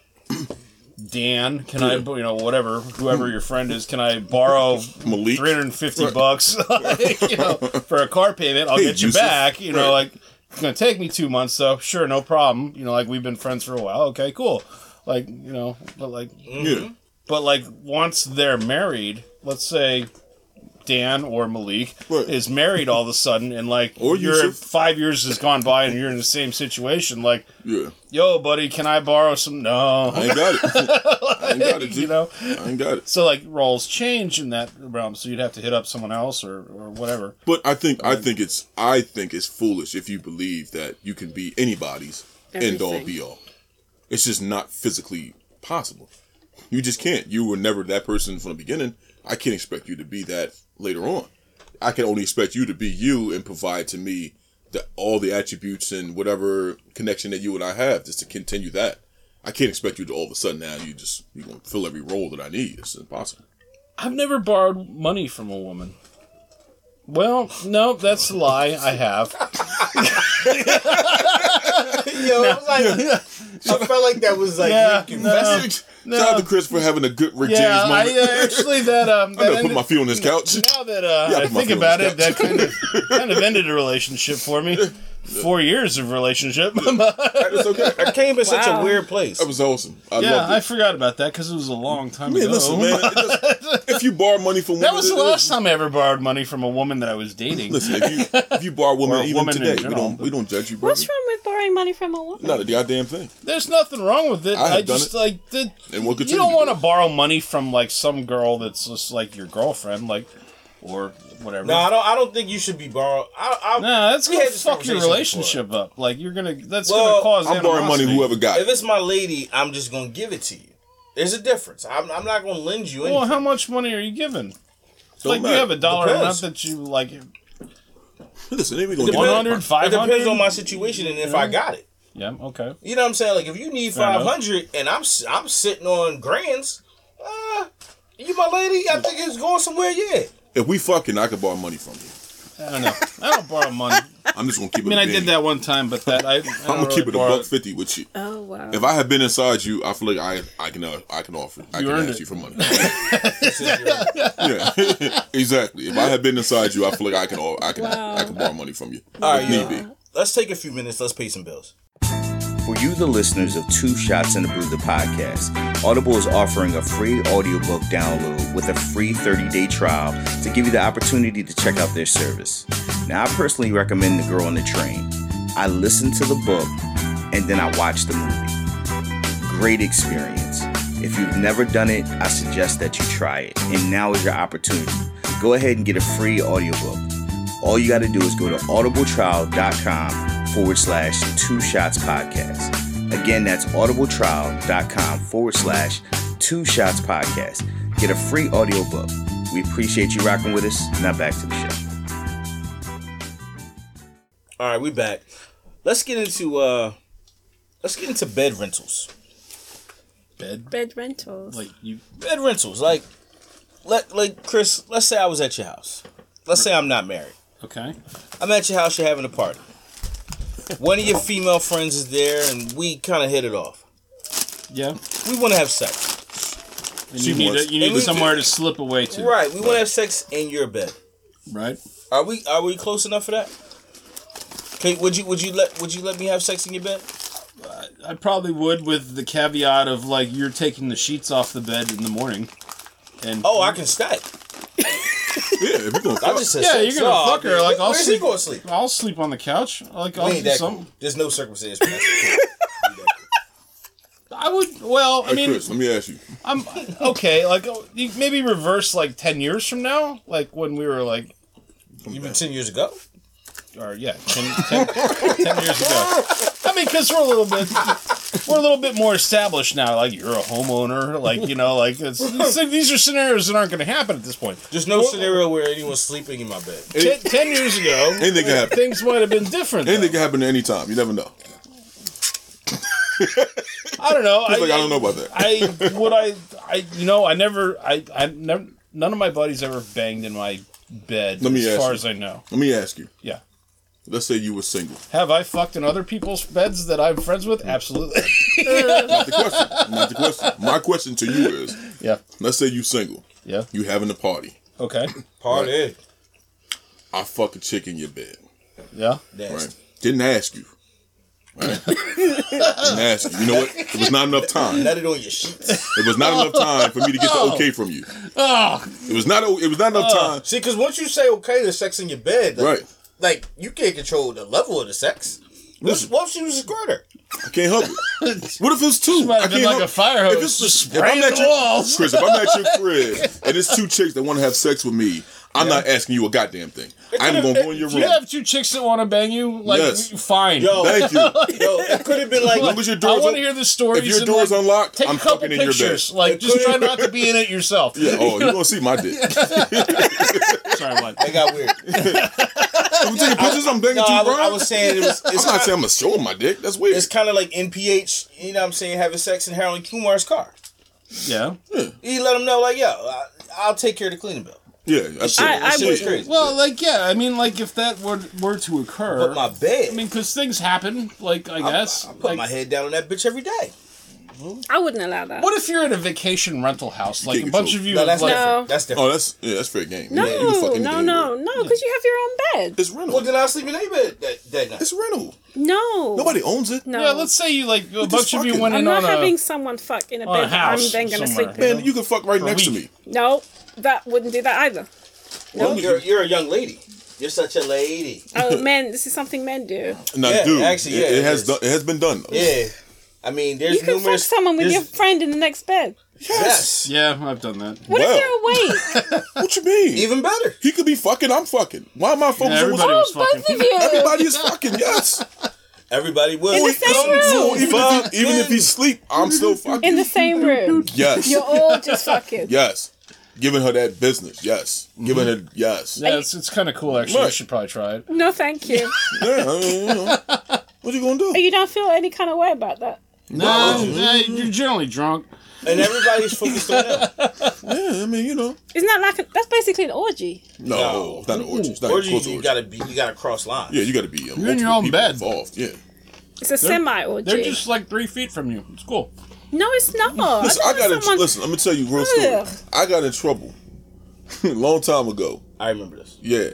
Speaker 4: Dan, can I, you know, whatever, whoever your friend is, can I borrow
Speaker 3: Malik.
Speaker 4: 350 bucks like, you know, for a car payment. I'll
Speaker 3: Hey,
Speaker 4: get you
Speaker 3: Yusuf.
Speaker 4: back. You know,
Speaker 3: Right.
Speaker 4: like, it's going to take me two months, so sure, no problem. You know, like, we've been friends for a while. Okay, cool. Like, you know, but like,
Speaker 3: Yeah.
Speaker 4: but like, once they're married, let's say Dan or Malik
Speaker 3: Right.
Speaker 4: is married all of a sudden, and like,
Speaker 3: Or
Speaker 4: you're
Speaker 3: Yusuf.
Speaker 4: five years has gone by and you're in the same situation. Like,
Speaker 3: Yeah.
Speaker 4: yo, buddy, can I borrow some?
Speaker 3: I
Speaker 4: No.
Speaker 3: ain't got it. I ain't got it. G.
Speaker 4: You know,
Speaker 3: I ain't got it.
Speaker 4: so like roles change in that realm, so you'd have to hit up someone else or, or whatever.
Speaker 3: But I think I think it's I think it's foolish if you believe that you can be anybody's end all
Speaker 2: Everything.
Speaker 3: be all. It's just not physically possible. You just can't. You were never that person from the beginning. I can't expect you to be that later on. I can only expect you to be you and provide to me the, all the attributes and whatever connection that you and I have just to continue that. I can't expect you to all of a sudden now you just you gonna fill every role that I need. It's impossible.
Speaker 4: I've never borrowed money from a woman. Well, no, that's a lie. I have.
Speaker 1: Yo, I was like, I felt like that was like
Speaker 4: Yeah,
Speaker 1: Lincoln
Speaker 4: no.
Speaker 1: message.
Speaker 4: No.
Speaker 3: Shout out to Chris for having a good Rick
Speaker 4: Yeah,
Speaker 3: James
Speaker 4: I
Speaker 3: moment.
Speaker 4: uh, actually that um. That
Speaker 3: I'm gonna put
Speaker 4: ended-
Speaker 3: my feet on this couch.
Speaker 4: now that uh,
Speaker 3: Yeah,
Speaker 4: I
Speaker 3: put my
Speaker 4: think
Speaker 3: feet on
Speaker 4: about
Speaker 3: this
Speaker 4: it, that kind of kind of ended a relationship for me. Four years of relationship.
Speaker 3: It's okay.
Speaker 6: I came in such a
Speaker 2: Wow.
Speaker 6: weird place.
Speaker 3: That was awesome. I
Speaker 4: yeah,
Speaker 3: loved it.
Speaker 4: I forgot about that because it was a long time
Speaker 3: Man,
Speaker 4: ago.
Speaker 3: listen, man. it doesn't- if you borrow money from
Speaker 4: That
Speaker 3: women,
Speaker 4: was the
Speaker 3: it-
Speaker 4: last time I ever borrowed money from a woman that I was dating.
Speaker 3: Listen, if you if you borrow
Speaker 4: Or
Speaker 3: women
Speaker 4: a
Speaker 3: even
Speaker 4: woman in
Speaker 3: today, we
Speaker 4: general.
Speaker 3: don't we don't judge you, bro.
Speaker 2: What's wrong with borrowing money from a woman?
Speaker 3: Not a goddamn thing.
Speaker 4: There's nothing wrong with it.
Speaker 3: I have
Speaker 4: I,
Speaker 3: done
Speaker 4: just
Speaker 3: it.
Speaker 4: like the,
Speaker 3: And we'll
Speaker 4: you
Speaker 3: continue
Speaker 4: don't
Speaker 3: to
Speaker 4: want to
Speaker 3: do it.
Speaker 4: borrow money from like some girl that's just like your girlfriend, like or whatever.
Speaker 1: No, I don't. I don't think you should be borrowed. I, I,
Speaker 4: Nah, that's
Speaker 1: we
Speaker 4: gonna
Speaker 1: had this
Speaker 4: fuck your
Speaker 1: conversation
Speaker 4: relationship up. Like you're gonna that's
Speaker 1: Well,
Speaker 4: gonna cause.
Speaker 3: I'm borrowing money
Speaker 4: animosity.
Speaker 3: whoever got.
Speaker 1: before. If
Speaker 3: It.
Speaker 1: it's my lady, I'm just gonna give it to you. There's a difference. I'm, I'm not gonna lend you anything.
Speaker 4: Well, how much money are you giving? It's
Speaker 3: Don't
Speaker 4: like you
Speaker 3: matter.
Speaker 4: have a dollar amount
Speaker 1: Depends.
Speaker 4: that you like
Speaker 3: Listen, they ain't gonna
Speaker 4: one
Speaker 3: judge
Speaker 4: hundred,
Speaker 3: you.
Speaker 1: it
Speaker 4: five
Speaker 1: depends on
Speaker 4: hundred.
Speaker 1: my situation and if I got it.
Speaker 4: Yeah, okay.
Speaker 1: You know what I'm saying? Like if you need
Speaker 4: Fair enough.
Speaker 1: 500 and I'm s- I'm sitting on grands, uh, you my lady. I think it's going somewhere. Yeah.
Speaker 3: If we fucking, I could borrow money from you.
Speaker 4: I don't know. I don't borrow money.
Speaker 3: I'm just gonna keep it.
Speaker 4: I mean,
Speaker 3: a
Speaker 4: I
Speaker 3: bean.
Speaker 4: did that one time, but that I, I don't
Speaker 3: I'm gonna keep
Speaker 4: really
Speaker 3: it a
Speaker 4: borrow-
Speaker 3: buck fifty with you.
Speaker 2: Oh wow.
Speaker 3: If I had been inside you, I feel like I I can uh, I can offer I
Speaker 4: You
Speaker 3: can
Speaker 4: earned
Speaker 3: ask
Speaker 4: it.
Speaker 3: you for money. yeah, exactly. If I had been inside you, I feel like I can all I can I can borrow money from you.
Speaker 1: All
Speaker 3: if
Speaker 1: right,
Speaker 3: need
Speaker 1: yo.
Speaker 3: be.
Speaker 1: Let's take a few minutes. Let's pay some bills.
Speaker 8: For you, the listeners of Two Shots in the Brew, the podcast, Audible is offering a free audiobook download with a free 30 day trial to give you the opportunity to check out their service. Now, I personally recommend The Girl on the Train. I listened to the book and then I watched the movie. Great experience. If you've never done it, I suggest that you try it. And now is your opportunity. Go ahead and get a free audiobook. All you got to do is go to audibletrial.com forward slash two shots podcast. Again, that's audibletrial.com forward slash two shots podcast. Get a free audiobook. We appreciate you rocking with us. Now back to the show.
Speaker 1: All right, we back. Let's get into uh, let's get into bed rentals.
Speaker 4: bed.
Speaker 2: Bed rentals.
Speaker 4: Like you,
Speaker 1: Bed rentals, like, let like Chris. Let's say I was at your house. Let's say I'm not married.
Speaker 4: okay?
Speaker 1: I'm at your house. You're having a party. One of your female friends is there, and we kind of hit it off.
Speaker 4: Yeah.
Speaker 1: We want to have sex.
Speaker 4: And you need,
Speaker 3: wants-
Speaker 4: a, you need
Speaker 1: And we-
Speaker 4: somewhere to slip away to, right?
Speaker 1: Right. We want to have sex in your bed. Are we Are we close enough for that? Okay, would you Would you let Would you let me have sex in your bed?
Speaker 4: I probably would, with the caveat of like you're taking the sheets off the bed in the morning. And
Speaker 1: Oh, I can stack.
Speaker 3: Yeah, if you gonna
Speaker 1: I
Speaker 3: fuck,
Speaker 1: just said
Speaker 4: Yeah,
Speaker 1: sex.
Speaker 4: you're gonna
Speaker 1: Nah,
Speaker 4: fuck her.
Speaker 1: man.
Speaker 4: Like
Speaker 1: Where-
Speaker 4: I'll
Speaker 1: where's
Speaker 4: sleep.
Speaker 1: he gonna sleep?
Speaker 4: I'll sleep on the couch. Like I'll
Speaker 1: We ain't
Speaker 4: do
Speaker 1: that
Speaker 4: something.
Speaker 1: cool. There's no circumstance. for that.
Speaker 4: I would. Well, I
Speaker 3: Hey,
Speaker 4: mean,
Speaker 3: Chris, let me ask you.
Speaker 4: I'm okay. Like oh, you- maybe reverse like ten years from now, like when we were like,
Speaker 1: You mean ten years ago?
Speaker 4: or yeah, 10, 10 10 years ago. I mean, because we're a little bit, we're a little bit more established now. Like you're a homeowner. Like you know, like it's, it's like these are scenarios that aren't going to happen at this point.
Speaker 1: There's no scenario where anyone's sleeping in my bed.
Speaker 4: Ten, ten years ago,
Speaker 3: Anything can happen.
Speaker 4: things might have been different. though.
Speaker 3: Anything can happen at any time. You never know.
Speaker 4: I don't know.
Speaker 3: It's like I don't know about that.
Speaker 4: I would I I you know I never I I never none of my buddies ever banged in my bed
Speaker 3: Let me
Speaker 4: as
Speaker 3: ask
Speaker 4: far
Speaker 3: you.
Speaker 4: as I know.
Speaker 3: Let me ask you.
Speaker 4: Yeah.
Speaker 3: Let's say you were single.
Speaker 4: Have I fucked in other people's beds that I'm friends with? Absolutely.
Speaker 3: Not the question. Not the question. My question to you is:
Speaker 4: yeah.
Speaker 3: Let's say you single.
Speaker 4: Yeah.
Speaker 3: You having a party.
Speaker 4: Okay.
Speaker 1: Party.
Speaker 3: I fuck a chick in your bed.
Speaker 4: Yeah.
Speaker 1: Nasty.
Speaker 3: Right. Didn't ask you. Right. Didn't ask you. You know what? It was not enough time.
Speaker 1: Nut it on your sheets.
Speaker 3: It was not enough time for me to get the okay from you.
Speaker 4: Oh,
Speaker 3: It was not. It was not enough time.
Speaker 1: See, because once you say okay to sex in your bed, like,
Speaker 3: Right.
Speaker 1: like you can't control the level of the sex. Once, once you was a squirter,
Speaker 3: I can't help it. What if it's two?
Speaker 4: might
Speaker 3: I
Speaker 4: have
Speaker 3: can't
Speaker 4: been like
Speaker 3: help-
Speaker 4: a fire hose
Speaker 3: If it's
Speaker 4: just
Speaker 3: if I'm
Speaker 4: spraying
Speaker 3: at
Speaker 4: the
Speaker 3: your,
Speaker 4: walls.
Speaker 3: Chris, if I'm at your crib and it's two chicks that want to have sex with me, I'm not asking you a goddamn thing. I'm
Speaker 4: If-
Speaker 3: gonna go in your
Speaker 4: if
Speaker 3: room.
Speaker 4: You have two chicks that want to bang you. Like,
Speaker 3: Yes.
Speaker 4: fine.
Speaker 1: Yo,
Speaker 3: Thank you.
Speaker 1: yo, it could have been like,
Speaker 3: long as your
Speaker 4: I
Speaker 3: door's
Speaker 4: want
Speaker 3: open,
Speaker 4: to hear the stories.
Speaker 3: if your
Speaker 4: and,
Speaker 3: door's
Speaker 4: like,
Speaker 3: unlocked,
Speaker 4: take
Speaker 3: I'm
Speaker 4: a couple
Speaker 3: fucking in your bed.
Speaker 4: pictures. Like, just try not to be in it yourself.
Speaker 3: Yeah. Oh, you gonna see my dick?
Speaker 4: Sorry, Mike.
Speaker 1: it got weird.
Speaker 3: I'm taking pictures. I'm banging
Speaker 1: No,
Speaker 3: you,
Speaker 1: I
Speaker 3: bro.
Speaker 1: was, I was saying it was. It's,
Speaker 3: I'm not saying I'm gonna show him my dick. That's weird.
Speaker 1: it's kind of like NPH. You know, what I'm saying having sex in Harold Kumar's car.
Speaker 4: Yeah.
Speaker 1: You let him know, like, yo, I, I'll take care of the cleaning bill.
Speaker 3: yeah, that's
Speaker 2: I- I
Speaker 1: That shit was
Speaker 2: would-
Speaker 1: crazy.
Speaker 4: Well, like, yeah. I mean, like, if that were were to occur,
Speaker 1: But my bed,
Speaker 4: I mean, because things happen. Like, I guess.
Speaker 1: I put
Speaker 4: like,
Speaker 1: my head down on that bitch every day.
Speaker 2: I wouldn't allow that.
Speaker 4: What if you're in a vacation rental house? Like, a
Speaker 3: can't
Speaker 4: bunch
Speaker 3: control-
Speaker 4: of you.
Speaker 1: No, that's
Speaker 4: like,
Speaker 2: No.
Speaker 1: different. That's different.
Speaker 3: Oh, that's yeah, that's fair game.
Speaker 2: No,
Speaker 3: yeah, you can fuck anything
Speaker 2: no,
Speaker 3: you
Speaker 2: no,
Speaker 3: want.
Speaker 2: no, because you have your own bed.
Speaker 3: It's rental.
Speaker 1: well, then I'll sleep in their bed that, that night.
Speaker 3: it's rental.
Speaker 2: No.
Speaker 3: Nobody owns it.
Speaker 2: No.
Speaker 4: Yeah, let's say you like a bunch of you
Speaker 3: fucking-
Speaker 4: went
Speaker 2: I'm
Speaker 4: in
Speaker 2: not
Speaker 4: on
Speaker 2: having
Speaker 4: a.
Speaker 2: someone fuck in a
Speaker 4: on a
Speaker 2: bed that I'm
Speaker 4: house
Speaker 2: then going to
Speaker 4: somewhere.
Speaker 2: sleep with.
Speaker 3: Man, you can fuck right
Speaker 4: a
Speaker 3: next to
Speaker 4: week.
Speaker 3: me.
Speaker 2: No, that wouldn't do that either.
Speaker 1: Well, you're, you're a young lady. You're such a lady.
Speaker 2: Oh, men, this is something men do.
Speaker 3: Now,
Speaker 1: Yeah,
Speaker 3: dude,
Speaker 1: actually,
Speaker 3: it-
Speaker 1: yeah,
Speaker 3: it,
Speaker 1: it
Speaker 3: has
Speaker 1: is.
Speaker 3: done, it has been done.
Speaker 1: Yeah. I mean, there's
Speaker 2: You can fuck
Speaker 1: numerous.
Speaker 2: someone with your
Speaker 1: there's-
Speaker 2: friend in the next bed.
Speaker 1: Yes.
Speaker 4: Yeah, I've done that.
Speaker 2: What
Speaker 3: Well.
Speaker 2: if they're awake?
Speaker 3: What you mean?
Speaker 1: Even better.
Speaker 3: he could be fucking. I'm fucking. Why am I focusing on what's-
Speaker 4: everybody-
Speaker 2: oh,
Speaker 4: was fucking-
Speaker 2: both of you.
Speaker 3: Everybody is fucking. Yes.
Speaker 1: Everybody would.
Speaker 2: In the same
Speaker 3: So
Speaker 2: room.
Speaker 3: even if, he, even if he's sleep, I'm still fucking.
Speaker 2: In the same room.
Speaker 3: yes.
Speaker 2: You're all just fucking.
Speaker 3: Yes. Giving her that business. Yes. Giving her. Yes.
Speaker 4: Yeah, it's, it's kind of cool actually. You
Speaker 3: Look.
Speaker 4: should probably try it.
Speaker 2: No, thank you.
Speaker 3: Yeah, I mean, you know. What you gonna do?
Speaker 2: you don't feel any kind of way about that.
Speaker 4: No, you're generally drunk.
Speaker 1: And everybody's focused on them.
Speaker 3: Yeah, I mean, you know.
Speaker 2: Isn't that like a, that's basically an orgy?
Speaker 3: No,
Speaker 1: No.
Speaker 3: it's not an orgy. It's not
Speaker 1: Or you,
Speaker 3: close to
Speaker 1: you
Speaker 3: orgy.
Speaker 1: gotta be, you gotta cross lines.
Speaker 3: yeah, you gotta be. Um,
Speaker 4: You're in your
Speaker 3: multiple
Speaker 4: own
Speaker 3: people
Speaker 4: bed.
Speaker 3: Involved. Yeah.
Speaker 2: It's a semi orgy.
Speaker 4: They're just like three feet from you. It's cool.
Speaker 2: No, it's not.
Speaker 3: Listen,
Speaker 2: I
Speaker 3: I
Speaker 2: don't want
Speaker 3: got.
Speaker 2: someone-
Speaker 3: In, listen, I'm gonna tell you a real story.
Speaker 2: Ugh.
Speaker 3: I got in trouble a long time ago.
Speaker 1: I remember this.
Speaker 3: Yeah.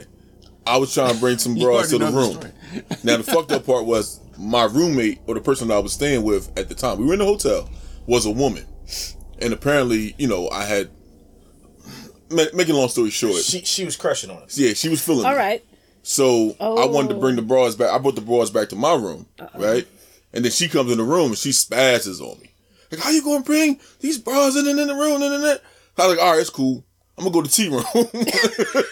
Speaker 3: I was trying to bring some broads to the
Speaker 4: already know the
Speaker 3: room. now the fucked up part was my roommate or the person that I was staying with at the time, we were in the hotel, was a woman. And apparently, you know, I had ma- making a long story short.
Speaker 1: She, she was crushing on us.
Speaker 3: yeah, she was feeling
Speaker 2: All
Speaker 3: me.
Speaker 2: right.
Speaker 3: So I wanted to
Speaker 2: Oh.
Speaker 3: bring the bras back. I brought the bras back to my room, right? And then she comes in the room and she spazzes on me. Like, how you gonna bring these bras in and in the room? And, and, and? I was like, all right, it's cool. I'm gonna go to tea room.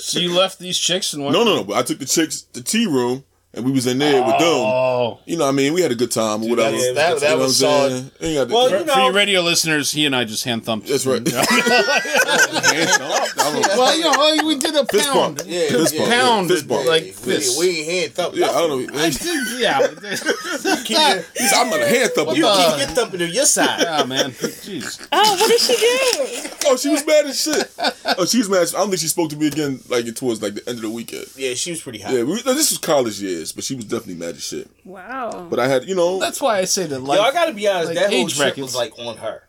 Speaker 4: So you left these chicks and went.
Speaker 3: No, no, no. But I took the chicks to tea room, and we was in there with them.
Speaker 4: Oh.
Speaker 3: You know, what I mean, we had a good time or whatever.
Speaker 1: that is- that-
Speaker 3: You know
Speaker 1: that
Speaker 3: what
Speaker 1: was
Speaker 3: I'm
Speaker 1: solid.
Speaker 3: saying? Ain't got to-
Speaker 1: Well, you
Speaker 4: For you
Speaker 1: know,
Speaker 4: radio listeners, he and I just hand thumped.
Speaker 3: that's right. Hands up. I don't know.
Speaker 4: Well, you know, we did a
Speaker 3: Fist bump.
Speaker 4: pound.
Speaker 1: Yeah,
Speaker 3: fist
Speaker 1: yeah.
Speaker 3: bump.
Speaker 4: Pound.
Speaker 3: Yeah, fist bump.
Speaker 4: Like
Speaker 1: we,
Speaker 4: this.
Speaker 1: we ain't hand thump.
Speaker 3: yeah, I
Speaker 1: nothing.
Speaker 3: don't know.
Speaker 4: I did, yeah. but that-
Speaker 3: He's- I'm not a hand thump.
Speaker 4: the-
Speaker 1: You keep your thumping to your side.
Speaker 4: Ah, man. Jeez.
Speaker 2: Oh, what did she do?
Speaker 3: Oh, she was mad as shit. Oh, she was mad. As, I don't think she spoke to me again. Like towards like the end of the weekend.
Speaker 1: Yeah, she was pretty hot.
Speaker 3: Yeah, we, no, this was college years, but she was definitely mad as shit.
Speaker 2: Wow.
Speaker 3: But I had, you know,
Speaker 4: That's why I say that
Speaker 1: Yo, I
Speaker 4: life.
Speaker 1: gotta be honest,
Speaker 4: like
Speaker 1: that whole
Speaker 4: age
Speaker 1: trip
Speaker 4: brackets.
Speaker 1: was like on her.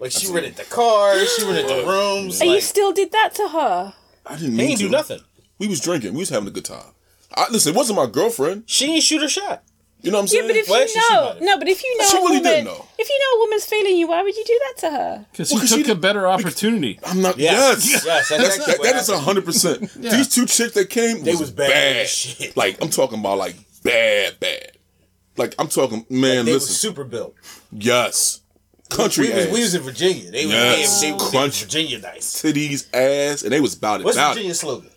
Speaker 1: Like she rented the car, she rented the rooms.
Speaker 2: and you
Speaker 1: Like,
Speaker 2: still did that to her?
Speaker 3: I didn't
Speaker 1: he
Speaker 3: mean
Speaker 1: ain't
Speaker 3: to.
Speaker 1: do nothing.
Speaker 3: We was drinking. We was having a good time. I, listen, it wasn't my girlfriend.
Speaker 1: She ain't shoot her shot.
Speaker 3: You know what I'm
Speaker 2: Yeah,
Speaker 3: saying?
Speaker 2: but if
Speaker 1: Well,
Speaker 2: you
Speaker 1: actually, she
Speaker 2: know,
Speaker 1: might have.
Speaker 2: no, but if you know,
Speaker 3: She
Speaker 2: a
Speaker 3: really
Speaker 2: woman,
Speaker 3: didn't know.
Speaker 2: if you know a woman's feeling you, why would you do that to her?
Speaker 4: Because
Speaker 3: Well,
Speaker 4: he
Speaker 3: 'cause
Speaker 4: took
Speaker 3: she-
Speaker 4: a better opportunity.
Speaker 3: I'm not.
Speaker 1: Yes. Yes,
Speaker 3: yes.
Speaker 1: that's
Speaker 3: That's,
Speaker 1: exactly
Speaker 3: that,
Speaker 1: what
Speaker 3: that is
Speaker 1: happened.
Speaker 3: hundred percent. These two chicks that came, they was,
Speaker 1: was bad
Speaker 3: bad.
Speaker 1: as shit.
Speaker 3: Like I'm talking about, like bad, bad. Like I'm talking, man.
Speaker 1: They was
Speaker 3: listen,
Speaker 1: super built.
Speaker 3: yes, country
Speaker 1: We was,
Speaker 3: ass,
Speaker 1: we was in Virginia. They was
Speaker 3: Yes.
Speaker 1: they, they, was- they was
Speaker 3: Crunch.
Speaker 1: Virginia nice.
Speaker 3: titties ass, and they was about it.
Speaker 1: What's
Speaker 3: About it.
Speaker 1: Virginia's slogan?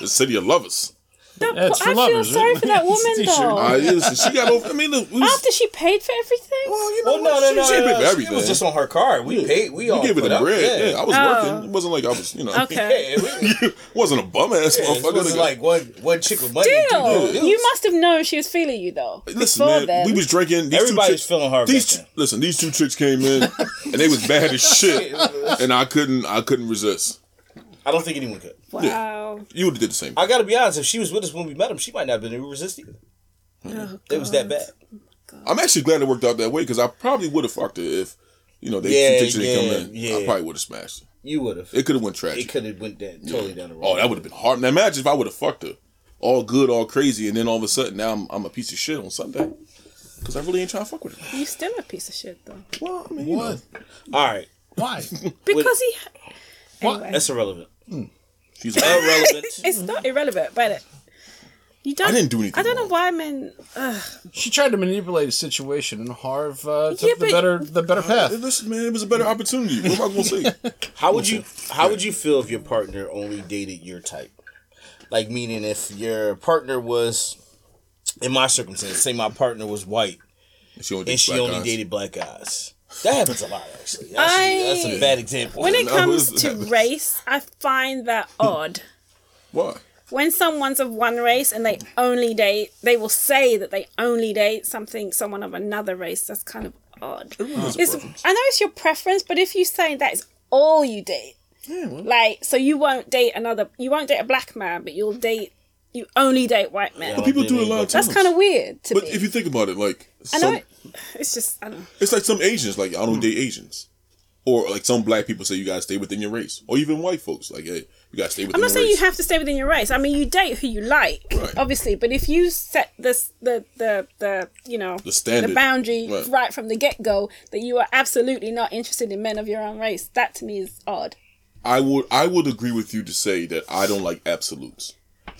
Speaker 3: The city of lovers.
Speaker 2: That,
Speaker 4: Yeah, it's
Speaker 2: I
Speaker 4: for
Speaker 2: feel
Speaker 4: lovers,
Speaker 2: sorry
Speaker 4: right?
Speaker 2: for that woman
Speaker 4: It's a t-shirt.
Speaker 2: though.
Speaker 3: Uh, yeah, listen, she got over. I mean, look, we was,
Speaker 2: After she paid for everything.
Speaker 3: well, you
Speaker 1: Well,
Speaker 3: know,
Speaker 1: no, no,
Speaker 3: she,
Speaker 1: no,
Speaker 3: she
Speaker 1: no,
Speaker 3: paid
Speaker 1: no,
Speaker 3: for
Speaker 1: she-
Speaker 3: everything.
Speaker 1: It was just on her card. We paid. We, all
Speaker 3: we gave her
Speaker 1: put
Speaker 3: the
Speaker 1: up.
Speaker 3: bread.
Speaker 1: Yeah,
Speaker 3: Yeah, I was
Speaker 2: Oh.
Speaker 3: working. It wasn't like I was, you know,
Speaker 2: Okay.
Speaker 1: Yeah, we-
Speaker 3: wasn't a bum ass
Speaker 1: it
Speaker 3: motherfucker.
Speaker 1: was like one one chick with money. and two
Speaker 2: Still,
Speaker 1: dudes. It
Speaker 2: you
Speaker 1: was-
Speaker 2: must have known she was feeling you though.
Speaker 3: Listen,
Speaker 2: before
Speaker 3: man,
Speaker 2: then.
Speaker 3: we was drinking. These
Speaker 1: Everybody
Speaker 3: two
Speaker 1: was
Speaker 3: chicks,
Speaker 1: feeling hard
Speaker 3: These
Speaker 1: back
Speaker 3: chi- listen, these two chicks came in and they was bad as shit, and I couldn't, I couldn't resist.
Speaker 1: I don't think anyone could.
Speaker 2: wow.
Speaker 3: You would have did the same.
Speaker 1: I gotta be honest. If she was with us when we met him, she might not have been able to resist either.
Speaker 2: Oh,
Speaker 1: it was that bad.
Speaker 3: I'm actually glad it worked out that way because I probably would have fucked her if, you know, they
Speaker 1: Yeah,
Speaker 3: two chicks didn't come in.
Speaker 1: yeah,
Speaker 3: I
Speaker 1: yeah.
Speaker 3: probably would have smashed. her.
Speaker 1: You would have.
Speaker 3: It
Speaker 1: It,
Speaker 3: could have went tragic.
Speaker 1: could have went down, totally down the road.
Speaker 3: Oh, that would have been hard. Now imagine if I would have fucked her, all good, all crazy, and then all of a sudden now I'm, I'm a piece of shit on Sunday because I really ain't trying to fuck with her.
Speaker 2: You still a piece of shit though.
Speaker 3: Well, I mean,
Speaker 4: What?
Speaker 1: All right,
Speaker 4: Why?
Speaker 2: Because he.
Speaker 4: What?
Speaker 2: Anyway,
Speaker 1: that's irrelevant.
Speaker 3: she's
Speaker 1: Irrelevant.
Speaker 2: it's not irrelevant, but it. You don't.
Speaker 3: I didn't do anything
Speaker 2: I don't know
Speaker 3: wrong.
Speaker 2: why I'm in. Ugh.
Speaker 4: She tried to manipulate the situation, and Harv uh, took
Speaker 2: Yeah,
Speaker 4: the
Speaker 2: but-
Speaker 4: better the better
Speaker 3: Hey,
Speaker 4: path.
Speaker 3: Listen, man, it was a better opportunity. What am I gonna say?
Speaker 1: How would you How would you feel if your partner only dated your type? Like meaning, if your partner was, in my circumstance, say my partner was white
Speaker 3: She only
Speaker 1: and
Speaker 3: dates
Speaker 1: she
Speaker 3: black
Speaker 1: only
Speaker 3: guys.
Speaker 1: dated black guys. That happens a lot, actually. That's, a- that's
Speaker 2: I-
Speaker 1: a bad example.
Speaker 2: When it
Speaker 3: No,
Speaker 2: comes
Speaker 3: it's-
Speaker 2: to race, I find that odd.
Speaker 3: Why?
Speaker 2: when someone's of one race and they only date, they will say that they only date something someone of another race. That's kind of odd. It's, I know it's your preference, but if you say that is all you date, like so you won't date another, you won't date a black man, but you'll date, you only date white men.
Speaker 3: People do it a lot of times.
Speaker 2: That's kind of weird to
Speaker 3: But
Speaker 2: me.
Speaker 3: if you think about it, like
Speaker 2: I know
Speaker 3: some,
Speaker 2: it, Hmm. it's just I don't. know.
Speaker 3: it's like some Asians, like I don't date Asians, or like some black people say you gotta stay within your race, or even white folks, like hey, you gotta stay within.
Speaker 2: I'm not
Speaker 3: your
Speaker 2: saying you
Speaker 3: race.
Speaker 2: have to stay within your race. I mean, you date who you like,
Speaker 3: Right.
Speaker 2: obviously. But if you set this the the the you know
Speaker 3: The standard.
Speaker 2: boundary
Speaker 3: Right.
Speaker 2: right, from the get go that you are absolutely not interested in men of your own race, that to me is odd.
Speaker 3: I would I would agree with you to say that I don't like absolutes.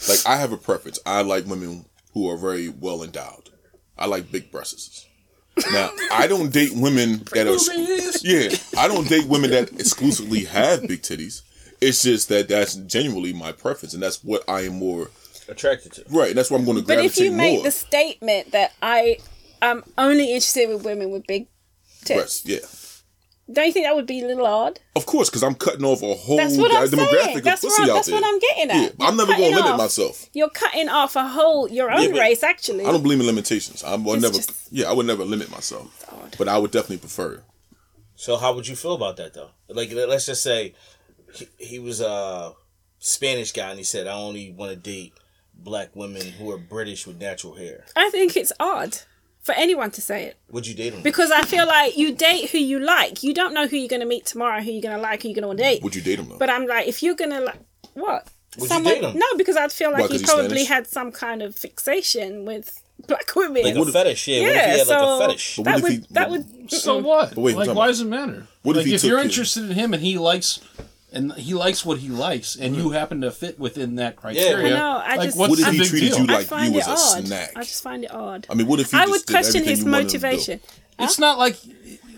Speaker 3: Like I have a preference. I like women who are very well endowed. I like big breasts. Now I don't date women that are yeah. I don't date women that exclusively have big titties. It's just that that's genuinely my preference, and that's what I am more
Speaker 1: Attracted to.
Speaker 3: right. And that's why I'm going to
Speaker 2: But
Speaker 3: gravitate
Speaker 2: if you make
Speaker 3: more.
Speaker 2: the statement that I am only interested with women with big tits,
Speaker 3: breasts. Yeah,
Speaker 2: don't you think that would be a little odd?
Speaker 3: of course, because I'm cutting off a whole
Speaker 2: That's what
Speaker 3: di-
Speaker 2: I'm
Speaker 3: demographic
Speaker 2: saying.
Speaker 3: of
Speaker 2: That's,
Speaker 3: pussy
Speaker 2: what,
Speaker 3: out
Speaker 2: that's
Speaker 3: there.
Speaker 2: what I'm getting at.
Speaker 3: Yeah, I'm never
Speaker 2: Cutting
Speaker 3: going to limit
Speaker 2: off-
Speaker 3: myself.
Speaker 2: You're cutting off a whole your own
Speaker 3: but
Speaker 2: race, actually.
Speaker 3: I don't believe in limitations. I would
Speaker 2: It's
Speaker 3: never.
Speaker 2: just-
Speaker 3: yeah, I would never limit myself.
Speaker 2: odd.
Speaker 3: But I would definitely prefer.
Speaker 1: So how would you feel about that though? Like let- let's just say he, he was a Spanish guy and he said I only want to date black women who are British with natural hair.
Speaker 2: I think it's odd for anyone to say it.
Speaker 1: Would you date him?
Speaker 2: Because I feel like you date who you like. You don't know who you're going to meet tomorrow, who you're going to like, who you're going to want to date.
Speaker 3: Would you date him though?
Speaker 2: but I'm like, if you're going to like, what?
Speaker 1: Would you
Speaker 2: Someone,
Speaker 1: date him?
Speaker 2: No, because I'd feel like
Speaker 3: Why, 'cause
Speaker 2: he
Speaker 3: he's
Speaker 2: probably
Speaker 3: Spanish?
Speaker 2: had some kind of fixation with black women.
Speaker 1: like a fetish, yeah. What if he
Speaker 2: yeah,
Speaker 1: had
Speaker 2: so
Speaker 1: like a fetish?
Speaker 3: But what
Speaker 2: that
Speaker 3: if
Speaker 2: would
Speaker 3: he-
Speaker 2: that would
Speaker 4: So what?
Speaker 3: But wait,
Speaker 4: like,
Speaker 3: time
Speaker 4: why
Speaker 3: out.
Speaker 4: does it matter?
Speaker 3: What if
Speaker 4: like,
Speaker 3: he
Speaker 4: if
Speaker 3: took
Speaker 4: you're
Speaker 3: his-
Speaker 4: interested in him and he likes, and he likes what he likes, and you happen to fit within that criteria,
Speaker 1: I
Speaker 2: know, I
Speaker 4: like,
Speaker 2: just-
Speaker 4: what's
Speaker 3: What if
Speaker 4: the
Speaker 3: he
Speaker 4: big
Speaker 3: treated
Speaker 4: deal?
Speaker 3: you
Speaker 2: I
Speaker 3: like
Speaker 2: find
Speaker 3: you was
Speaker 2: it
Speaker 3: a
Speaker 2: odd.
Speaker 3: snack?
Speaker 2: I just find it odd.
Speaker 3: I mean, what if you
Speaker 2: I
Speaker 3: just
Speaker 2: would
Speaker 3: did
Speaker 2: question
Speaker 3: everything
Speaker 2: his
Speaker 3: you wanted him to do?
Speaker 2: motivation.
Speaker 4: It's not like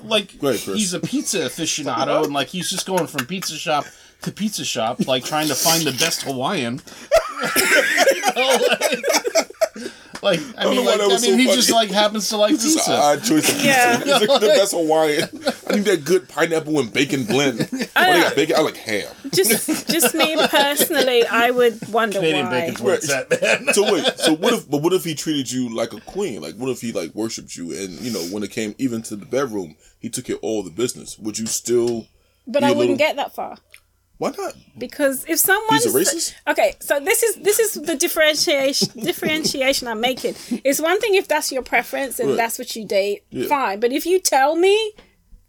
Speaker 4: like
Speaker 3: Go ahead, Chris.
Speaker 4: he's a pizza aficionado and like he's just going from pizza shop to pizza shop, like trying to find the best Hawaiian. You know, like, like, I,
Speaker 3: know
Speaker 4: mean,
Speaker 3: why
Speaker 4: like,
Speaker 3: Oh, that
Speaker 4: I mean,
Speaker 3: was so
Speaker 4: he
Speaker 3: funny.
Speaker 4: just like happens to like
Speaker 3: This is
Speaker 4: pizza.
Speaker 3: an odd choice of pizza.
Speaker 2: Yeah.
Speaker 3: It's like the best Hawaiian. I need that good pineapple and bacon blend. I, oh, they got bacon. I like ham.
Speaker 2: Just just me personally, I would wonder
Speaker 4: Canadian
Speaker 2: why.
Speaker 4: bacon's where it's at, man.
Speaker 3: So wait, so what if? But what if he treated you like a queen? Like what if he like worshipped you? And you know, when it came even to the bedroom, he took care of all the business. Would you still?
Speaker 2: but
Speaker 3: be
Speaker 2: I
Speaker 3: a
Speaker 2: wouldn't
Speaker 3: little-
Speaker 2: get that far.
Speaker 3: Why not?
Speaker 2: because if someone
Speaker 3: He's a racist?
Speaker 2: okay so this is this is the differentiation differentiation i'm making it's one thing if that's your preference and
Speaker 3: Right.
Speaker 2: that's what you date
Speaker 3: Yeah.
Speaker 2: fine but if you tell me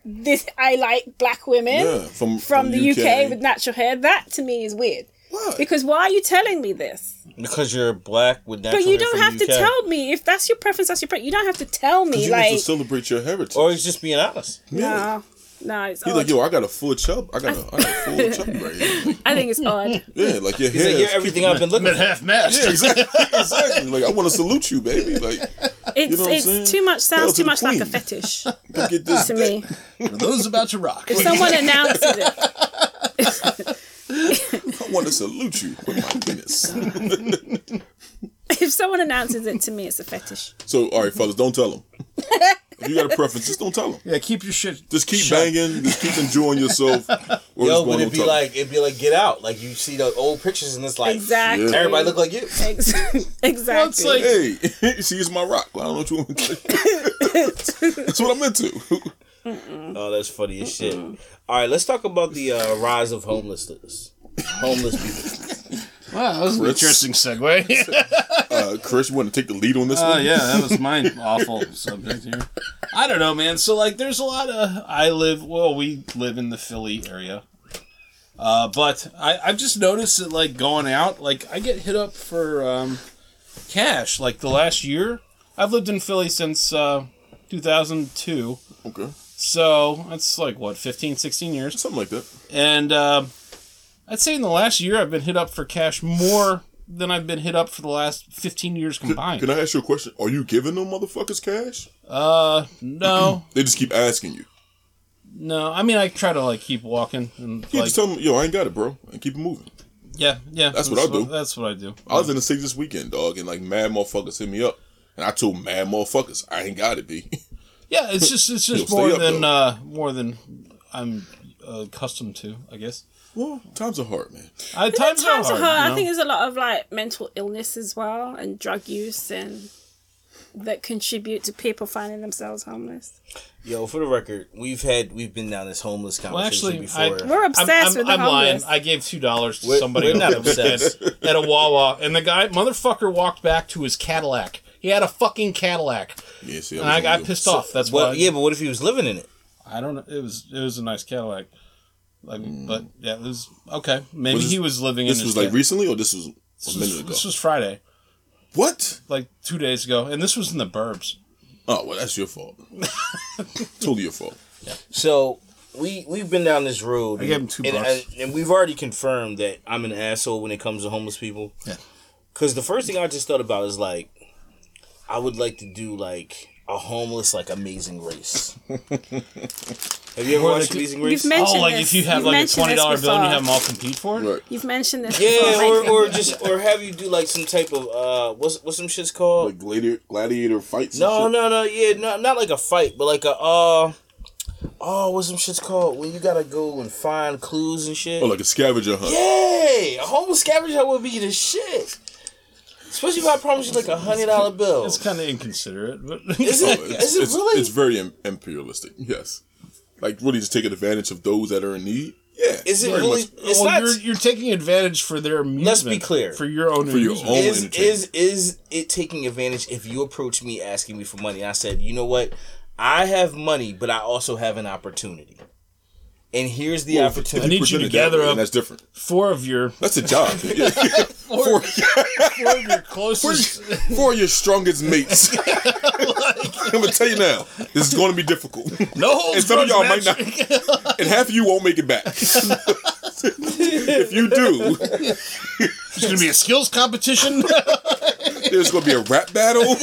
Speaker 2: this i like black women
Speaker 3: Yeah, from
Speaker 2: from, the UK, with natural hair that to me is weird
Speaker 3: Why?
Speaker 2: because why are you telling me this?
Speaker 1: Because you're black with natural
Speaker 2: But
Speaker 1: hair.
Speaker 2: you don't
Speaker 1: from
Speaker 2: have
Speaker 1: the
Speaker 2: to
Speaker 1: UK.
Speaker 2: tell me if that's your preference. That's your preference. You don't have to tell me.
Speaker 3: you want
Speaker 2: Like
Speaker 3: to celebrate your heritage.
Speaker 1: Or he's just being honest.
Speaker 2: no, no, it's
Speaker 3: He's
Speaker 2: odd.
Speaker 3: like, yo, I got a full chub. I got a, I got a full chub right here. Like,
Speaker 2: I think it's odd.
Speaker 3: yeah, like your
Speaker 1: He's
Speaker 3: hair.
Speaker 1: like,
Speaker 3: is-
Speaker 1: you're everything I've been looking
Speaker 4: At
Speaker 1: for.
Speaker 4: half mast.
Speaker 3: yeah, exactly, exactly. Like, I want to salute you, baby. Like,
Speaker 2: It's
Speaker 3: know what I'm saying?
Speaker 2: it's too much. Sounds
Speaker 3: to
Speaker 2: too
Speaker 3: the
Speaker 2: much like a
Speaker 3: queen.
Speaker 2: fetish
Speaker 3: go get this.
Speaker 2: to me.
Speaker 4: For those about to rock.
Speaker 2: If someone announces it.
Speaker 3: I want to salute you with my penis.
Speaker 2: if someone announces it to me, it's a fetish.
Speaker 3: so, all right, fellas, don't tell him. If you got a preference, just don't tell him.
Speaker 4: Yeah, keep your shit.
Speaker 3: Just keep
Speaker 4: shut.
Speaker 3: banging. Just keep enjoying yourself. Or
Speaker 1: Yo,
Speaker 3: just
Speaker 1: but
Speaker 3: going
Speaker 1: it'd
Speaker 3: on
Speaker 1: be
Speaker 3: top.
Speaker 1: like it'd be like get out. Like you see the old pictures and it's like
Speaker 2: Exactly.
Speaker 1: everybody look like you.
Speaker 2: Ex- exactly.
Speaker 4: Well, it's like-
Speaker 3: hey, she's my rock. I don't know what you want to That's what I'm into.
Speaker 1: Oh, that's funny as shit. All right, let's talk about the uh, rise of homelessness. Homeless people.
Speaker 4: Wow, that was an
Speaker 3: Chris.
Speaker 4: interesting segue.
Speaker 3: Uh, Chris, you want to take the lead on this
Speaker 4: Oh
Speaker 3: one?
Speaker 4: yeah, that was my awful subject here. I don't know, man. So like, there's a lot of I live. Well, we live in the Philly area, uh, but I I've just noticed that like going out, like I get hit up for um, cash. Like the last year, I've lived in Philly since uh, 2002.
Speaker 1: Uh,
Speaker 3: Okay.
Speaker 4: So that's like what 15, 16 years.
Speaker 3: Something like that.
Speaker 4: And uh, I'd say in the last year, I've been hit up for cash more than I've been hit up for the last 15 years combined.
Speaker 3: Can I ask you a question? Are you giving them motherfuckers cash?
Speaker 4: uh, no,
Speaker 3: They just keep asking you.
Speaker 4: no. I mean, I try to like keep walking and
Speaker 3: Yeah,
Speaker 4: like,
Speaker 3: just tell them, yo, I ain't got it, bro, and keep it moving.
Speaker 4: yeah, yeah.
Speaker 3: That's what I do.
Speaker 4: That's what I do.
Speaker 3: I was in the six this weekend, dog, and like mad motherfuckers hit me up, and I told mad motherfuckers, I ain't got it, b.
Speaker 4: Yeah, it's just it's just
Speaker 3: Yo, stay
Speaker 4: more
Speaker 3: up,
Speaker 4: than
Speaker 3: though.
Speaker 4: uh more than I'm accustomed to, I guess.
Speaker 3: well, times are hard, man.
Speaker 4: I, times,
Speaker 2: times
Speaker 4: are
Speaker 2: are hard.
Speaker 4: hard. you
Speaker 2: I
Speaker 4: know?
Speaker 2: think there's a lot of like mental illness as well and drug use and that contribute to people finding themselves homeless.
Speaker 1: Yo, for the record, we've had we've been down this homeless
Speaker 4: actually,
Speaker 1: conversation
Speaker 4: I-
Speaker 1: before.
Speaker 2: We're
Speaker 4: I'm,
Speaker 2: obsessed
Speaker 4: I'm,
Speaker 2: with the
Speaker 4: I'm lying.
Speaker 2: homeless.
Speaker 4: I gave two dollars to
Speaker 1: We're-
Speaker 4: somebody
Speaker 1: we're not
Speaker 4: over the weekend
Speaker 1: obsessed.
Speaker 4: at a Wawa, and the guy motherfucker walked back to his Cadillac. He had a fucking Cadillac,
Speaker 3: Yeah, see,
Speaker 4: and I
Speaker 3: was on
Speaker 4: got
Speaker 3: you.
Speaker 4: pissed off. That's
Speaker 1: well,
Speaker 4: why.
Speaker 1: yeah, but what if he was living in it?
Speaker 4: I don't know. It was it was a nice Cadillac, like, but yeah, it was okay.
Speaker 3: Mm.
Speaker 4: Maybe
Speaker 3: Was this-
Speaker 4: he was living in
Speaker 3: This
Speaker 4: his
Speaker 3: was like
Speaker 4: Cadillac.
Speaker 3: recently, or this was a
Speaker 4: this,
Speaker 3: minute
Speaker 4: was,
Speaker 3: ago.
Speaker 4: this was Friday,
Speaker 3: What?
Speaker 4: like two days ago, and this was in the burbs.
Speaker 3: Oh well, that's your fault. totally your fault.
Speaker 1: So we we've been down this road.
Speaker 4: I gave him two
Speaker 1: and,
Speaker 4: bucks.
Speaker 1: and- and we've already confirmed that I'm an asshole when it comes to homeless people.
Speaker 4: Yeah.
Speaker 1: Because the first thing I just thought about is like, I would like to do like a homeless like Amazing Race. Have you ever
Speaker 4: Where
Speaker 1: watched
Speaker 4: they-
Speaker 1: Amazing
Speaker 2: You've
Speaker 1: Race?
Speaker 2: mentioned
Speaker 4: Oh, like
Speaker 2: this.
Speaker 4: if you have
Speaker 2: You've
Speaker 4: like a
Speaker 2: mentioned
Speaker 4: twenty
Speaker 2: this
Speaker 4: dollar bill and you
Speaker 2: before.
Speaker 4: have them all compete for it.
Speaker 3: Right.
Speaker 2: You've mentioned this.
Speaker 1: yeah,
Speaker 2: before,
Speaker 1: or,
Speaker 2: Nathan.
Speaker 1: or just or have you do like some type of uh what's what's some shit's called?
Speaker 3: Like gladiator, gladiator fights. and
Speaker 1: No,
Speaker 3: shit.
Speaker 1: no, no. Yeah, not not like a fight, but like a uh. Oh, what's some shit's called? When you gotta go and find clues and shit.
Speaker 3: Oh, like a scavenger hunt.
Speaker 1: Yay! A homeless scavenger hunt would be the shit. Especially if I promise you like a hundred dollar bill.
Speaker 4: It's kind of inconsiderate, but
Speaker 1: Is it?
Speaker 3: Oh,
Speaker 1: Is it
Speaker 3: it's,
Speaker 1: really?
Speaker 3: It's very im- imperialistic. Yes. Like really, just taking advantage of those that are in need. Yeah.
Speaker 1: Is it
Speaker 3: very
Speaker 1: really?
Speaker 3: much
Speaker 1: It's
Speaker 4: well,
Speaker 1: not.
Speaker 4: you're, you're taking advantage for their amusement.
Speaker 1: Let's be clear.
Speaker 4: for your own
Speaker 3: For your
Speaker 4: amusement.
Speaker 3: own
Speaker 1: Is
Speaker 3: entertainment.
Speaker 1: is is it taking advantage if you approach me asking me for money? And I said, you know what? I have money, but I also have an opportunity. And here's the
Speaker 3: Well, if- if
Speaker 1: opportunity.
Speaker 4: need you
Speaker 3: present
Speaker 4: to
Speaker 3: it that
Speaker 4: gather
Speaker 3: way,
Speaker 4: up-
Speaker 3: and That's different.
Speaker 4: four of your
Speaker 3: That's a job. Yeah. for,
Speaker 4: four of your
Speaker 3: for,
Speaker 4: closest.
Speaker 3: for your strongest mates. I'm gonna tell you now, this is going to be difficult.
Speaker 4: no holds
Speaker 3: And some of
Speaker 4: barred
Speaker 3: y'all might
Speaker 4: match.
Speaker 3: not, and half of you won't make it back. if you do,
Speaker 4: It's gonna be a skills competition.
Speaker 3: there's going to be a rap battle,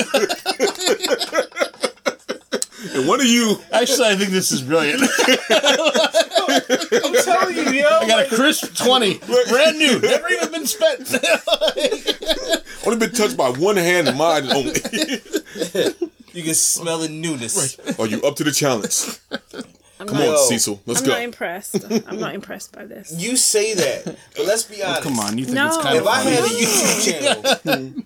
Speaker 3: and one of you
Speaker 4: Actually, I think this is brilliant.
Speaker 1: I'm telling you, yo.
Speaker 4: I got a crisp twenty, brand new, never even been spent.
Speaker 3: only been touched by one hand and mine only.
Speaker 1: You can smell the newness.
Speaker 3: Are you up to the challenge?
Speaker 2: I'm
Speaker 3: Come
Speaker 2: not,
Speaker 3: on,
Speaker 1: Yo.
Speaker 3: Cecil, let's
Speaker 2: I'm
Speaker 3: go.
Speaker 2: not impressed. I'm not impressed by this.
Speaker 1: You say that, but let's be
Speaker 3: Oh,
Speaker 1: honest.
Speaker 4: Come on, you think
Speaker 2: No.
Speaker 4: it's kind
Speaker 1: If
Speaker 4: of
Speaker 1: I
Speaker 4: funny?
Speaker 1: had a YouTube channel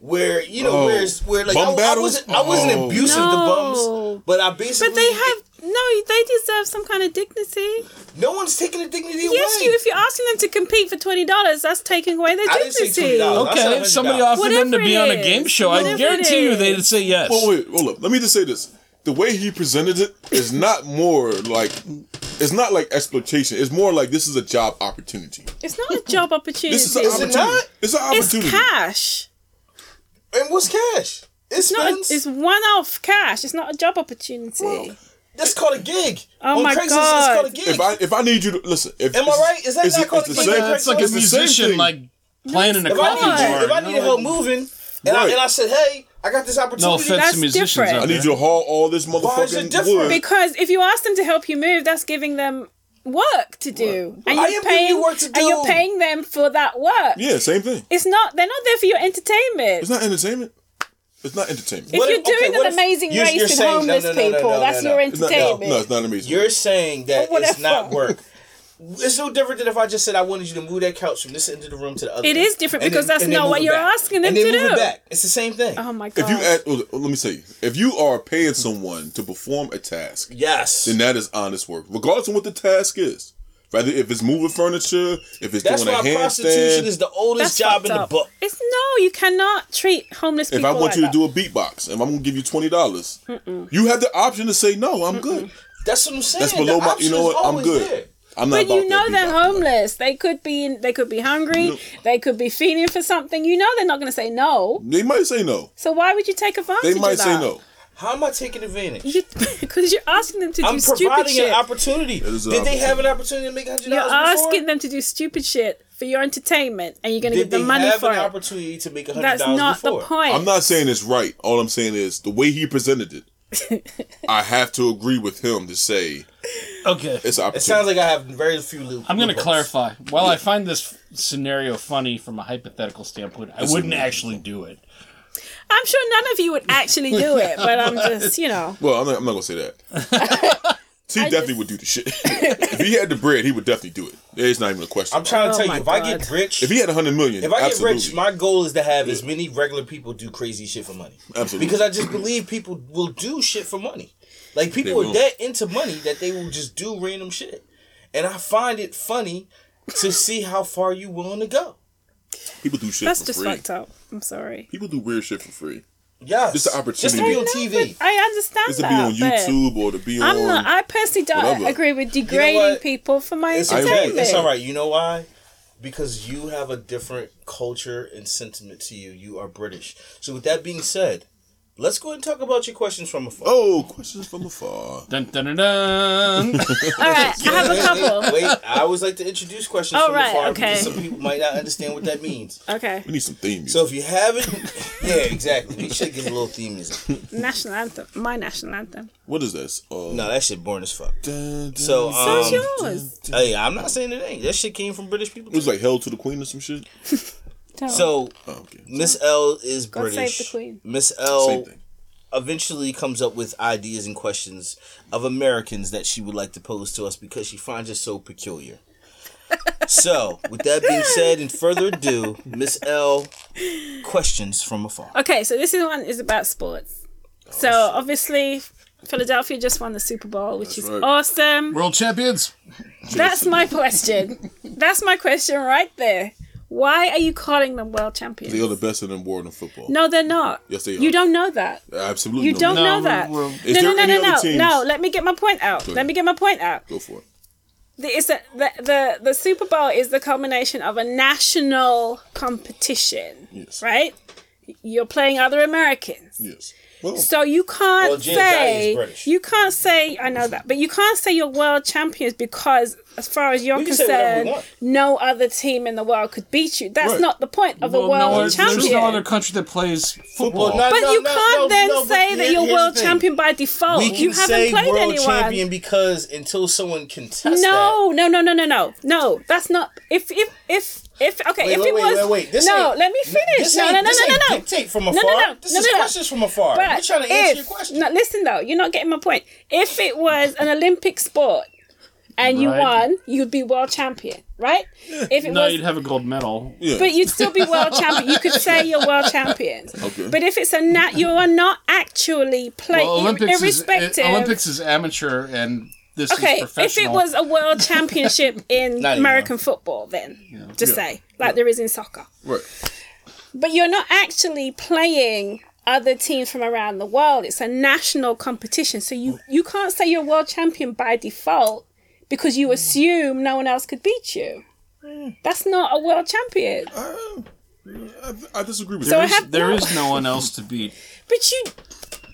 Speaker 1: where you know
Speaker 3: Oh.
Speaker 1: where it's- where like I,
Speaker 3: Bum
Speaker 1: I
Speaker 3: battles?
Speaker 1: wasn't I wasn't
Speaker 3: Oh.
Speaker 1: abusive to
Speaker 2: No.
Speaker 1: bums, but I basically
Speaker 2: But they have no. They deserve some kind of dignity.
Speaker 1: no one's taking the dignity
Speaker 2: Yes,
Speaker 1: away.
Speaker 2: you. If you're asking them to compete for twenty dollars, that's taking away their
Speaker 1: I didn't say
Speaker 2: dignity.
Speaker 1: $20. I said
Speaker 4: okay, if somebody
Speaker 1: $100.
Speaker 4: offered them to
Speaker 2: Whatever
Speaker 4: be
Speaker 2: it
Speaker 4: on a
Speaker 2: is,
Speaker 4: game show, I
Speaker 2: whatever
Speaker 4: guarantee
Speaker 2: it
Speaker 4: you
Speaker 2: is.
Speaker 4: they'd say yes.
Speaker 3: Oh wait, hold up. Let me just say this: the way he presented it is not more like it's not like exploitation. It's more like this is a job opportunity.
Speaker 2: It's not a job opportunity.
Speaker 3: This is an opportunity.
Speaker 1: not?
Speaker 3: It's an
Speaker 2: It's
Speaker 3: opportunity.
Speaker 2: cash.
Speaker 1: and what's cash? It's
Speaker 2: It's not.
Speaker 1: spends.
Speaker 2: It's one-off cash. It's not a job opportunity.
Speaker 1: That's called a gig.
Speaker 2: Oh
Speaker 1: On
Speaker 2: my
Speaker 1: Craigslist,
Speaker 2: God.
Speaker 1: That's called a gig.
Speaker 3: If I if I need you to listen, if
Speaker 1: Am I right? Is that
Speaker 3: it's-
Speaker 1: not called
Speaker 3: it's
Speaker 1: a
Speaker 3: the
Speaker 1: gig?
Speaker 3: same-
Speaker 4: That's like a
Speaker 3: it's the same
Speaker 4: musician
Speaker 3: thing.
Speaker 4: like playing in a
Speaker 1: if I
Speaker 4: coffee
Speaker 1: need
Speaker 4: bar.
Speaker 1: you, if I
Speaker 4: you
Speaker 1: need
Speaker 4: know,
Speaker 1: help
Speaker 4: like-
Speaker 1: moving, and, I,
Speaker 3: Right.
Speaker 1: and I said, hey, I got this
Speaker 4: No
Speaker 1: opportunity.
Speaker 4: offense
Speaker 2: That's
Speaker 4: to musicians.
Speaker 2: different.
Speaker 4: out
Speaker 3: I
Speaker 4: there.
Speaker 3: need you to haul all this
Speaker 1: Why is it
Speaker 3: motherfucking
Speaker 1: different?
Speaker 3: wood.
Speaker 2: Because if you ask them to help you move, that's giving them work to do, and
Speaker 1: I
Speaker 2: you're
Speaker 1: am giving
Speaker 2: paying
Speaker 1: you work to
Speaker 2: and you're
Speaker 1: do.
Speaker 2: paying them for that work.
Speaker 3: yeah, same thing.
Speaker 2: It's not. They're not there for your entertainment.
Speaker 3: It's not entertainment. It's not entertainment.
Speaker 2: if
Speaker 1: What
Speaker 2: you're
Speaker 1: if- okay,
Speaker 2: doing
Speaker 1: what
Speaker 2: an
Speaker 1: if-
Speaker 2: amazing
Speaker 1: you're-
Speaker 2: race
Speaker 1: you're
Speaker 2: with
Speaker 1: saying- no,
Speaker 2: homeless
Speaker 1: no, no, no,
Speaker 2: people,
Speaker 1: no,
Speaker 2: that's
Speaker 1: no,
Speaker 2: your
Speaker 1: no.
Speaker 3: It's not, no,
Speaker 2: entertainment.
Speaker 3: no, it's not amazing.
Speaker 1: You're saying that
Speaker 2: Or
Speaker 1: it's not
Speaker 2: Oh, whatever.
Speaker 1: work. It's no different than if I just said I wanted you to move that couch from this end of the room to the other.
Speaker 2: It
Speaker 1: end.
Speaker 2: is different
Speaker 1: And
Speaker 2: because that's
Speaker 1: and
Speaker 2: not
Speaker 1: move
Speaker 2: what
Speaker 1: it
Speaker 2: you're
Speaker 1: back.
Speaker 2: asking them
Speaker 1: and they
Speaker 2: to
Speaker 1: move
Speaker 2: do.
Speaker 1: It back. It's the same thing.
Speaker 2: Oh my god!
Speaker 3: If you ask, well, let me say, if you are paying someone to perform a task,
Speaker 1: Yes.
Speaker 3: then that is honest work, regardless of what the task is. Rather, if it's moving furniture, if it's
Speaker 1: That's
Speaker 3: doing a
Speaker 1: why prostitution
Speaker 3: handstand,
Speaker 1: is the oldest
Speaker 2: that's
Speaker 1: job
Speaker 2: fucked
Speaker 1: in the
Speaker 2: up.
Speaker 1: book.
Speaker 2: It's no. You cannot treat homeless
Speaker 3: if
Speaker 2: people.
Speaker 3: I want
Speaker 2: like
Speaker 3: you to
Speaker 2: that.
Speaker 3: do a beatbox, and I'm gonna give you twenty dollars, you have the option to say no. I'm good.
Speaker 1: That's what I'm saying.
Speaker 3: That's
Speaker 1: The
Speaker 3: below my. You
Speaker 1: option
Speaker 3: know
Speaker 1: is
Speaker 3: what? I'm
Speaker 1: always
Speaker 3: good.
Speaker 1: there.
Speaker 3: I'm not.
Speaker 2: But you
Speaker 3: about
Speaker 2: know
Speaker 3: that
Speaker 2: they're
Speaker 3: beatbox life.
Speaker 2: homeless. They could be. They could be hungry. They could be feeding for something. You know they're not going to say no.
Speaker 3: They might say no.
Speaker 2: So why would you take advantage?
Speaker 3: They might
Speaker 2: of
Speaker 3: say
Speaker 2: that?
Speaker 3: no.
Speaker 1: How am I taking advantage?
Speaker 2: Because you're asking them to do
Speaker 1: I'm
Speaker 2: stupid
Speaker 1: providing
Speaker 2: shit.
Speaker 1: an opportunity.
Speaker 3: is an
Speaker 1: Did they have an opportunity to make hundred
Speaker 2: You're
Speaker 1: dollars before?
Speaker 2: asking them to do stupid shit for your entertainment and you're going to
Speaker 1: Did
Speaker 2: get the
Speaker 1: they
Speaker 2: money
Speaker 1: have
Speaker 2: for
Speaker 1: an
Speaker 2: it.
Speaker 1: opportunity to make a hundred
Speaker 2: That's
Speaker 1: dollars
Speaker 2: not
Speaker 1: before?
Speaker 2: the point.
Speaker 3: I'm not saying it's right. All I'm saying is the way he presented it. I have to agree with him to say
Speaker 4: Okay.
Speaker 3: it's an opportunity.
Speaker 1: It sounds like I have very few. Loop-
Speaker 4: I'm going to
Speaker 1: loopholes.
Speaker 4: clarify. While I find this f- scenario funny from a hypothetical standpoint, I wouldn't actually do it.
Speaker 2: I'm sure none of you would actually do it, but I'm just, you know.
Speaker 3: well, I'm not, I'm not gonna say that. T definitely would do the shit. if he had the bread, he would definitely do it. There's not even a question.
Speaker 1: I'm trying to
Speaker 2: Oh
Speaker 1: tell
Speaker 2: my
Speaker 1: you, if I
Speaker 2: God.
Speaker 1: get rich,
Speaker 3: if he had a hundred million,
Speaker 1: If I get
Speaker 3: absolutely.
Speaker 1: rich, my goal is to have as many regular people do crazy shit for money.
Speaker 3: Absolutely.
Speaker 1: Because I just believe people will do shit for money. Like people are
Speaker 3: They will.
Speaker 1: that into money that they will just do random shit. And I find it funny to see how far you willing to go.
Speaker 3: people do shit
Speaker 2: That's
Speaker 3: for
Speaker 2: just
Speaker 3: free.
Speaker 2: fucked up. I'm sorry.
Speaker 3: People do weird shit for free.
Speaker 1: Yes.
Speaker 3: Just the
Speaker 1: Just to be
Speaker 3: opportunity.
Speaker 1: on TV.
Speaker 2: I understand
Speaker 3: It's to
Speaker 2: that.
Speaker 3: be on
Speaker 2: but
Speaker 3: YouTube or to be on.
Speaker 2: I'm not. I personally don't
Speaker 3: whatever.
Speaker 2: agree with degrading
Speaker 1: what?
Speaker 2: people for my
Speaker 1: It's
Speaker 3: I
Speaker 1: okay.
Speaker 2: entertainment.
Speaker 3: agree.
Speaker 1: It's all right. You know why? Because you have a different culture and sentiment to you. You are British. So with that being said, let's go ahead and talk about your questions from afar.
Speaker 3: Oh, questions from afar.
Speaker 4: Dun, dun, dun, dun.
Speaker 2: All right, I have a couple.
Speaker 1: Wait, I always like to introduce questions
Speaker 2: Oh,
Speaker 1: from
Speaker 2: right,
Speaker 1: afar
Speaker 2: okay.
Speaker 1: because some people might not understand what that means.
Speaker 2: Okay,
Speaker 3: We need some theme music.
Speaker 1: So if you haven't, yeah, exactly. We should give a little theme music.
Speaker 2: national anthem. My national anthem.
Speaker 3: what is this? Uh,
Speaker 1: No, that shit boring as fuck.
Speaker 3: dun, dun.
Speaker 1: So,
Speaker 2: So it's
Speaker 1: um,
Speaker 2: yours.
Speaker 1: hey, I'm not saying it ain't. That shit came from British people.
Speaker 3: it was like "Hell to the Queen" or some shit.
Speaker 2: Tell them.
Speaker 1: So
Speaker 3: Oh, okay.
Speaker 1: Miss L is
Speaker 2: God save
Speaker 1: British.
Speaker 2: the Queen.
Speaker 1: Miss
Speaker 3: Same
Speaker 1: L
Speaker 3: thing.
Speaker 1: eventually comes up with ideas and questions of Americans that she would like to pose to us because she finds us so peculiar. so, with that being said, and further ado, Miss L questions from afar.
Speaker 2: okay, so this is one is about sports. So obviously, Philadelphia just won the Super Bowl, which is
Speaker 3: right.
Speaker 2: awesome.
Speaker 4: World champions.
Speaker 2: That's my question. That's my question right there. Why are you calling them world champions?
Speaker 3: They are the best in the world in football.
Speaker 2: No, they're not.
Speaker 3: Yes, they are.
Speaker 2: You don't know that.
Speaker 3: Absolutely.
Speaker 2: You
Speaker 3: no.
Speaker 2: don't
Speaker 4: No,
Speaker 2: know that.
Speaker 4: we're-
Speaker 3: Is
Speaker 2: no, no,
Speaker 3: there
Speaker 2: no,
Speaker 3: any
Speaker 2: no,
Speaker 3: other
Speaker 2: no,
Speaker 3: teams?
Speaker 2: no. Let me get my point out.
Speaker 3: ahead.
Speaker 2: Let me get my point out.
Speaker 3: Go for it.
Speaker 2: The- It's a, the, the the Super Bowl is the culmination of a national competition,
Speaker 3: Yes.
Speaker 2: right? You're playing other Americans,
Speaker 3: Yes. Well,
Speaker 2: so you can't
Speaker 1: Well, James Dye is
Speaker 2: say
Speaker 1: British.
Speaker 2: you can't say I know that, but you can't say you're world champions because, as far as you're
Speaker 1: We can say whatever we
Speaker 2: concerned,
Speaker 1: want.
Speaker 2: no other team in the world could beat you. That's
Speaker 3: Right.
Speaker 2: not the point of a
Speaker 4: no,
Speaker 2: world
Speaker 4: there's-
Speaker 2: champion.
Speaker 4: There's no other country that plays football.
Speaker 1: Well, not-
Speaker 2: But
Speaker 1: No,
Speaker 2: you
Speaker 1: no,
Speaker 2: can't
Speaker 1: no,
Speaker 2: then
Speaker 1: no, but
Speaker 2: say that
Speaker 1: here-
Speaker 2: you're
Speaker 1: here's
Speaker 2: world
Speaker 1: the thing.
Speaker 2: champion by default.
Speaker 1: We
Speaker 2: you
Speaker 1: can
Speaker 2: haven't
Speaker 1: say
Speaker 2: played
Speaker 1: world
Speaker 2: anyone.
Speaker 1: champion because until someone contests
Speaker 2: no, no, no, no, no, no, no. That's not. If if if if okay,
Speaker 1: Wait,
Speaker 2: if
Speaker 1: wait,
Speaker 2: it
Speaker 1: wait,
Speaker 2: was
Speaker 1: wait, wait. This
Speaker 2: no,
Speaker 1: ain't-
Speaker 2: let me finish.
Speaker 1: this
Speaker 2: no,
Speaker 1: ain't-
Speaker 2: no, no,
Speaker 1: this
Speaker 2: no, no,
Speaker 1: ain't
Speaker 2: no.
Speaker 1: dictate from
Speaker 2: No, no,
Speaker 1: afar.
Speaker 2: no,
Speaker 1: This
Speaker 2: no,
Speaker 1: is
Speaker 2: no, no.
Speaker 1: questions from afar.
Speaker 2: But
Speaker 1: We're trying to answer
Speaker 2: if-
Speaker 1: your question.
Speaker 2: No, listen though, you're not getting my point. If it was an Olympic sport and you
Speaker 4: Right.
Speaker 2: won, you'd be world champion, right? If it
Speaker 4: no,
Speaker 2: was
Speaker 4: you'd have a gold medal.
Speaker 3: yeah.
Speaker 2: but you'd still be world champion. You could say you're world champions.
Speaker 3: Okay.
Speaker 2: But if it's a nat, you are not actually playing.
Speaker 4: Well, Olympics is
Speaker 2: irrespective.
Speaker 4: uh, Olympics is amateur, and this
Speaker 2: okay,
Speaker 4: is
Speaker 2: if
Speaker 4: professional.
Speaker 2: it was a world championship in
Speaker 1: Not anymore.
Speaker 2: American football, then just say like there is in soccer.
Speaker 3: right.
Speaker 2: But you're not actually playing other teams from around the world. It's a national competition, so you you can't say you're world champion by default because you assume no one else could beat you. That's not a world champion.
Speaker 3: Uh, I, I disagree with
Speaker 2: So I
Speaker 3: you.
Speaker 4: There's-
Speaker 2: have
Speaker 4: there
Speaker 2: no-
Speaker 4: is no one else to beat.
Speaker 2: But you,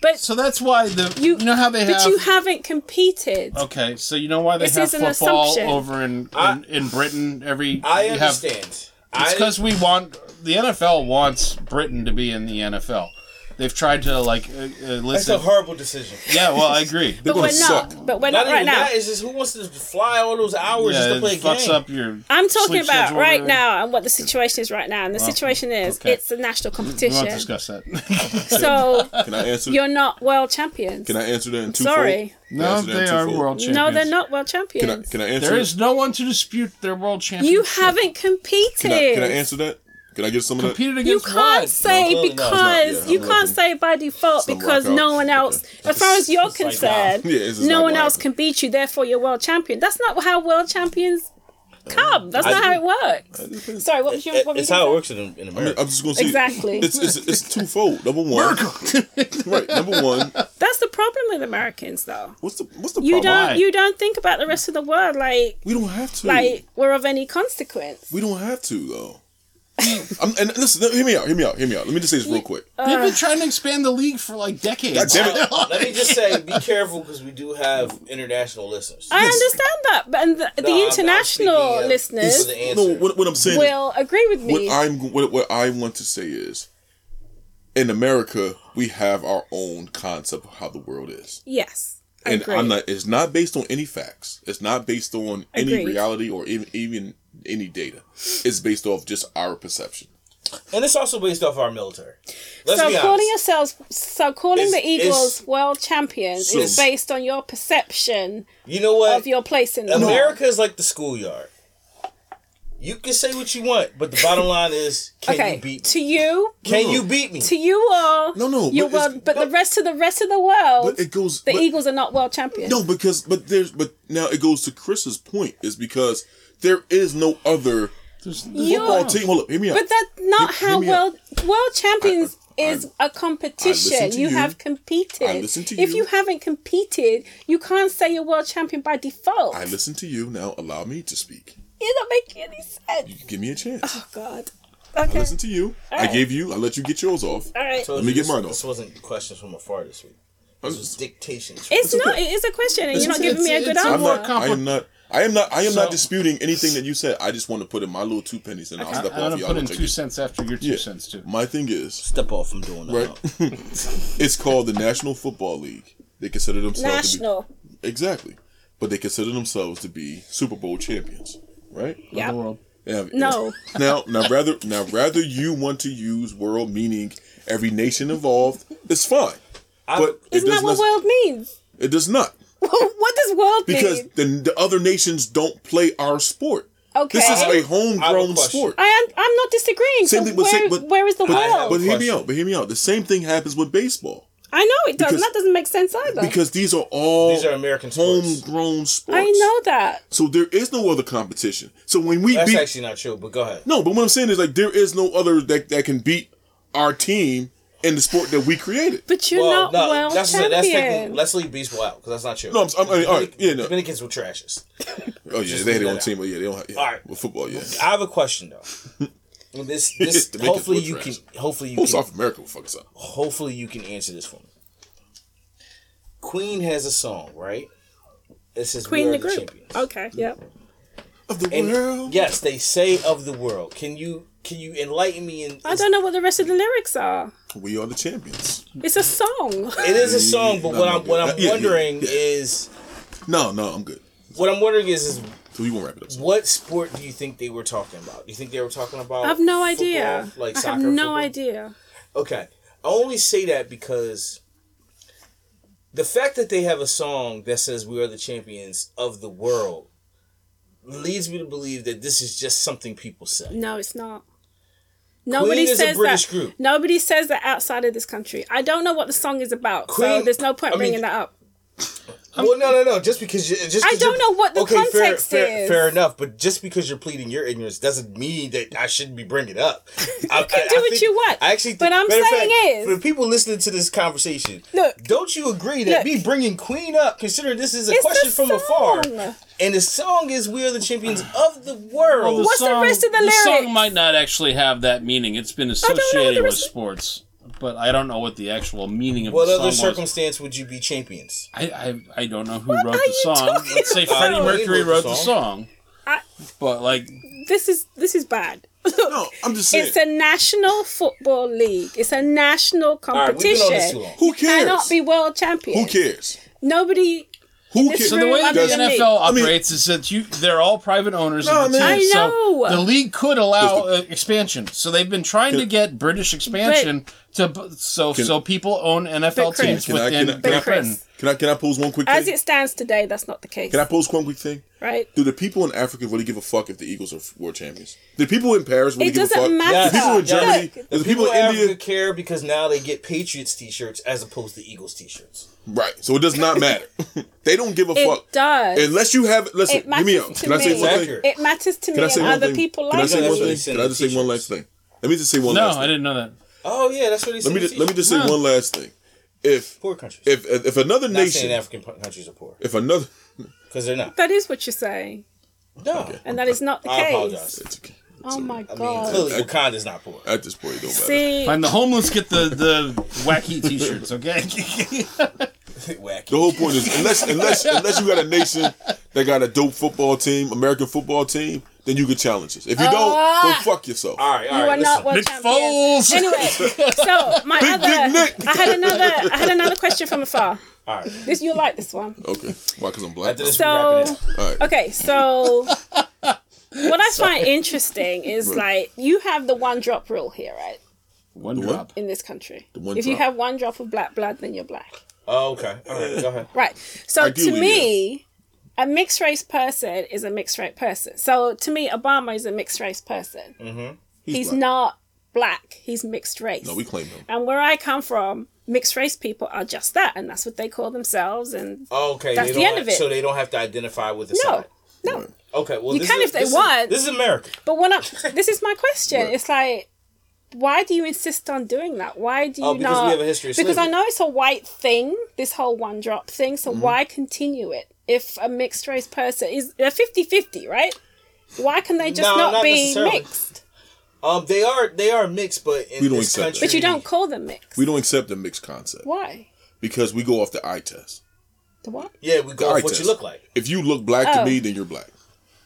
Speaker 2: but
Speaker 4: So that's why the
Speaker 2: You-
Speaker 4: you, know how they
Speaker 2: But
Speaker 4: have.
Speaker 2: you haven't competed.
Speaker 4: okay, so you know why they
Speaker 2: This
Speaker 4: have
Speaker 2: is an
Speaker 4: football
Speaker 2: assumption.
Speaker 4: over in in,
Speaker 1: I-
Speaker 4: in Britain every.
Speaker 1: I
Speaker 4: you have-
Speaker 1: understand. I,
Speaker 4: it's because we want the NFL wants Britain to be in the NFL. They've tried to like uh, uh,
Speaker 1: that's a
Speaker 4: listen.
Speaker 1: horrible decision.
Speaker 4: Yeah, well, I agree.
Speaker 2: But we're
Speaker 3: gonna
Speaker 2: not. But we're
Speaker 1: Not
Speaker 2: not right
Speaker 1: even
Speaker 2: now.
Speaker 1: that. It's just who wants to fly all those hours
Speaker 4: Yeah,
Speaker 1: just to
Speaker 4: it
Speaker 1: play a
Speaker 4: fucks
Speaker 1: game.
Speaker 4: up your.
Speaker 2: I'm talking
Speaker 4: sleep
Speaker 2: about
Speaker 4: schedule
Speaker 2: right
Speaker 4: and-
Speaker 2: now and what the situation is right now.
Speaker 3: Oh,
Speaker 2: And the situation is
Speaker 4: okay.
Speaker 2: it's a national
Speaker 3: Mm,
Speaker 4: We won't
Speaker 2: competition.
Speaker 4: discuss that.
Speaker 2: So
Speaker 3: Can I answer?
Speaker 2: you're not world champions.
Speaker 3: Can I answer that in two?
Speaker 2: Sorry.
Speaker 4: no, they are world champions.
Speaker 2: No, they're not world
Speaker 3: Can I,
Speaker 2: champions.
Speaker 3: can I answer?
Speaker 4: There is no one to dispute their world championship.
Speaker 2: You haven't
Speaker 3: Can I, can I
Speaker 2: competed.
Speaker 3: answer that? Can I get some of that?
Speaker 4: competed
Speaker 2: You
Speaker 4: against
Speaker 2: can't
Speaker 4: what?
Speaker 2: say
Speaker 1: No, clearly not.
Speaker 2: because
Speaker 3: It's not, yeah,
Speaker 2: you
Speaker 3: I'm
Speaker 2: can't
Speaker 3: looking.
Speaker 2: say by default
Speaker 3: Some
Speaker 2: because
Speaker 3: blackout.
Speaker 2: no one else, as far as you're concerned,
Speaker 3: Yeah, it's just
Speaker 2: no
Speaker 3: not
Speaker 2: one
Speaker 3: what
Speaker 2: else can
Speaker 3: happened.
Speaker 2: beat you. Therefore, you're world champion. That's not how world champions come. That's not how it works. Sorry, what was your?
Speaker 1: It-
Speaker 2: What was
Speaker 1: it's
Speaker 2: your-
Speaker 1: how it works in, in America.
Speaker 3: I'm just gonna say
Speaker 2: Exactly.
Speaker 3: It's, it's it's twofold. Number one, right? Number one,
Speaker 2: That's the problem with Americans, though.
Speaker 3: what's the what's the
Speaker 2: You
Speaker 3: problem?
Speaker 2: don't
Speaker 4: why?
Speaker 2: you don't think about the rest of the world like
Speaker 3: We don't have to.
Speaker 2: like we're of any consequence.
Speaker 3: we don't have to though. I'm, and listen, hear me out, hear me out, hear me out. Let me just say this real quick.
Speaker 2: uh,
Speaker 4: They've been trying to expand the league for like decades.
Speaker 3: God damn it.
Speaker 1: Let me just say, be careful because we do have international listeners.
Speaker 2: I understand that, but and the,
Speaker 1: No, I'm-
Speaker 2: the
Speaker 1: I'm
Speaker 2: international
Speaker 1: speaking of-
Speaker 2: listeners
Speaker 1: this is the
Speaker 3: No,
Speaker 1: answer.
Speaker 3: what, what I'm saying is,
Speaker 2: will agree with me.
Speaker 3: what I'm what, what I want to say is, in America, we have our own concept of how the world is,
Speaker 2: yes,
Speaker 3: and
Speaker 2: agree.
Speaker 3: I'm not. It's not based on any facts. It's not based on any
Speaker 2: Agreed.
Speaker 3: reality or even even any data. It's based off just our perception.
Speaker 1: and it's also based off our military. Let's
Speaker 2: So
Speaker 1: be
Speaker 2: calling
Speaker 1: honest.
Speaker 2: yourselves, so calling
Speaker 1: It's-
Speaker 2: the Eagles
Speaker 1: it's-
Speaker 2: world champions
Speaker 3: So-
Speaker 2: is based on your perception
Speaker 1: You know what?
Speaker 2: of your place in the world.
Speaker 1: America is like the schoolyard. You can say what you want, but the bottom line is, can
Speaker 2: Okay,
Speaker 1: you beat? Me?
Speaker 2: to you,
Speaker 1: Can you beat me?
Speaker 2: to you all.
Speaker 3: No, no,
Speaker 2: you
Speaker 3: but it's-
Speaker 2: world, but, the rest to the rest of the world,
Speaker 3: But it goes.
Speaker 2: the
Speaker 3: but-
Speaker 2: Eagles are not world champions.
Speaker 3: No, because but there's but now it goes to Chris's point is because there is no other football team. Hold up, hear me out.
Speaker 2: But that's not
Speaker 3: Hear-
Speaker 2: how
Speaker 3: hear me out.
Speaker 2: world world champions
Speaker 3: I- I-
Speaker 2: is a competition.
Speaker 3: to
Speaker 2: You,
Speaker 3: you.
Speaker 2: have competed.
Speaker 3: I listen to
Speaker 2: if
Speaker 3: you.
Speaker 2: you haven't competed, you can't say you're world champion by default.
Speaker 3: I listen to you now. Allow me to speak.
Speaker 2: It don't make any sense.
Speaker 3: Give me a chance.
Speaker 2: Oh God.
Speaker 3: I
Speaker 2: Okay.
Speaker 3: listen to you. I gave you. I let you get yours off.
Speaker 2: All right.
Speaker 1: Told
Speaker 3: Let me
Speaker 1: you
Speaker 3: get
Speaker 1: this-
Speaker 3: mine off.
Speaker 1: This wasn't questions from afar this week. This was dictations. from-
Speaker 2: It's not. It is a question, and you're not
Speaker 4: it's-
Speaker 2: giving me a
Speaker 4: it's-
Speaker 2: good
Speaker 4: it's
Speaker 3: I'm
Speaker 4: more
Speaker 3: not.
Speaker 2: answer.
Speaker 3: I am not. I am not. I am not
Speaker 4: So-
Speaker 3: disputing anything that you said. I just want to put in my little two pennies and I'll
Speaker 4: I'm
Speaker 3: step off
Speaker 4: gonna
Speaker 3: y'all.
Speaker 4: put in
Speaker 3: and take
Speaker 4: two
Speaker 3: it.
Speaker 4: cents after your two
Speaker 3: Yeah.
Speaker 4: cents too.
Speaker 3: My thing is
Speaker 1: Step off from doing that.
Speaker 3: right. it's called the National Football League. They consider themselves
Speaker 2: National.
Speaker 3: To be, exactly, but they consider themselves to be Super Bowl champions, right?
Speaker 4: The
Speaker 2: Yeah.
Speaker 4: world.
Speaker 3: Now,
Speaker 2: No.
Speaker 3: Now, now, rather, now, rather, you want to use world meaning every nation involved. It's fine, but it
Speaker 2: Isn't
Speaker 3: does
Speaker 2: that what
Speaker 3: not.
Speaker 2: world means?
Speaker 3: It does not
Speaker 2: what does world
Speaker 3: because
Speaker 2: mean?
Speaker 3: the, the other nations don't play our sport.
Speaker 2: Okay.
Speaker 3: This is a
Speaker 1: I have a
Speaker 3: homegrown
Speaker 1: question.
Speaker 3: sport.
Speaker 2: I am. I'm not disagreeing.
Speaker 3: Same
Speaker 2: so
Speaker 3: thing, but
Speaker 2: where,
Speaker 3: same- but-
Speaker 2: where is the
Speaker 1: I have-
Speaker 2: world?
Speaker 3: But hear me
Speaker 1: Question.
Speaker 3: out. But hear me out. The same thing happens with baseball
Speaker 2: I know it doesn't.
Speaker 3: because-
Speaker 2: That doesn't make sense either.
Speaker 3: because these are all
Speaker 1: These are American sports.
Speaker 3: homegrown sports.
Speaker 2: I know that.
Speaker 3: So there is no other competition. So when we
Speaker 1: That's
Speaker 3: beat
Speaker 1: actually not true, but go ahead.
Speaker 3: no, but what I'm saying is like there is no other that that can beat our team in the sport that we created.
Speaker 2: But you're not world
Speaker 1: that's,
Speaker 2: champion.
Speaker 1: that's technically, let's leave baseball out because that's not true.
Speaker 3: No, I'm- I'm- I mean, all right, yeah, no.
Speaker 1: Dominicans were trashes.
Speaker 3: Oh yeah, they had their
Speaker 1: leave
Speaker 3: own
Speaker 1: that
Speaker 3: team, but yeah, they don't. Have, yeah.
Speaker 1: All right.
Speaker 3: Well, football, yeah.
Speaker 1: I have a question though. And This, this
Speaker 3: Dominicans
Speaker 1: hopefully
Speaker 3: were
Speaker 1: you can,
Speaker 3: trash.
Speaker 1: hopefully you
Speaker 3: Who's
Speaker 1: can,
Speaker 3: off America will fuck us up.
Speaker 1: hopefully you can answer this for me. Queen has a song, right? It says
Speaker 2: Queen the
Speaker 1: we are the,
Speaker 2: group.
Speaker 1: champions. Mm.
Speaker 2: Okay. Yeah.
Speaker 3: Of the
Speaker 1: And
Speaker 3: world.
Speaker 1: yes, they say of the world. Can you can you enlighten me? In,
Speaker 2: I don't know what the rest of the lyrics are.
Speaker 3: We are the champions.
Speaker 2: It's a song.
Speaker 1: It is a song, but
Speaker 3: No,
Speaker 1: what
Speaker 3: no,
Speaker 1: I'm what I'm
Speaker 3: yeah, yeah,
Speaker 1: wondering
Speaker 3: yeah.
Speaker 1: is
Speaker 3: No, no, I'm good.
Speaker 1: what I'm wondering is is
Speaker 3: So we won't wrap it up.
Speaker 1: what sport do you think they were talking about? Do you think they were talking about?
Speaker 2: I have no
Speaker 1: football,
Speaker 2: idea.
Speaker 1: like
Speaker 2: I
Speaker 1: soccer,
Speaker 2: have no
Speaker 1: football?
Speaker 2: idea.
Speaker 1: Okay, I only say that because the fact that they have a song that says "We are the champions of the world" leads me to believe that this is just something people say.
Speaker 2: No, it's not. Nobody
Speaker 1: is a
Speaker 2: says
Speaker 1: British
Speaker 2: that.
Speaker 1: group.
Speaker 2: Nobody says that outside of this country. I don't know what the song is about, so
Speaker 1: Queen-
Speaker 2: there's no point
Speaker 1: I mean-
Speaker 2: bringing that up.
Speaker 1: well, no, no, no. Just because you, just 'cause
Speaker 2: I don't
Speaker 1: you're-
Speaker 2: know what the
Speaker 1: fair-
Speaker 2: context
Speaker 1: fair,
Speaker 2: is.
Speaker 1: Fair enough, but just because you're pleading your ignorance doesn't mean that I shouldn't be bringing it up. I,
Speaker 2: can do what you want,
Speaker 1: I actually,
Speaker 2: but
Speaker 1: think-
Speaker 2: I'm
Speaker 1: matter of
Speaker 2: saying
Speaker 1: fact,
Speaker 2: is-
Speaker 1: for the people listening to this conversation,
Speaker 2: Look.
Speaker 1: don't you agree that
Speaker 2: Look.
Speaker 1: me bringing Queen up, considering this is a
Speaker 2: It's
Speaker 1: question
Speaker 2: a
Speaker 1: from afar,
Speaker 2: song.
Speaker 1: and the song is "We Are the Champions of the World."
Speaker 4: Well,
Speaker 2: What's the rest of the lyrics?
Speaker 4: song might not actually have that meaning. It's been
Speaker 2: know what
Speaker 4: associated
Speaker 2: the
Speaker 4: with
Speaker 2: rest of-
Speaker 4: sports, but I don't know what the actual meaning of
Speaker 1: What
Speaker 4: the song
Speaker 1: other
Speaker 4: was.
Speaker 1: circumstance would you be champions?
Speaker 4: I, I I don't know who wrote
Speaker 2: are
Speaker 4: the
Speaker 2: you
Speaker 4: song.
Speaker 2: talking
Speaker 4: Let's say
Speaker 2: about?
Speaker 4: Freddie
Speaker 1: Oh, he
Speaker 4: Mercury
Speaker 1: wrote
Speaker 4: wrote
Speaker 1: the
Speaker 4: the song.
Speaker 2: I-
Speaker 4: But like,
Speaker 2: This is this is bad.
Speaker 3: No, I'm just saying.
Speaker 2: It's a national football league. It's a national
Speaker 1: right, we've been
Speaker 2: competition.
Speaker 1: on this too long.
Speaker 3: Who
Speaker 2: You Cannot
Speaker 3: cares?
Speaker 2: be world champion.
Speaker 3: Who cares?
Speaker 2: Nobody.
Speaker 3: Who
Speaker 2: It's
Speaker 3: cares?
Speaker 4: so the way
Speaker 2: Does-
Speaker 4: the
Speaker 2: Does-
Speaker 4: NFL
Speaker 3: mean-
Speaker 4: operates is that you they're all private owners
Speaker 3: No,
Speaker 4: of the
Speaker 3: I
Speaker 4: team.
Speaker 2: mean- I
Speaker 4: So
Speaker 2: know.
Speaker 4: the league could allow uh, expansion. So they've been trying to get British expansion to b- so so people own NFL
Speaker 2: But Chris-
Speaker 4: teams
Speaker 3: Can I-
Speaker 4: within
Speaker 3: can I-
Speaker 4: Great
Speaker 3: can I-
Speaker 4: Britain.
Speaker 2: Chris,
Speaker 3: Can I can I pose one quick
Speaker 2: as
Speaker 3: thing?
Speaker 2: it stands today, that's not the case.
Speaker 3: Can I pose one quick thing?
Speaker 2: right?
Speaker 3: Do the people in Africa really give a fuck if the Eagles are world champions? Do the people in Paris really
Speaker 2: It
Speaker 3: give a
Speaker 2: doesn't
Speaker 3: fuck?
Speaker 2: matter.
Speaker 3: The people in
Speaker 2: Yes.
Speaker 3: Germany,
Speaker 2: Look,
Speaker 3: the, people,
Speaker 1: People
Speaker 3: in
Speaker 1: in
Speaker 3: India,
Speaker 1: Africa care because now they get Patriots T-shirts as opposed to Eagles T-shirts.
Speaker 3: right? So it does not matter. they don't give a
Speaker 2: It
Speaker 3: fuck
Speaker 2: does.
Speaker 3: unless you have. Listen,
Speaker 2: It
Speaker 3: give me
Speaker 2: matters
Speaker 3: out.
Speaker 2: to
Speaker 3: Can I say
Speaker 2: me.
Speaker 3: one
Speaker 1: Accurate.
Speaker 3: thing?
Speaker 2: It matters to
Speaker 3: Can
Speaker 2: me
Speaker 3: I say
Speaker 2: and
Speaker 3: one
Speaker 2: other
Speaker 3: thing?
Speaker 2: people
Speaker 3: Can I
Speaker 2: like
Speaker 3: say
Speaker 1: it.
Speaker 3: one
Speaker 2: it.
Speaker 1: That's
Speaker 3: thing?
Speaker 1: what
Speaker 3: Can I just say one last thing? Let me just say one
Speaker 4: No,
Speaker 3: last
Speaker 4: I
Speaker 3: thing.
Speaker 4: didn't know that.
Speaker 1: Oh yeah, that's what he said.
Speaker 3: Let me just, let me just say one last thing. If
Speaker 1: poor countries.
Speaker 3: if if if another
Speaker 1: not saying
Speaker 3: nation,
Speaker 1: African pu- countries are poor
Speaker 3: if another,
Speaker 1: because they're not.
Speaker 2: That is what you're saying,
Speaker 1: No,
Speaker 2: and that is not the
Speaker 1: I
Speaker 2: case.
Speaker 1: apologize.
Speaker 3: it's okay.
Speaker 2: Oh my god.
Speaker 1: Clearly, Wakanda's not poor.
Speaker 3: At this point, it don't matter.
Speaker 2: See,
Speaker 4: And the homeless get the, the wacky t shirts, okay?
Speaker 1: Wacky.
Speaker 3: The whole point is unless unless unless you got a nation that got a dope football team, American football team, then you can challenge us. If you don't, go fuck yourself.
Speaker 1: All right, all
Speaker 2: you
Speaker 1: right.
Speaker 2: are not world
Speaker 4: Nick
Speaker 2: champions.
Speaker 4: Foles.
Speaker 2: Anyway, so my other,
Speaker 3: Nick.
Speaker 2: I had another, I had another question from afar.
Speaker 1: All right.
Speaker 2: This you like this one?
Speaker 3: Okay. Why? Because I'm black.
Speaker 1: After this, we're wrapping it
Speaker 2: So,
Speaker 1: up.
Speaker 3: All right.
Speaker 2: okay, so what I find interesting is like you have the one drop rule here, right?
Speaker 4: One
Speaker 3: what?
Speaker 4: drop.
Speaker 2: In this country,
Speaker 3: one
Speaker 2: if you
Speaker 3: drop.
Speaker 2: have one drop of black blood, then you're black.
Speaker 1: Oh, okay. All right, go ahead.
Speaker 2: Right. So
Speaker 3: Ideally,
Speaker 2: to me, a mixed race person is a mixed race person. So to me, Obama is a mixed race person. Mm-hmm. He's,
Speaker 3: black.
Speaker 2: not black. He's mixed race.
Speaker 3: No, we claim them.
Speaker 2: and where I come from, mixed race people are just that, and that's what they call themselves. And
Speaker 1: Oh, okay.
Speaker 2: That's
Speaker 1: they
Speaker 2: the
Speaker 1: don't
Speaker 2: end
Speaker 1: have-
Speaker 2: of it.
Speaker 1: So they don't have to identify with the
Speaker 2: no,
Speaker 1: side.
Speaker 2: no.
Speaker 1: Okay. Well,
Speaker 2: You
Speaker 1: this
Speaker 2: can
Speaker 1: is,
Speaker 2: if they
Speaker 1: this is-
Speaker 2: want.
Speaker 1: this is America.
Speaker 2: But when I, this is my question. It's like, why do you insist on doing that? Why do you
Speaker 1: Oh, because we
Speaker 2: not?
Speaker 1: have a history of
Speaker 2: because I
Speaker 1: slavery. Mm-hmm.
Speaker 2: know it's a white thing, this whole one drop thing. So why continue it if a mixed race person is they're 50-50, right? Why can they just
Speaker 1: No,
Speaker 2: not,
Speaker 1: not
Speaker 2: be
Speaker 1: necessarily.
Speaker 2: mixed?
Speaker 1: Um, they are they are mixed, but in
Speaker 3: We don't
Speaker 1: this
Speaker 3: accept
Speaker 1: country,
Speaker 3: that.
Speaker 2: But you don't call them mixed.
Speaker 3: We don't accept the mixed concept
Speaker 2: why?
Speaker 3: because we go off the eye test.
Speaker 2: The what?
Speaker 1: Yeah, we
Speaker 3: The
Speaker 1: go
Speaker 3: eye
Speaker 1: off what
Speaker 3: test.
Speaker 1: you look like.
Speaker 3: If you look black
Speaker 2: Oh.
Speaker 3: to me, then you're black.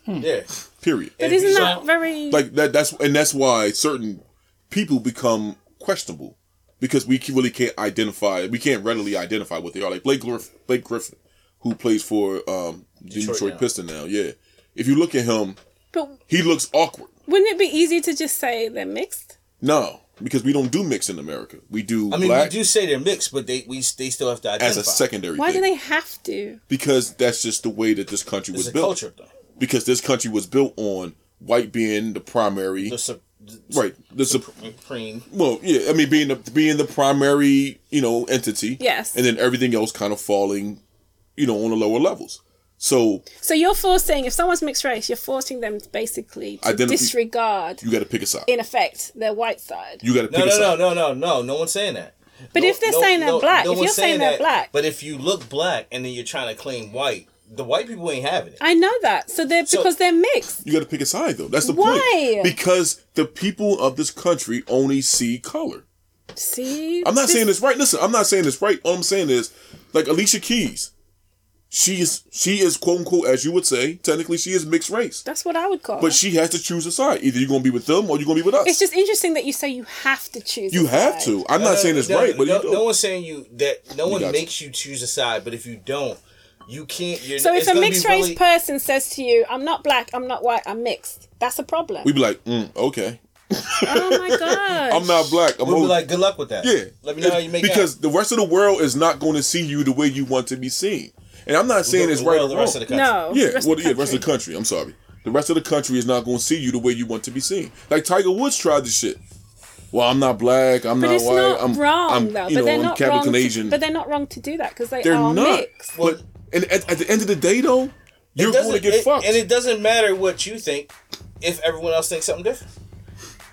Speaker 2: Hmm.
Speaker 1: Yeah.
Speaker 3: Period.
Speaker 2: But
Speaker 1: if
Speaker 2: isn't
Speaker 1: you
Speaker 2: that
Speaker 4: saw-
Speaker 2: very
Speaker 3: like that that's and that's why certain people become questionable because we really can't identify we can't readily identify what they are like blake griffin, blake griffin who plays for um the detroit,
Speaker 1: now.
Speaker 3: piston now yeah if you look at him
Speaker 2: but
Speaker 3: he looks awkward
Speaker 2: wouldn't it be easy to just say they're mixed?
Speaker 3: no because we don't do mix in america we do
Speaker 1: I mean,
Speaker 3: black
Speaker 1: we do say they're mixed, but they we they still have to identify.
Speaker 3: as a secondary
Speaker 2: Why do
Speaker 3: thing
Speaker 2: they have to?
Speaker 3: because that's just the way that this country
Speaker 1: It's
Speaker 3: was
Speaker 1: a
Speaker 3: built
Speaker 1: culture thing.
Speaker 3: because this country was built on white being the primary
Speaker 1: The, sup- the
Speaker 3: right the sup-
Speaker 1: supreme.
Speaker 3: Well, yeah, I mean, being the being the primary, you know, entity.
Speaker 2: Yes.
Speaker 3: And then everything else kind of falling, you know, on the lower levels. So
Speaker 2: So you're forcing if someone's mixed race, you're forcing them basically to
Speaker 3: Identity-
Speaker 2: disregard
Speaker 3: you got to pick a side.
Speaker 2: in effect their white side.
Speaker 3: You got to pick
Speaker 1: No,
Speaker 3: a
Speaker 1: no,
Speaker 3: side.
Speaker 1: no, no, no, no. No one's saying that.
Speaker 2: But
Speaker 1: No-
Speaker 2: if they're
Speaker 1: no-
Speaker 2: saying they're
Speaker 1: no-
Speaker 2: black,
Speaker 1: no
Speaker 2: if
Speaker 1: one's
Speaker 2: you're saying they're black,
Speaker 1: but if you look black and then you're trying to claim white, the white people ain't having it.
Speaker 2: I know that. So they're
Speaker 1: So-
Speaker 2: because they're mixed.
Speaker 3: You got to pick a side, though. That's the
Speaker 2: Why?
Speaker 3: point. Because the people of this country only see color.
Speaker 2: See,
Speaker 3: I'm not saying this right. Listen, I'm not saying this right. All I'm saying is, like Alicia Keys, she is she is quote unquote, as you would say, technically she is mixed race,
Speaker 2: That's what I would call.
Speaker 3: but
Speaker 2: it.
Speaker 3: she has to choose a side. Either you're gonna be with them or you're gonna be with us.
Speaker 2: it's just interesting that you say you have to choose.
Speaker 3: you
Speaker 2: a
Speaker 3: have
Speaker 2: side.
Speaker 3: to. I'm
Speaker 1: No,
Speaker 3: not
Speaker 1: no,
Speaker 3: saying it's
Speaker 1: no,
Speaker 3: right, but
Speaker 1: no,
Speaker 3: you do.
Speaker 1: no one's saying you that no
Speaker 3: got
Speaker 1: one
Speaker 3: you.
Speaker 1: makes you choose a side. But if you don't, you can't. You're,
Speaker 2: So
Speaker 1: it's
Speaker 2: if a
Speaker 1: gonna be
Speaker 2: mixed race
Speaker 1: really-
Speaker 2: person says to you, "I'm not black, I'm not white, I'm mixed," that's a problem.
Speaker 3: We'd be like, mm, okay.
Speaker 2: oh my god!
Speaker 3: I'm not black. I'm
Speaker 1: we'll be
Speaker 3: over.
Speaker 1: like, good luck with that.
Speaker 3: yeah.
Speaker 1: Let me know how you make
Speaker 3: because
Speaker 1: out.
Speaker 3: the rest of the world is not going to see you the way you want to be seen. And I'm not saying
Speaker 1: The-
Speaker 3: it's
Speaker 1: the
Speaker 3: right
Speaker 1: world,
Speaker 3: or
Speaker 1: the
Speaker 3: wrong.
Speaker 1: rest of the country.
Speaker 2: No.
Speaker 3: yeah,
Speaker 2: the rest
Speaker 3: well,
Speaker 2: of
Speaker 3: yeah, rest of the country. I'm sorry. The rest of the country is not going to see you the way you want to be seen. Like Tiger Woods tried this shit. Well, I'm not black. I'm
Speaker 2: But
Speaker 3: not
Speaker 2: it's
Speaker 3: white.
Speaker 2: not
Speaker 3: I'm
Speaker 2: wrong
Speaker 3: I'm,
Speaker 2: though. but
Speaker 3: You know,
Speaker 2: they're
Speaker 3: I'm
Speaker 2: not
Speaker 3: Catholic
Speaker 2: wrong.
Speaker 3: and
Speaker 2: to-
Speaker 3: Asian.
Speaker 2: but they're not wrong to do that because they
Speaker 3: they're
Speaker 2: are
Speaker 3: not.
Speaker 2: mixed.
Speaker 3: But and at, at the end of the day, though, you're
Speaker 1: It doesn't-
Speaker 3: going to get
Speaker 1: it-
Speaker 3: fucked.
Speaker 1: And it doesn't matter what you think if everyone else thinks something different.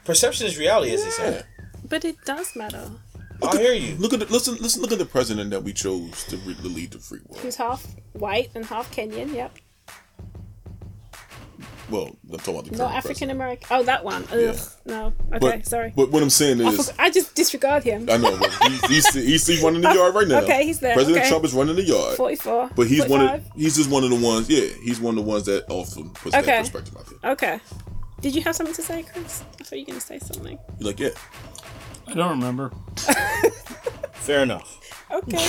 Speaker 1: Perception is reality, as they say.
Speaker 2: But it does matter.
Speaker 1: I hear you.
Speaker 3: look at the, listen. Listen. Look at the president that we chose to, re- to lead the free world.
Speaker 2: Who's half white and half Kenyan? Yep.
Speaker 3: Well, I'm talking about the
Speaker 2: Not
Speaker 3: current
Speaker 2: African
Speaker 3: president.
Speaker 2: American. Oh, that one. Ugh.
Speaker 3: Yeah.
Speaker 2: No. Okay.
Speaker 3: But,
Speaker 2: sorry.
Speaker 3: But what I'm saying
Speaker 2: I,
Speaker 3: is,
Speaker 2: forgot- I just disregard him.
Speaker 3: I know. But he's, he's, he's, he's running the yard right now.
Speaker 2: Okay, he's there,
Speaker 3: President
Speaker 2: okay.
Speaker 3: Trump is running the yard.
Speaker 2: 44.
Speaker 3: But he's one of
Speaker 2: 45?
Speaker 3: he's just one of the ones. Yeah, he's one of the ones that often puts
Speaker 2: Okay.
Speaker 3: that perspective out there.
Speaker 2: Okay. Did you have something to say, Chris? I thought you were going to say something.
Speaker 3: You're like, yeah,
Speaker 4: I don't remember.
Speaker 1: Fair enough.
Speaker 2: Okay.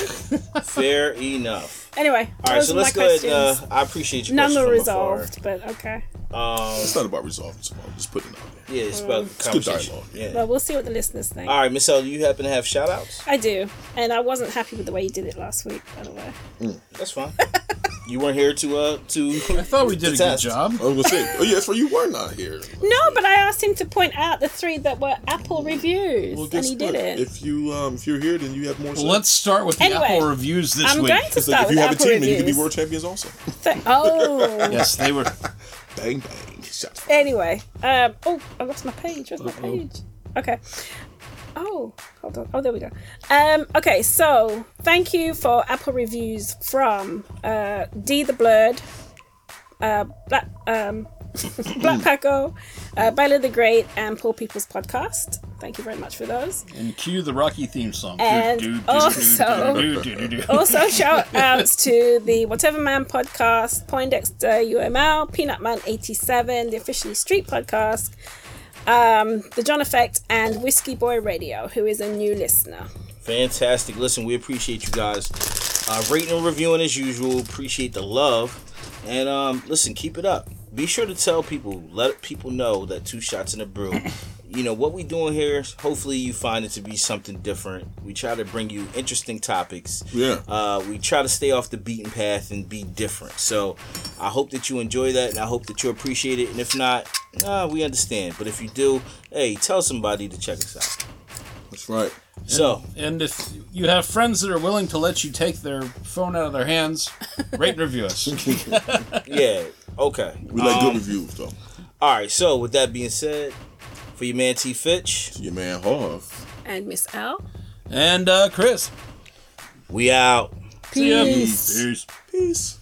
Speaker 1: Fair enough.
Speaker 2: anyway,
Speaker 1: All right,
Speaker 2: those
Speaker 1: so
Speaker 2: are my
Speaker 1: let's go ahead.
Speaker 2: questions.
Speaker 1: Uh, I appreciate your
Speaker 2: None
Speaker 1: questions
Speaker 2: were
Speaker 1: from
Speaker 2: resolved, but okay.
Speaker 1: Before. Um,
Speaker 3: it's not about resolving someone. Just putting it out there.
Speaker 1: yeah, it's
Speaker 2: Mm.
Speaker 1: about
Speaker 3: good
Speaker 1: conversation.
Speaker 3: dialogue.
Speaker 1: Yeah.
Speaker 2: Well, we'll see what the listeners think.
Speaker 1: All right, Miss L, you happen to have shout outs?
Speaker 2: I do. And I wasn't happy with the way you did it last week, by the way.
Speaker 1: That's fine. you weren't here to uh to.
Speaker 4: I thought we did a good
Speaker 1: Test.
Speaker 4: job.
Speaker 3: I was gonna say, oh yeah, that's why you were not here.
Speaker 2: No, but I asked him to point out the three that were Apple reviews,
Speaker 3: Well,
Speaker 2: and
Speaker 3: guess
Speaker 2: he
Speaker 3: what?
Speaker 2: did it.
Speaker 3: If you um if you're here, then you have more. say.
Speaker 4: Let's start with the
Speaker 2: Anyway,
Speaker 4: Apple reviews this
Speaker 2: I'm
Speaker 4: week.
Speaker 2: going to
Speaker 3: It's like
Speaker 2: start
Speaker 3: if
Speaker 2: with
Speaker 3: you have a
Speaker 2: Apple
Speaker 3: team, then you
Speaker 2: reviews.
Speaker 3: can be world champions also.
Speaker 2: Th- oh.
Speaker 4: Yes, they were.
Speaker 3: bang bang. Shots fired.
Speaker 2: Anyway, um, oh, I lost my page. Where's my page? Okay. Oh, hold on. Oh, there we go. Um, okay, so thank you for Apple reviews from uh, D the Blurred, uh, Black, um, Black Paco, uh, Bella the Great, and Poor People's Podcast. Thank you very much for those.
Speaker 4: And cue the Rocky theme song.
Speaker 2: And also- Also, shout outs to the Whatever Man podcast, Poindexter UML, Peanut Man 87, the Officially Street podcast, um, The John Effect, and Whiskey Boy Radio, who is a new listener.
Speaker 1: Fantastic. Listen, we appreciate you guys. Uh, rating and reviewing as usual. Appreciate the love. And um, listen, keep it up. Be sure to tell people, let people know that two shots in a brew. You know what we doing here. Hopefully, you find it to be something different. We try to bring you interesting topics.
Speaker 3: Yeah.
Speaker 1: Uh, we try to stay off the beaten path and be different. So, I hope that you enjoy that, and I hope that you appreciate it. And if not, nah, we understand. But if you do, hey, tell somebody to check us out.
Speaker 3: That's right.
Speaker 1: So,
Speaker 4: And if you have friends that are willing to let you take their phone out of their hands, rate and review us.
Speaker 1: yeah. Okay.
Speaker 3: We like good reviews though.
Speaker 1: All right. So with that being said, for your man T Fitch,
Speaker 3: Your man Harv.
Speaker 2: And Miss L.
Speaker 4: And uh, Chris.
Speaker 1: we out.
Speaker 4: see ya.
Speaker 2: Peace.
Speaker 4: Peace.
Speaker 3: Peace.